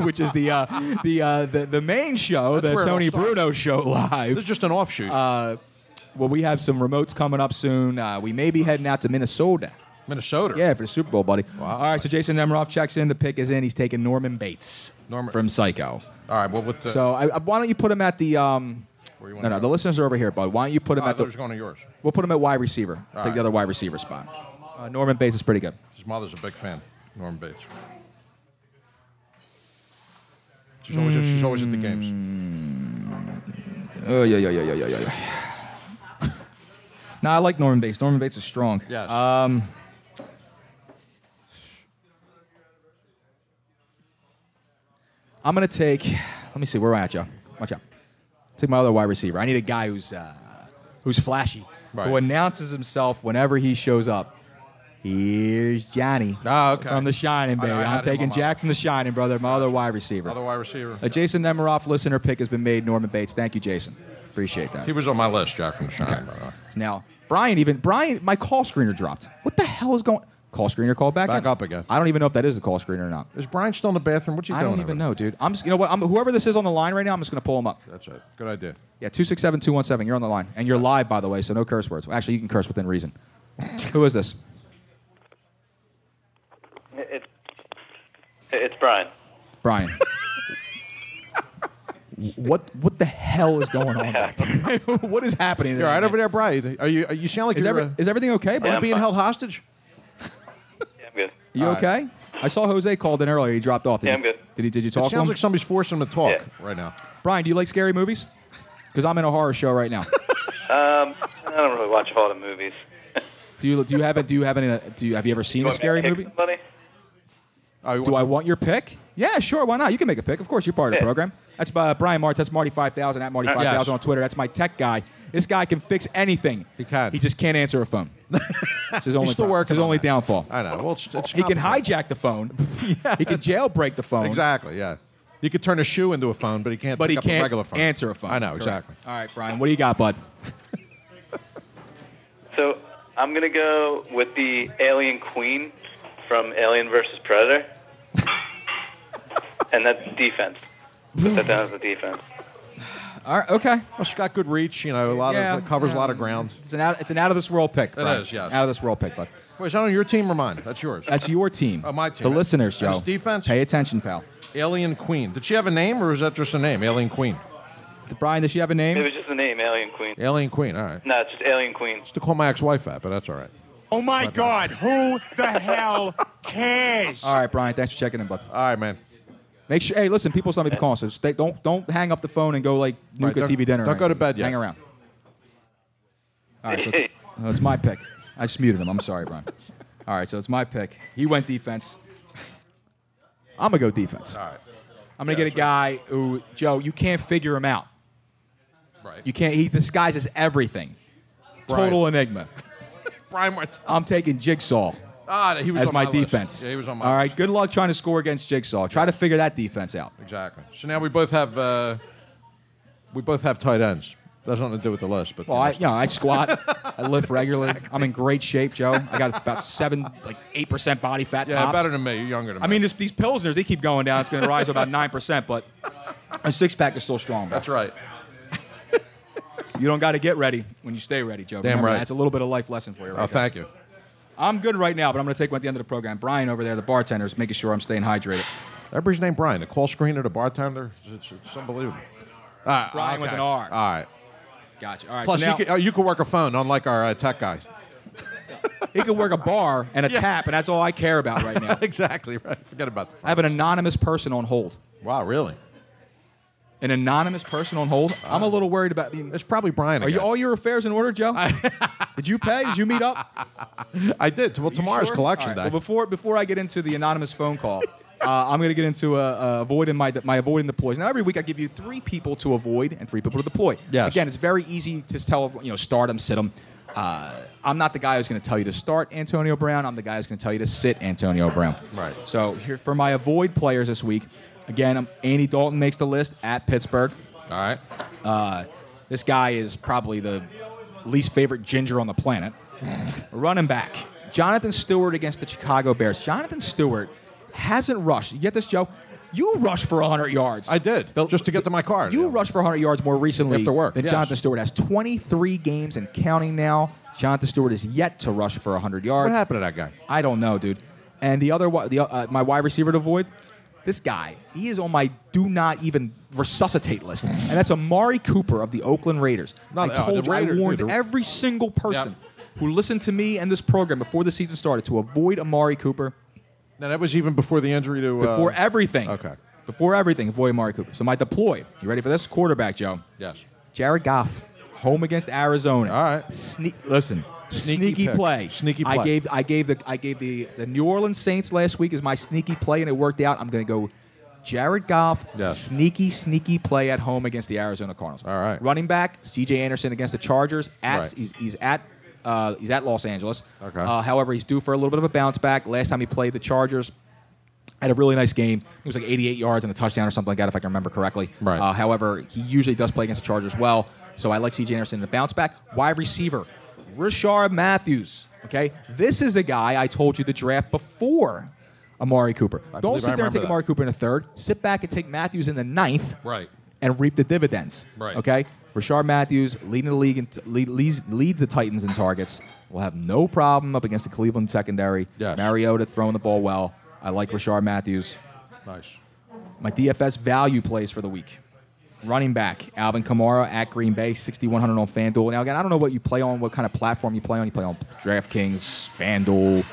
[SPEAKER 8] which is the uh, the, uh, the the main show,
[SPEAKER 4] That's
[SPEAKER 8] the
[SPEAKER 4] where it all
[SPEAKER 8] Tony
[SPEAKER 4] starts.
[SPEAKER 8] Bruno Show
[SPEAKER 4] this is
[SPEAKER 8] live.
[SPEAKER 4] just an offshoot.
[SPEAKER 8] uh, Well, we have some remotes coming up soon. Uh, we may be heading out to Minnesota.
[SPEAKER 4] Minnesota.
[SPEAKER 8] Yeah, for the Super Bowl, buddy.
[SPEAKER 4] Wow.
[SPEAKER 8] All right, so Jason Nemiroff checks in. The pick is in. He's taking Norman Bates
[SPEAKER 4] Norman-
[SPEAKER 8] from Psycho.
[SPEAKER 4] All right. Well, with the
[SPEAKER 8] So, I, I- why don't you put him at the? Um,
[SPEAKER 4] where you
[SPEAKER 8] no,
[SPEAKER 4] wanna
[SPEAKER 8] no,
[SPEAKER 4] go?
[SPEAKER 8] the listeners are over here, bud. Why don't you put him
[SPEAKER 4] Oh, I
[SPEAKER 8] at
[SPEAKER 4] thought it was
[SPEAKER 8] the?
[SPEAKER 4] going to yours.
[SPEAKER 8] We'll put him at wide receiver.
[SPEAKER 4] All
[SPEAKER 8] Take
[SPEAKER 4] right.
[SPEAKER 8] the other wide receiver spot. Uh, Norman Bates is pretty good.
[SPEAKER 4] His mother's a big fan, Norm Bates. She's always, she's always at the
[SPEAKER 8] Hmm.
[SPEAKER 4] games.
[SPEAKER 8] Oh yeah, yeah, yeah, yeah, yeah, yeah. yeah. nah, I like Norman Bates. Norman Bates is strong.
[SPEAKER 4] Yes.
[SPEAKER 8] Um, I'm gonna take. Let me see. Where am I at, Joe? Watch out. Take my other wide receiver. I need a guy who's uh, who's flashy,
[SPEAKER 4] Right.
[SPEAKER 8] who announces himself whenever he shows up. Here's Johnny.
[SPEAKER 4] Ah, okay.
[SPEAKER 8] From The Shining,
[SPEAKER 4] I know,
[SPEAKER 8] baby.
[SPEAKER 4] I had him
[SPEAKER 8] I'm
[SPEAKER 4] on
[SPEAKER 8] taking
[SPEAKER 4] my-
[SPEAKER 8] Jack from The Shining, brother. My other wide receiver.
[SPEAKER 4] Other wide receiver.
[SPEAKER 8] A Jason Nemiroff listener pick has been made. Norman Bates. Thank you, Jason. Appreciate that.
[SPEAKER 4] He was on my list, Jack from the Shine. by the way.
[SPEAKER 8] Now, Brian, even Brian, my call screener dropped. What the hell is going? Call screener called back,
[SPEAKER 4] Back
[SPEAKER 8] in?
[SPEAKER 4] up again.
[SPEAKER 8] I don't even know if that is a call screener or not.
[SPEAKER 4] Is Brian still in the bathroom? What's he
[SPEAKER 8] I
[SPEAKER 4] doing?
[SPEAKER 8] don't even
[SPEAKER 4] over
[SPEAKER 8] know, dude. I'm just, you know what? I'm, whoever this is on the line right now, I'm just gonna pull him up.
[SPEAKER 4] there? That's it. Good idea.
[SPEAKER 8] Yeah, two six seven two one seven. You're on the line, and you're live, by the way, so no curse words. Actually, you can curse
[SPEAKER 4] [laughs]
[SPEAKER 8] within reason. Who is this?
[SPEAKER 6] It's it's Brian.
[SPEAKER 4] [laughs]
[SPEAKER 8] Brian. what what the hell is going
[SPEAKER 4] [laughs]
[SPEAKER 8] on [laughs] back there? what is happening?
[SPEAKER 4] You're right over there, Brian. Are you? Are you sound like
[SPEAKER 8] Is,
[SPEAKER 4] you're
[SPEAKER 8] every-
[SPEAKER 4] uh,
[SPEAKER 8] is everything okay?
[SPEAKER 4] are you
[SPEAKER 8] Brian?
[SPEAKER 4] being held hostage?
[SPEAKER 6] Yeah, I'm good.
[SPEAKER 8] You
[SPEAKER 4] All right.
[SPEAKER 8] okay? I saw Jose called in earlier. He dropped off. Did
[SPEAKER 6] Yeah,
[SPEAKER 8] you-
[SPEAKER 6] I'm good.
[SPEAKER 8] Did he? Did you
[SPEAKER 4] It
[SPEAKER 8] talk to him?
[SPEAKER 4] sounds like somebody's forcing him to talk
[SPEAKER 6] Yeah.
[SPEAKER 4] right now.
[SPEAKER 8] Brian, do you like
[SPEAKER 4] [laughs]
[SPEAKER 8] scary movies? Because I'm in a horror show right now.
[SPEAKER 6] Um, I don't really watch a lot of movies.
[SPEAKER 8] do you? Do you have a? Do you have any? Do you have you ever seen a scary movie?
[SPEAKER 6] Somebody?
[SPEAKER 4] Oh, you
[SPEAKER 8] Do I
[SPEAKER 4] want-
[SPEAKER 8] want your pick? Yeah, sure. Why not? You can make a pick. Of course, you're part of the
[SPEAKER 6] Yeah.
[SPEAKER 8] program. That's uh, Brian Martz. That's Marty Five Thousand at Marty
[SPEAKER 6] Uh,
[SPEAKER 8] Five Thousand
[SPEAKER 4] yes.
[SPEAKER 8] on Twitter. That's my tech guy. This guy can fix anything.
[SPEAKER 4] He can.
[SPEAKER 8] He just can't answer
[SPEAKER 4] [laughs]
[SPEAKER 8] a phone. It's his only.
[SPEAKER 4] still
[SPEAKER 8] pro- it's
[SPEAKER 4] working
[SPEAKER 8] his
[SPEAKER 4] on
[SPEAKER 8] only
[SPEAKER 4] that. Uh,
[SPEAKER 8] downfall.
[SPEAKER 4] I know. Well, it's, it's
[SPEAKER 8] He
[SPEAKER 4] [laughs]
[SPEAKER 8] can
[SPEAKER 4] complicated.
[SPEAKER 8] hijack the phone. He can jailbreak the phone.
[SPEAKER 4] Exactly. Yeah. You could turn a shoe into a phone, but he can't.
[SPEAKER 8] But
[SPEAKER 4] pick
[SPEAKER 8] he
[SPEAKER 4] up
[SPEAKER 8] can't
[SPEAKER 4] a regular phone.
[SPEAKER 8] answer a phone.
[SPEAKER 4] I know
[SPEAKER 8] Correct.
[SPEAKER 4] exactly.
[SPEAKER 8] All right, Brian, what do you got, bud?
[SPEAKER 6] So I'm gonna go with the alien queen from Alien versus Predator, and that's defense. Put that down as a defense.
[SPEAKER 8] All right, okay.
[SPEAKER 4] Well, she's got good reach. You know, a lot
[SPEAKER 8] Yeah,
[SPEAKER 4] of it covers
[SPEAKER 8] yeah.
[SPEAKER 4] a lot of ground.
[SPEAKER 8] It's an out, it's an out of this world pick.
[SPEAKER 4] It
[SPEAKER 8] Brian.
[SPEAKER 4] is, yes.
[SPEAKER 8] Out of this world pick, bud.
[SPEAKER 4] Wait, is that on your team or mine? That's yours.
[SPEAKER 8] That's your team.
[SPEAKER 4] Oh, my team.
[SPEAKER 8] The listeners, Joe.
[SPEAKER 4] That's defense.
[SPEAKER 8] Pay attention, pal.
[SPEAKER 4] Alien Queen. Did she have a name, or is that just a name? Alien Queen.
[SPEAKER 8] Brian, does she have a
[SPEAKER 6] It
[SPEAKER 8] name?
[SPEAKER 6] was just the name, Alien Queen.
[SPEAKER 4] Alien Queen. All right.
[SPEAKER 6] No, it's just Alien Queen.
[SPEAKER 4] Just to call my ex-wife that, but that's all right.
[SPEAKER 15] Oh my God! Who the
[SPEAKER 1] [laughs]
[SPEAKER 15] hell cares?
[SPEAKER 8] All right, Brian. Thanks for checking in, bud.
[SPEAKER 4] All right, man.
[SPEAKER 8] Make sure. Hey, listen, people somebody calling, so stay, don't don't hang up the phone and go like
[SPEAKER 4] Right,
[SPEAKER 8] nuke a
[SPEAKER 4] don't-
[SPEAKER 8] TV dinner. or
[SPEAKER 4] don't go to
[SPEAKER 8] anything.
[SPEAKER 4] bed yet.
[SPEAKER 8] Hang around. All right, so it's, oh, it's my pick. I just muted him. I'm sorry, Brian. All right, so it's my pick. He went defense. I'm gonna go defense. All
[SPEAKER 4] right.
[SPEAKER 8] I'm gonna get a guy who Joe. You can't figure him out.
[SPEAKER 4] Right.
[SPEAKER 8] You can't. He disguises everything.
[SPEAKER 4] Brian.
[SPEAKER 8] Total enigma.
[SPEAKER 4] Brian Martin.
[SPEAKER 8] I'm taking Jigsaw.
[SPEAKER 4] Ah, he was
[SPEAKER 8] as
[SPEAKER 4] on
[SPEAKER 8] my,
[SPEAKER 4] my list.
[SPEAKER 8] defense.
[SPEAKER 4] Yeah, he was on my
[SPEAKER 8] All right, good luck trying to score against Jigsaw. Try to figure that defense out.
[SPEAKER 4] Exactly. So now we both have uh, we both have tight ends. That's nothing to do with the list, but
[SPEAKER 8] Well, I, you know, I squat. I
[SPEAKER 4] [laughs]
[SPEAKER 8] lift regularly. I'm in great shape, Joe. I got about seven, like eight percent body fat.
[SPEAKER 4] yeah,
[SPEAKER 8] tops.
[SPEAKER 4] better than me. You're younger than me.
[SPEAKER 8] I mean, this, these pilsners they keep going down. It's going to rise to about nine percent, but a six pack is still strong. Bro.
[SPEAKER 4] that's right.
[SPEAKER 8] You don't got to get ready when you stay ready, Joe.
[SPEAKER 4] Damn
[SPEAKER 8] Remember
[SPEAKER 4] right.
[SPEAKER 8] that. That's a little bit of life lesson for you. Right
[SPEAKER 4] Oh,
[SPEAKER 8] there.
[SPEAKER 4] thank you.
[SPEAKER 8] I'm good right now, but I'm going to take one at the end of the program. Brian over there, the bartender, is making sure I'm staying hydrated.
[SPEAKER 4] Everybody's named Brian. The call screener, the bartender. It's, it's unbelievable. All right,
[SPEAKER 8] Brian with
[SPEAKER 4] okay.
[SPEAKER 8] an R.
[SPEAKER 4] All right.
[SPEAKER 8] Gotcha. All right.
[SPEAKER 4] Plus,
[SPEAKER 8] so now,
[SPEAKER 4] you, can, oh, you can work a phone, unlike our uh, tech
[SPEAKER 8] [laughs]
[SPEAKER 4] guy.
[SPEAKER 8] he could work a bar [laughs] and a tap, and that's all I care about right [laughs] now.
[SPEAKER 4] exactly right. Forget about the phone.
[SPEAKER 8] I have an anonymous person on hold.
[SPEAKER 4] Wow, really?
[SPEAKER 8] An anonymous person on hold. I'm a little worried about. I mean,
[SPEAKER 4] It's probably Brian.
[SPEAKER 8] Are you,
[SPEAKER 4] again.
[SPEAKER 8] all your affairs in order, [laughs] Joe? Did you pay? Did you meet up?
[SPEAKER 4] I did. Well,
[SPEAKER 8] You
[SPEAKER 4] tomorrow's
[SPEAKER 8] sure?
[SPEAKER 4] collection
[SPEAKER 8] All right,
[SPEAKER 4] day.
[SPEAKER 8] Well, before before I get into the anonymous phone call, [laughs] uh, I'm going to get into uh, uh, avoiding my my avoiding deploys. Now every week I give you three people to avoid and three people to deploy.
[SPEAKER 4] Yes.
[SPEAKER 8] Again, it's very easy to tell you know start them, sit them. Uh, I'm not the guy who's going to tell you to start Antonio Brown. I'm the guy who's going to tell you to sit Antonio Brown.
[SPEAKER 4] Right.
[SPEAKER 8] So here for my avoid players this week, again, I'm, Andy Dalton makes the list at Pittsburgh.
[SPEAKER 4] all right.
[SPEAKER 8] This guy is probably the least favorite ginger on the planet. Running back, Jonathan Stewart against the Chicago Bears. Jonathan Stewart hasn't rushed. You get this, Joe? You rushed for 100 yards.
[SPEAKER 4] I did, just to get to my car.
[SPEAKER 8] You rushed for 100 yards more recently
[SPEAKER 4] After work,
[SPEAKER 8] than
[SPEAKER 4] yes.
[SPEAKER 8] Jonathan Stewart has. 23 games and counting now. Jonathan Stewart is yet to rush for 100 yards.
[SPEAKER 4] What happened to that guy?
[SPEAKER 8] I don't know, dude. And the other, wi- the, uh, my wide receiver to avoid, this guy, he is on my do not even
[SPEAKER 4] [laughs]
[SPEAKER 8] resuscitate list, and that's Amari Cooper of the Oakland Raiders.
[SPEAKER 4] No,
[SPEAKER 8] I
[SPEAKER 4] no,
[SPEAKER 8] told
[SPEAKER 4] the
[SPEAKER 8] you,
[SPEAKER 4] Raiders-
[SPEAKER 8] I warned
[SPEAKER 4] dude, the-
[SPEAKER 8] every single person who listened to me and this program before the season started to avoid Amari Cooper
[SPEAKER 4] Now that was even before the injury to. Uh,
[SPEAKER 8] before everything.
[SPEAKER 4] okay.
[SPEAKER 8] Before everything, avoid Amari Cooper. So my deploy. You ready for this? Quarterback, Joe.
[SPEAKER 4] Yes.
[SPEAKER 8] Jared Goff, home against Arizona.
[SPEAKER 4] All right.
[SPEAKER 8] Sneak, listen,
[SPEAKER 4] Sneaky
[SPEAKER 8] sneaky,
[SPEAKER 4] pick.
[SPEAKER 8] play.
[SPEAKER 4] Sneaky
[SPEAKER 8] I
[SPEAKER 4] play.
[SPEAKER 8] gave, I gave the, I gave the, the New Orleans Saints last week as my sneaky play, and it worked out. I'm going to go. Jared Goff,
[SPEAKER 4] Yes.
[SPEAKER 8] sneaky, sneaky play at home against the Arizona Cardinals.
[SPEAKER 4] All right.
[SPEAKER 8] Running back, C.J. Anderson against the Chargers. At
[SPEAKER 4] Right.
[SPEAKER 8] he's, he's at uh, he's at Los Angeles.
[SPEAKER 4] Okay.
[SPEAKER 8] Uh, however, he's due for a little bit of a bounce back. Last time he played the Chargers, had a really nice game. It was like 88 yards and a touchdown or something like that, if I can remember correctly.
[SPEAKER 4] Right.
[SPEAKER 8] Uh, however, he usually does play against the Chargers well, so I like C.J. Anderson to bounce back. Wide receiver, Rashard Matthews. Okay, this is the guy I told you to draft before Amari Cooper. Don't
[SPEAKER 4] believe I
[SPEAKER 8] sit there
[SPEAKER 4] remember
[SPEAKER 8] and take
[SPEAKER 4] that.
[SPEAKER 8] Amari Cooper in the third. Sit back and take Matthews in the ninth.
[SPEAKER 4] Right.
[SPEAKER 8] And reap the dividends.
[SPEAKER 4] Right.
[SPEAKER 8] Okay. Rashard Matthews leading the league and lead, leads, leads the Titans in targets. Will have no problem up against the Cleveland secondary.
[SPEAKER 4] Yes.
[SPEAKER 8] Mariota throwing the ball well. I like Rashard Matthews.
[SPEAKER 4] Nice.
[SPEAKER 8] My DFS value plays for the week. Running back, Alvin Kamara at Green Bay, 6,100 on FanDuel. Now, again, I don't know what you play on, what kind of platform you play on. You play on DraftKings, FanDuel,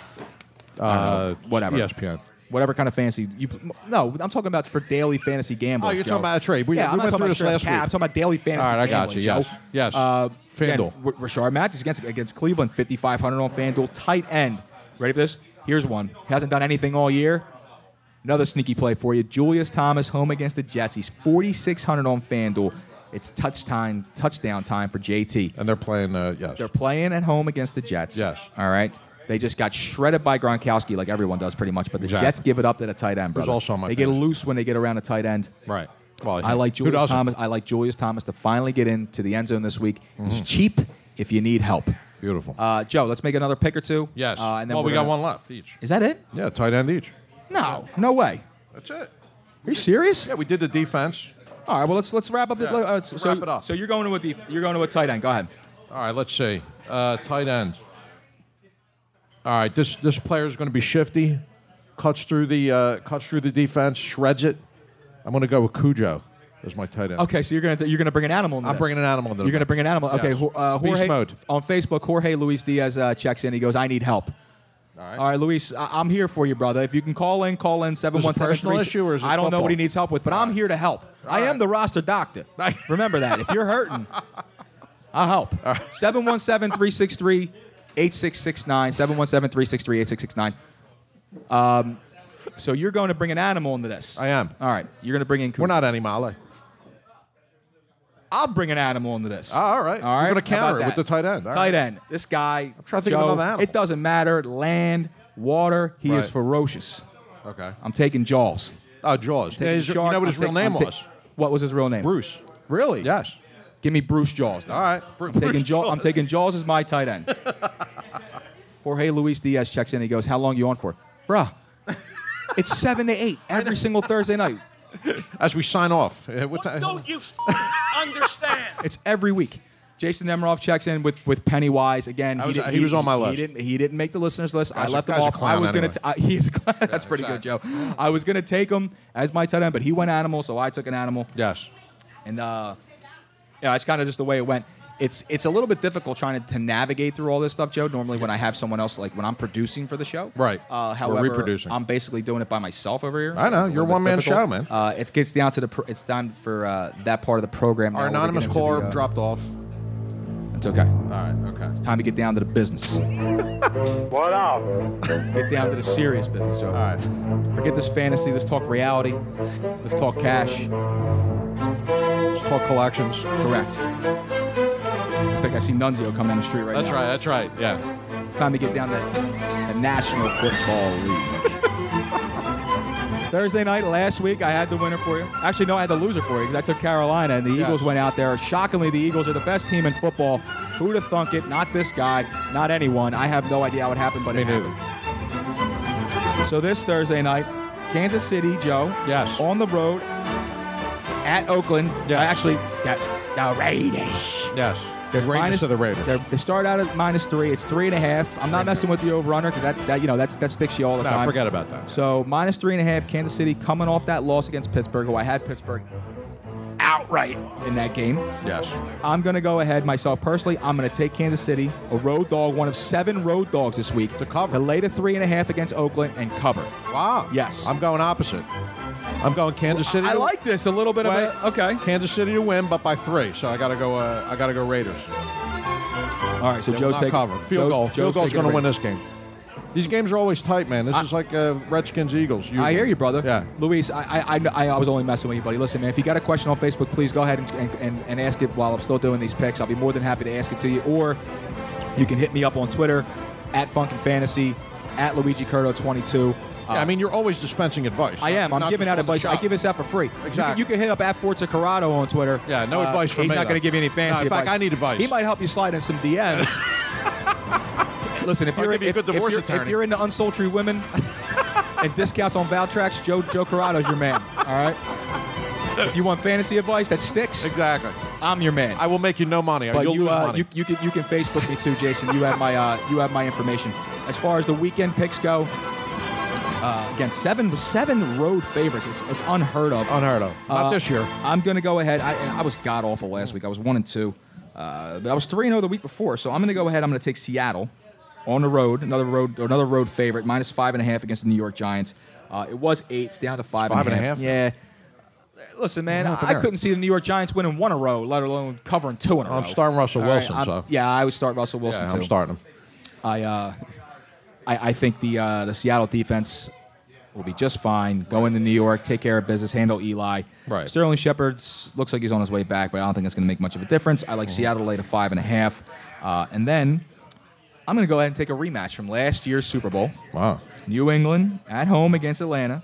[SPEAKER 4] Uh,
[SPEAKER 8] whatever.
[SPEAKER 4] ESPN.
[SPEAKER 8] whatever kind of fantasy you. No, I'm talking about for daily fantasy gambles.
[SPEAKER 4] Oh, you're
[SPEAKER 8] Joe.
[SPEAKER 4] talking about a trade. We-
[SPEAKER 8] yeah,
[SPEAKER 4] we
[SPEAKER 8] I'm not
[SPEAKER 4] went
[SPEAKER 8] talking
[SPEAKER 4] through
[SPEAKER 8] about
[SPEAKER 4] this
[SPEAKER 8] straight
[SPEAKER 4] last
[SPEAKER 8] cap.
[SPEAKER 4] week.
[SPEAKER 8] I'm talking about daily fantasy.
[SPEAKER 4] All right, I got
[SPEAKER 8] gambling,
[SPEAKER 4] you. Yes.
[SPEAKER 8] Joe.
[SPEAKER 4] Yes.
[SPEAKER 8] Uh,
[SPEAKER 4] FanDuel.
[SPEAKER 8] again, R- Rashard Matthews against against Cleveland, 5,500 on FanDuel, tight end. Ready for this? Here's one. Hasn't done anything all year. Another sneaky play for you. Julius Thomas home against the Jets. He's 4,600 on FanDuel. It's touch time, touchdown time for JT.
[SPEAKER 4] And they're playing. Uh, yes.
[SPEAKER 8] They're playing at home against the Jets.
[SPEAKER 4] Yes.
[SPEAKER 8] All right. They just got shredded by Gronkowski, like everyone does pretty much. But the
[SPEAKER 4] Exactly.
[SPEAKER 8] Jets give it up to the tight end, brother.
[SPEAKER 4] also on my
[SPEAKER 8] they get loose when they get around a tight end.
[SPEAKER 4] Right. Well,
[SPEAKER 8] I like
[SPEAKER 4] who
[SPEAKER 8] Julius
[SPEAKER 4] doesn't?
[SPEAKER 8] Thomas. I like Julius Thomas to finally get into the end zone this week. He's
[SPEAKER 4] Mhm.
[SPEAKER 8] cheap if you need help.
[SPEAKER 4] Beautiful.
[SPEAKER 8] Uh, Joe, let's make another pick or two.
[SPEAKER 4] Yes.
[SPEAKER 8] Uh, and then
[SPEAKER 4] well,
[SPEAKER 8] we're
[SPEAKER 4] we got
[SPEAKER 8] gonna-
[SPEAKER 4] one left each.
[SPEAKER 8] Is that it?
[SPEAKER 4] Yeah, tight end each.
[SPEAKER 8] No, no way.
[SPEAKER 4] That's it.
[SPEAKER 8] Are you serious?
[SPEAKER 4] Yeah, we did the defense.
[SPEAKER 8] All right, well let's let's wrap up. The,
[SPEAKER 4] Yeah,
[SPEAKER 8] uh, so,
[SPEAKER 4] wrap it up.
[SPEAKER 8] So you're going to a deep, you're going to a tight end. Go ahead.
[SPEAKER 4] All right, let's see. Uh, tight end. All right, this this player is going to be shifty, cuts through the uh, cuts through the defense, shreds it. I'm going to go with Cujo as my tight end.
[SPEAKER 8] Okay, so you're gonna you're gonna bring an animal. Into
[SPEAKER 4] I'm
[SPEAKER 8] this.
[SPEAKER 4] bringing an animal into
[SPEAKER 8] You're
[SPEAKER 4] the
[SPEAKER 8] gonna bring an animal. Okay,
[SPEAKER 4] Yes.
[SPEAKER 8] Ho- uh,
[SPEAKER 4] Beast
[SPEAKER 8] Jorge,
[SPEAKER 4] mode.
[SPEAKER 8] on Facebook, Jorge Luis Diaz uh, checks in. He goes, "I need help." All right. All right, Luis, I- I'm here for you, brother. If you can call in, call in seven one seven
[SPEAKER 4] personal
[SPEAKER 8] three.
[SPEAKER 4] issue or is it
[SPEAKER 8] I don't know
[SPEAKER 4] football?
[SPEAKER 8] what he needs help with, but I'm here to help. I am the roster
[SPEAKER 4] [laughs]
[SPEAKER 8] doctor. Remember that. If you're hurting, I'll help. 717 363 8669. 717 363 8669. Um, So you're going to bring an animal into this.
[SPEAKER 4] I am.
[SPEAKER 8] All right. You're going to bring in.
[SPEAKER 4] We're not animale.
[SPEAKER 8] I'll bring an animal into this.
[SPEAKER 4] Ah, all right.
[SPEAKER 8] All right.
[SPEAKER 4] We're going to
[SPEAKER 8] How about
[SPEAKER 4] counter it with
[SPEAKER 8] that?
[SPEAKER 4] the tight end. All
[SPEAKER 8] tight
[SPEAKER 4] right.
[SPEAKER 8] end. This guy.
[SPEAKER 4] trying to think of
[SPEAKER 8] Joe,
[SPEAKER 4] another animal.
[SPEAKER 8] It doesn't matter. Land, water. He is
[SPEAKER 4] Right.
[SPEAKER 8] ferocious.
[SPEAKER 4] Okay.
[SPEAKER 8] I'm taking Jaws.
[SPEAKER 4] Oh, Jaws.
[SPEAKER 8] Taking
[SPEAKER 4] Yeah, he's- you
[SPEAKER 8] Shark,
[SPEAKER 4] know what
[SPEAKER 8] I'm
[SPEAKER 4] his real
[SPEAKER 8] taking-
[SPEAKER 4] name
[SPEAKER 8] I'm ta-
[SPEAKER 4] was?
[SPEAKER 8] What was his real name?
[SPEAKER 4] Bruce.
[SPEAKER 8] Really?
[SPEAKER 4] Yes.
[SPEAKER 8] Give me Bruce Jaws. Now.
[SPEAKER 4] All right. Bru-
[SPEAKER 8] I'm taking
[SPEAKER 4] Bruce
[SPEAKER 8] Jaws. I'm
[SPEAKER 4] Jaws.
[SPEAKER 8] taking Jaws as my
[SPEAKER 4] [laughs]
[SPEAKER 8] tight end. Jorge Luis Diaz checks in. He goes, "How long you on for, bruh? It's seven
[SPEAKER 4] [laughs]
[SPEAKER 8] to eight every single Thursday night.
[SPEAKER 4] As we sign off, uh, what ti-
[SPEAKER 16] Don't you f- understand?
[SPEAKER 8] It's every week." Jason Nemiroff checks in with, with Pennywise again.
[SPEAKER 4] I was- he was on my list.
[SPEAKER 8] He didn't, he didn't make the listeners list. I
[SPEAKER 4] Guy's a-
[SPEAKER 8] left him
[SPEAKER 4] guy's a
[SPEAKER 8] off. I
[SPEAKER 4] clown
[SPEAKER 8] was
[SPEAKER 4] anyway.
[SPEAKER 8] gonna. T- [laughs] I, he is a clown. That's pretty good, Joe. I was gonna take him as my tight end, but he went animal, so I took an animal.
[SPEAKER 4] Yes.
[SPEAKER 8] and uh, yeah, it's kind of just the way it went. It's it's a little bit difficult trying to, to navigate through all this stuff, Joe. Normally, when I have someone else, like when I'm producing for the show,
[SPEAKER 4] Right.
[SPEAKER 8] Uh,
[SPEAKER 4] We're
[SPEAKER 8] however,
[SPEAKER 4] reproducing.
[SPEAKER 8] I'm basically doing it by myself over here.
[SPEAKER 4] I know.
[SPEAKER 8] It's a
[SPEAKER 4] You're a
[SPEAKER 8] little bit
[SPEAKER 4] one-man
[SPEAKER 8] difficult.
[SPEAKER 4] show, man.
[SPEAKER 8] Uh, it gets down to the pr- it's time for uh, that part of the program.
[SPEAKER 4] Our
[SPEAKER 8] now where we
[SPEAKER 4] anonymous
[SPEAKER 8] get into
[SPEAKER 4] caller
[SPEAKER 8] the, uh,
[SPEAKER 4] dropped off.
[SPEAKER 8] It's okay.
[SPEAKER 4] All right. Okay.
[SPEAKER 8] It's time to get down to the business.
[SPEAKER 16] What up?
[SPEAKER 8] Get down to the serious business, Joe.
[SPEAKER 4] All right.
[SPEAKER 8] Forget this fantasy. Let's talk reality. Let's talk cash.
[SPEAKER 4] Let's talk collections.
[SPEAKER 8] Correct. I think I see Nunzio coming down the street right
[SPEAKER 4] That's
[SPEAKER 8] now.
[SPEAKER 4] right. That's right. Yeah.
[SPEAKER 8] It's time to get down to the National Football League. [laughs] Thursday night last week, I had the winner for you. Actually, no, I had the loser for you because I took Carolina, and the
[SPEAKER 4] Yes.
[SPEAKER 8] Eagles went out there. Shockingly, the Eagles are the best team in football. Who'd have thunk it? Not this guy, not anyone. I have no idea how it happened, but
[SPEAKER 4] Me
[SPEAKER 8] it
[SPEAKER 4] neither.
[SPEAKER 8] happened. So this Thursday night, Kansas City, Joe,
[SPEAKER 4] Yes.
[SPEAKER 8] on the road at Oakland.
[SPEAKER 4] Yes.
[SPEAKER 8] Uh, Actually, the, the Raiders.
[SPEAKER 4] Yes.
[SPEAKER 8] They're
[SPEAKER 4] Greatness of the Raiders.
[SPEAKER 8] they're- They start out at minus three. It's three and a half. I'm not messing with the over runner because that, that you know that's that sticks you all the
[SPEAKER 4] No,
[SPEAKER 8] time.
[SPEAKER 4] forget about that.
[SPEAKER 8] So minus three and a half. Kansas City coming off that loss against Pittsburgh, who I had Pittsburgh outright in that game.
[SPEAKER 4] Yes.
[SPEAKER 8] I'm gonna go ahead myself personally. I'm gonna take Kansas City, a road dog, one of seven road dogs this week,
[SPEAKER 4] To cover.
[SPEAKER 8] to lay the three and a half against Oakland and cover.
[SPEAKER 4] Wow.
[SPEAKER 8] Yes.
[SPEAKER 4] I'm going opposite. I'm going Kansas City.
[SPEAKER 8] I
[SPEAKER 4] to-
[SPEAKER 8] like this a little bit
[SPEAKER 4] Wait.
[SPEAKER 8] of a, okay.
[SPEAKER 4] Kansas City to win, but by three. So I gotta go. Uh, I gotta go Raiders.
[SPEAKER 8] All right, so
[SPEAKER 4] They will
[SPEAKER 8] Joe's
[SPEAKER 4] not
[SPEAKER 8] taking
[SPEAKER 4] cover. Field goal.
[SPEAKER 8] Joe's- Joe's
[SPEAKER 4] Field goal's
[SPEAKER 8] taking
[SPEAKER 4] gonna
[SPEAKER 8] the
[SPEAKER 4] win
[SPEAKER 8] Raiders.
[SPEAKER 4] this game. These games are always tight, man. This is like uh, Redskins Eagles.
[SPEAKER 8] I hear you, brother.
[SPEAKER 4] Yeah.
[SPEAKER 8] Luis, I, I, I, I was only messing with you, buddy. Listen, man, if you got a question on Facebook, please go ahead and, and, and, and ask it while I'm still doing these picks. I'll be more than happy to ask it to you. Or you can hit me up on Twitter at Funkin Fantasy, at Luigi Curto Uh, 22.
[SPEAKER 4] Yeah, I mean, you're always dispensing advice.
[SPEAKER 8] I am. I'm
[SPEAKER 4] Not
[SPEAKER 8] giving
[SPEAKER 4] just
[SPEAKER 8] out
[SPEAKER 4] on the
[SPEAKER 8] advice. I
[SPEAKER 4] shop.
[SPEAKER 8] give this out for free. You can-
[SPEAKER 4] Exactly.
[SPEAKER 8] You can, hit up at Forza Corrado on Twitter.
[SPEAKER 4] Yeah, no
[SPEAKER 8] Uh,
[SPEAKER 4] advice from
[SPEAKER 8] he's
[SPEAKER 4] me,
[SPEAKER 8] not
[SPEAKER 4] though.
[SPEAKER 8] going to give you any fancy
[SPEAKER 4] No, in fact,
[SPEAKER 8] advice.
[SPEAKER 4] I need advice.
[SPEAKER 8] He might help you slide in
[SPEAKER 4] [laughs]
[SPEAKER 8] some DMs. Listen, if
[SPEAKER 4] I'll
[SPEAKER 8] you're,
[SPEAKER 4] give you a
[SPEAKER 8] if,
[SPEAKER 4] good
[SPEAKER 8] if
[SPEAKER 4] divorce
[SPEAKER 8] you're- if
[SPEAKER 4] attorney.
[SPEAKER 8] you're into unsultry women
[SPEAKER 4] [laughs]
[SPEAKER 8] and discounts on Valtrax, Joe Joe Corrado's your man. All right. If you want fantasy advice that sticks,
[SPEAKER 4] Exactly.
[SPEAKER 8] I'm your man.
[SPEAKER 4] I will make you no money.
[SPEAKER 8] But
[SPEAKER 4] You'll
[SPEAKER 8] you,
[SPEAKER 4] lose
[SPEAKER 8] uh,
[SPEAKER 4] money.
[SPEAKER 8] you you can you can Facebook me too, Jason. You have my uh, you have my information. As far as the weekend picks go, uh, again seven seven road favorites. It's, it's unheard of.
[SPEAKER 4] Unheard of. Not
[SPEAKER 8] Uh,
[SPEAKER 4] this year.
[SPEAKER 8] I'm gonna go ahead. I, and I was god awful last week. I was one and two. Uh, I was three and zero the week before. So I'm gonna go ahead. I'm gonna take Seattle on the road. Another road. Another road favorite. Minus five and a half against the New York Giants. Uh, it was eight. It's down to five.
[SPEAKER 4] Five and a half?
[SPEAKER 8] Yeah. Listen, man,
[SPEAKER 4] happened
[SPEAKER 8] I
[SPEAKER 4] there?
[SPEAKER 8] couldn't see the New York Giants winning one in a row, let alone covering two in a row.
[SPEAKER 4] I'm starting Russell
[SPEAKER 8] All right,
[SPEAKER 4] Wilson,
[SPEAKER 8] I'm-
[SPEAKER 4] so.
[SPEAKER 8] yeah, I would start Russell Wilson.
[SPEAKER 4] yeah,
[SPEAKER 8] too.
[SPEAKER 4] I'm starting him.
[SPEAKER 8] I, uh, I, I think the uh, the Seattle defense will be just fine. Go into New York, take care of business, handle Eli.
[SPEAKER 4] Right.
[SPEAKER 8] Sterling Shepard's looks like he's on his way back, but I don't think that's going to make much of a difference. I like Seattle late to five and a half, uh, and then I'm going to go ahead and take a rematch from last year's Super Bowl.
[SPEAKER 4] Wow.
[SPEAKER 8] New England at home against Atlanta.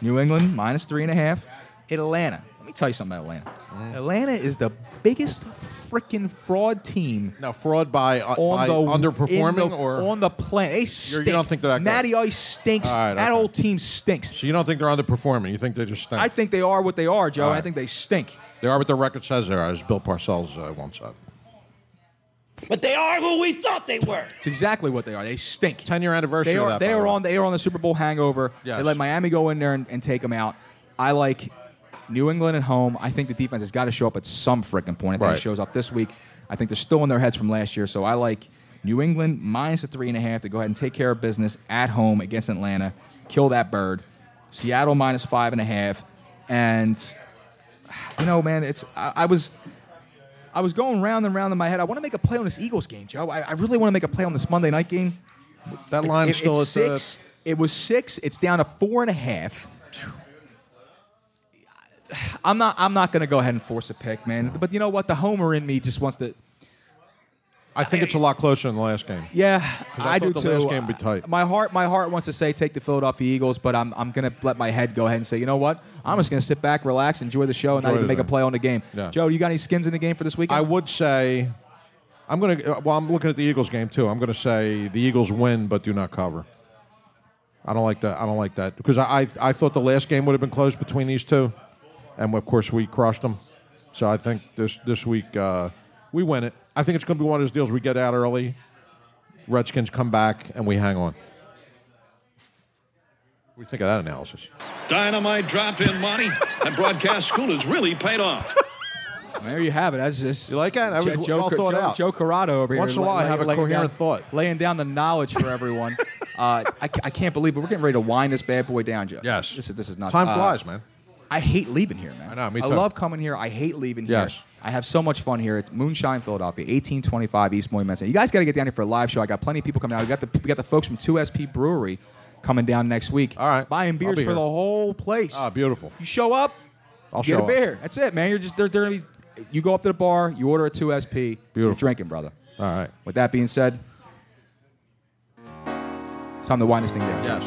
[SPEAKER 8] New England minus three and a half. Atlanta. Let me tell you something about Atlanta. Atlanta is the biggest freaking fraud team.
[SPEAKER 4] Now, fraud by, uh, by underperforming
[SPEAKER 8] in the-
[SPEAKER 4] or
[SPEAKER 8] on the planet? They
[SPEAKER 4] you
[SPEAKER 8] stink.
[SPEAKER 4] don't think they're that good?
[SPEAKER 8] Matty Ice stinks.
[SPEAKER 4] All right,
[SPEAKER 8] that
[SPEAKER 4] okay.
[SPEAKER 8] whole team stinks.
[SPEAKER 4] So you don't think they're underperforming? You think they just stink?
[SPEAKER 8] I think they are what they are, Joe.
[SPEAKER 4] All
[SPEAKER 8] and I
[SPEAKER 4] right.
[SPEAKER 8] think they stink.
[SPEAKER 4] they are what their record says they are, as Bill Parcells uh, once said.
[SPEAKER 8] But they are who we thought they were. It's exactly what they are. They stink.
[SPEAKER 4] Ten year anniversary.
[SPEAKER 8] They
[SPEAKER 4] of
[SPEAKER 8] are
[SPEAKER 4] that,
[SPEAKER 8] they
[SPEAKER 4] by the
[SPEAKER 8] are
[SPEAKER 4] way.
[SPEAKER 8] on they are on the Super Bowl hangover.
[SPEAKER 4] Yes.
[SPEAKER 8] They let Miami go in there and, and take them out. I like New England at home. I think the defense has got to show up at some freaking point. I think
[SPEAKER 4] Right.
[SPEAKER 8] it shows up this week. I think they're still in their heads from last year. So I like New England minus a three and a half to go ahead and take care of business at home against Atlanta. Kill that bird. Seattle minus five and a half. And you know, man, it's I, I was I was going round and round in my head. I want to make a play on this Eagles game, Joe. I, I really want to make a play on this Monday night game.
[SPEAKER 4] That
[SPEAKER 8] It's-
[SPEAKER 4] line
[SPEAKER 8] it-
[SPEAKER 4] still uh,
[SPEAKER 8] it's
[SPEAKER 4] at the-
[SPEAKER 8] six. It was six. It's down to four and a half. I'm not. I'm not going to go ahead and force a pick, man. But you know what? The homer in me just wants to.
[SPEAKER 4] I think it's a lot closer than the last game.
[SPEAKER 8] Yeah,
[SPEAKER 4] 'Cause
[SPEAKER 8] I,
[SPEAKER 4] I
[SPEAKER 8] do
[SPEAKER 4] thought
[SPEAKER 8] too.
[SPEAKER 4] the last game would be tight.
[SPEAKER 8] My heart, my heart wants to say take the Philadelphia Eagles, but I'm, I'm going to let my head go ahead and say, you know what? I'm just going to sit back, relax, enjoy the show, and not
[SPEAKER 4] Enjoy
[SPEAKER 8] even
[SPEAKER 4] the
[SPEAKER 8] make a
[SPEAKER 4] day.
[SPEAKER 8] play on the game.
[SPEAKER 4] Yeah.
[SPEAKER 8] Joe, you got any skins in the game for this weekend?
[SPEAKER 4] I would say, I'm going to. Well, I'm looking at the Eagles game too. I'm going to say the Eagles win, but do not cover. I don't like that. I don't like that because I, I I thought the last game would have been close between these two, and of course we crushed them. So I think this this week uh, we win it. I think it's going to be one of those deals we get out early. Redskins come back and we hang on. We think of that analysis.
[SPEAKER 10] Dynamite drop in money. that broadcast school has really paid off.
[SPEAKER 8] There you have it. That's just you
[SPEAKER 4] like that? That was well
[SPEAKER 8] Joe,
[SPEAKER 4] thought
[SPEAKER 8] Joe,
[SPEAKER 4] out.
[SPEAKER 8] Joe Corrado over here.
[SPEAKER 4] Once in a
[SPEAKER 8] la-
[SPEAKER 4] while, I
[SPEAKER 8] la-
[SPEAKER 4] have a
[SPEAKER 8] laying
[SPEAKER 4] coherent
[SPEAKER 8] down-
[SPEAKER 4] thought.
[SPEAKER 8] laying down the knowledge for
[SPEAKER 4] [laughs]
[SPEAKER 8] everyone. uh, I, ca- I can't believe it. We're getting ready to wind this bad boy down, Joe.
[SPEAKER 4] Yes.
[SPEAKER 8] this is this is nuts.
[SPEAKER 4] Time
[SPEAKER 8] Uh,
[SPEAKER 4] flies, man.
[SPEAKER 8] I hate leaving here, man.
[SPEAKER 4] I know, me
[SPEAKER 8] I
[SPEAKER 4] too.
[SPEAKER 8] love coming here. I hate leaving
[SPEAKER 4] Yes.
[SPEAKER 8] here. I have so much fun here. It's Moonshine, Philadelphia, 1825 East Moyne, Manson. You guys got to get down here for a live show. I got plenty of people coming out. We got the we got the folks from 2SP Brewery coming down next week. All right, buying beers
[SPEAKER 4] be
[SPEAKER 8] for
[SPEAKER 4] here.
[SPEAKER 8] the whole place.
[SPEAKER 4] Ah, beautiful.
[SPEAKER 8] You show up,
[SPEAKER 4] I'll
[SPEAKER 8] you get
[SPEAKER 4] show
[SPEAKER 8] a
[SPEAKER 4] up.
[SPEAKER 8] beer. That's it, man. You're just they're, they're gonna be. You go up to the bar, you order a 2SP, you're drinking, brother.
[SPEAKER 4] All right.
[SPEAKER 8] With that being said, it's time to wind this thing down.
[SPEAKER 4] Yes.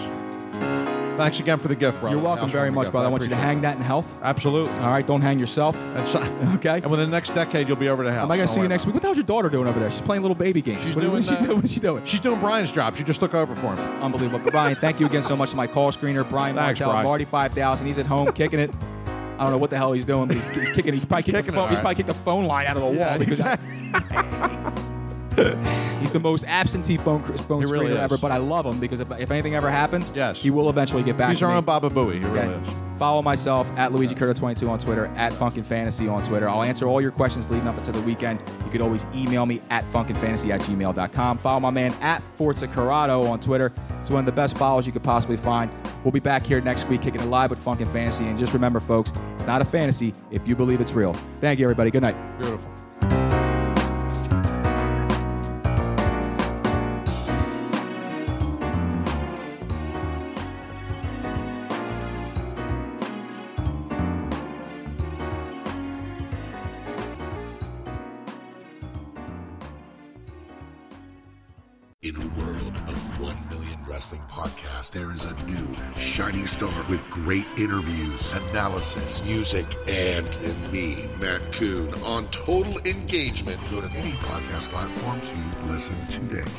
[SPEAKER 4] Thanks again for the gift, brother.
[SPEAKER 8] You're welcome very
[SPEAKER 4] Housewarming
[SPEAKER 8] much,
[SPEAKER 4] gift.
[SPEAKER 8] brother. I want you to
[SPEAKER 4] appreciate
[SPEAKER 8] hang that in health.
[SPEAKER 4] Absolutely.
[SPEAKER 8] All right, don't hang yourself.
[SPEAKER 4] it. And so-
[SPEAKER 8] [laughs] Okay.
[SPEAKER 4] And within the next decade, you'll be over the house.
[SPEAKER 8] Am I gonna
[SPEAKER 4] Don't
[SPEAKER 8] see you
[SPEAKER 4] worry
[SPEAKER 8] next week? What the hell's your daughter doing over there? She's playing little baby games.
[SPEAKER 4] She's
[SPEAKER 8] what,
[SPEAKER 4] doing,
[SPEAKER 8] what, is she,
[SPEAKER 4] uh,
[SPEAKER 8] doing? what is she doing?
[SPEAKER 4] She's doing Brian's job. She just took over for him.
[SPEAKER 8] Unbelievable. But Brian, thank you again so much to my call screener, Brian
[SPEAKER 4] Thanks,
[SPEAKER 8] Martell,
[SPEAKER 4] Brian.
[SPEAKER 8] Marty Five Thousand. He's at home kicking it. I don't know what the hell he's doing, but he's, he's kicking. He's
[SPEAKER 4] [laughs]
[SPEAKER 8] probably,
[SPEAKER 4] He's
[SPEAKER 8] kicked
[SPEAKER 4] kicking
[SPEAKER 8] the
[SPEAKER 4] it,
[SPEAKER 8] phone,
[SPEAKER 4] all
[SPEAKER 8] he's
[SPEAKER 4] right.
[SPEAKER 8] probably kicked the phone line out of the
[SPEAKER 4] Yeah, [laughs]
[SPEAKER 8] wall because I, he's the most absentee phone cr- phone
[SPEAKER 4] He really
[SPEAKER 8] screener
[SPEAKER 4] is.
[SPEAKER 8] ever. But I love him because if, if anything ever happens, yes. he will eventually get back.
[SPEAKER 4] He's
[SPEAKER 8] to
[SPEAKER 4] our
[SPEAKER 8] me.
[SPEAKER 4] own Baba Booey. He
[SPEAKER 8] Okay.
[SPEAKER 4] really is.
[SPEAKER 8] Follow myself at Luigi Curto 22 on Twitter, at Funkin' Fantasy on Twitter. I'll answer all your questions leading up until the weekend. You could always email me at funkinfantasy at gmail.com. Follow my man at Forza Corrado on Twitter. It's one of the best follows you could possibly find. We'll be back here next week kicking it live with Funkin' Fantasy. And just remember, folks, it's not a fantasy if you believe it's real. Thank you, everybody. Good night.
[SPEAKER 4] Beautiful.
[SPEAKER 3] In a world of 1 million wrestling podcasts, there is a new shining star with great interviews, analysis, music, and, and me, Matt Coon, on total engagement. Go to any podcast platform to listen today.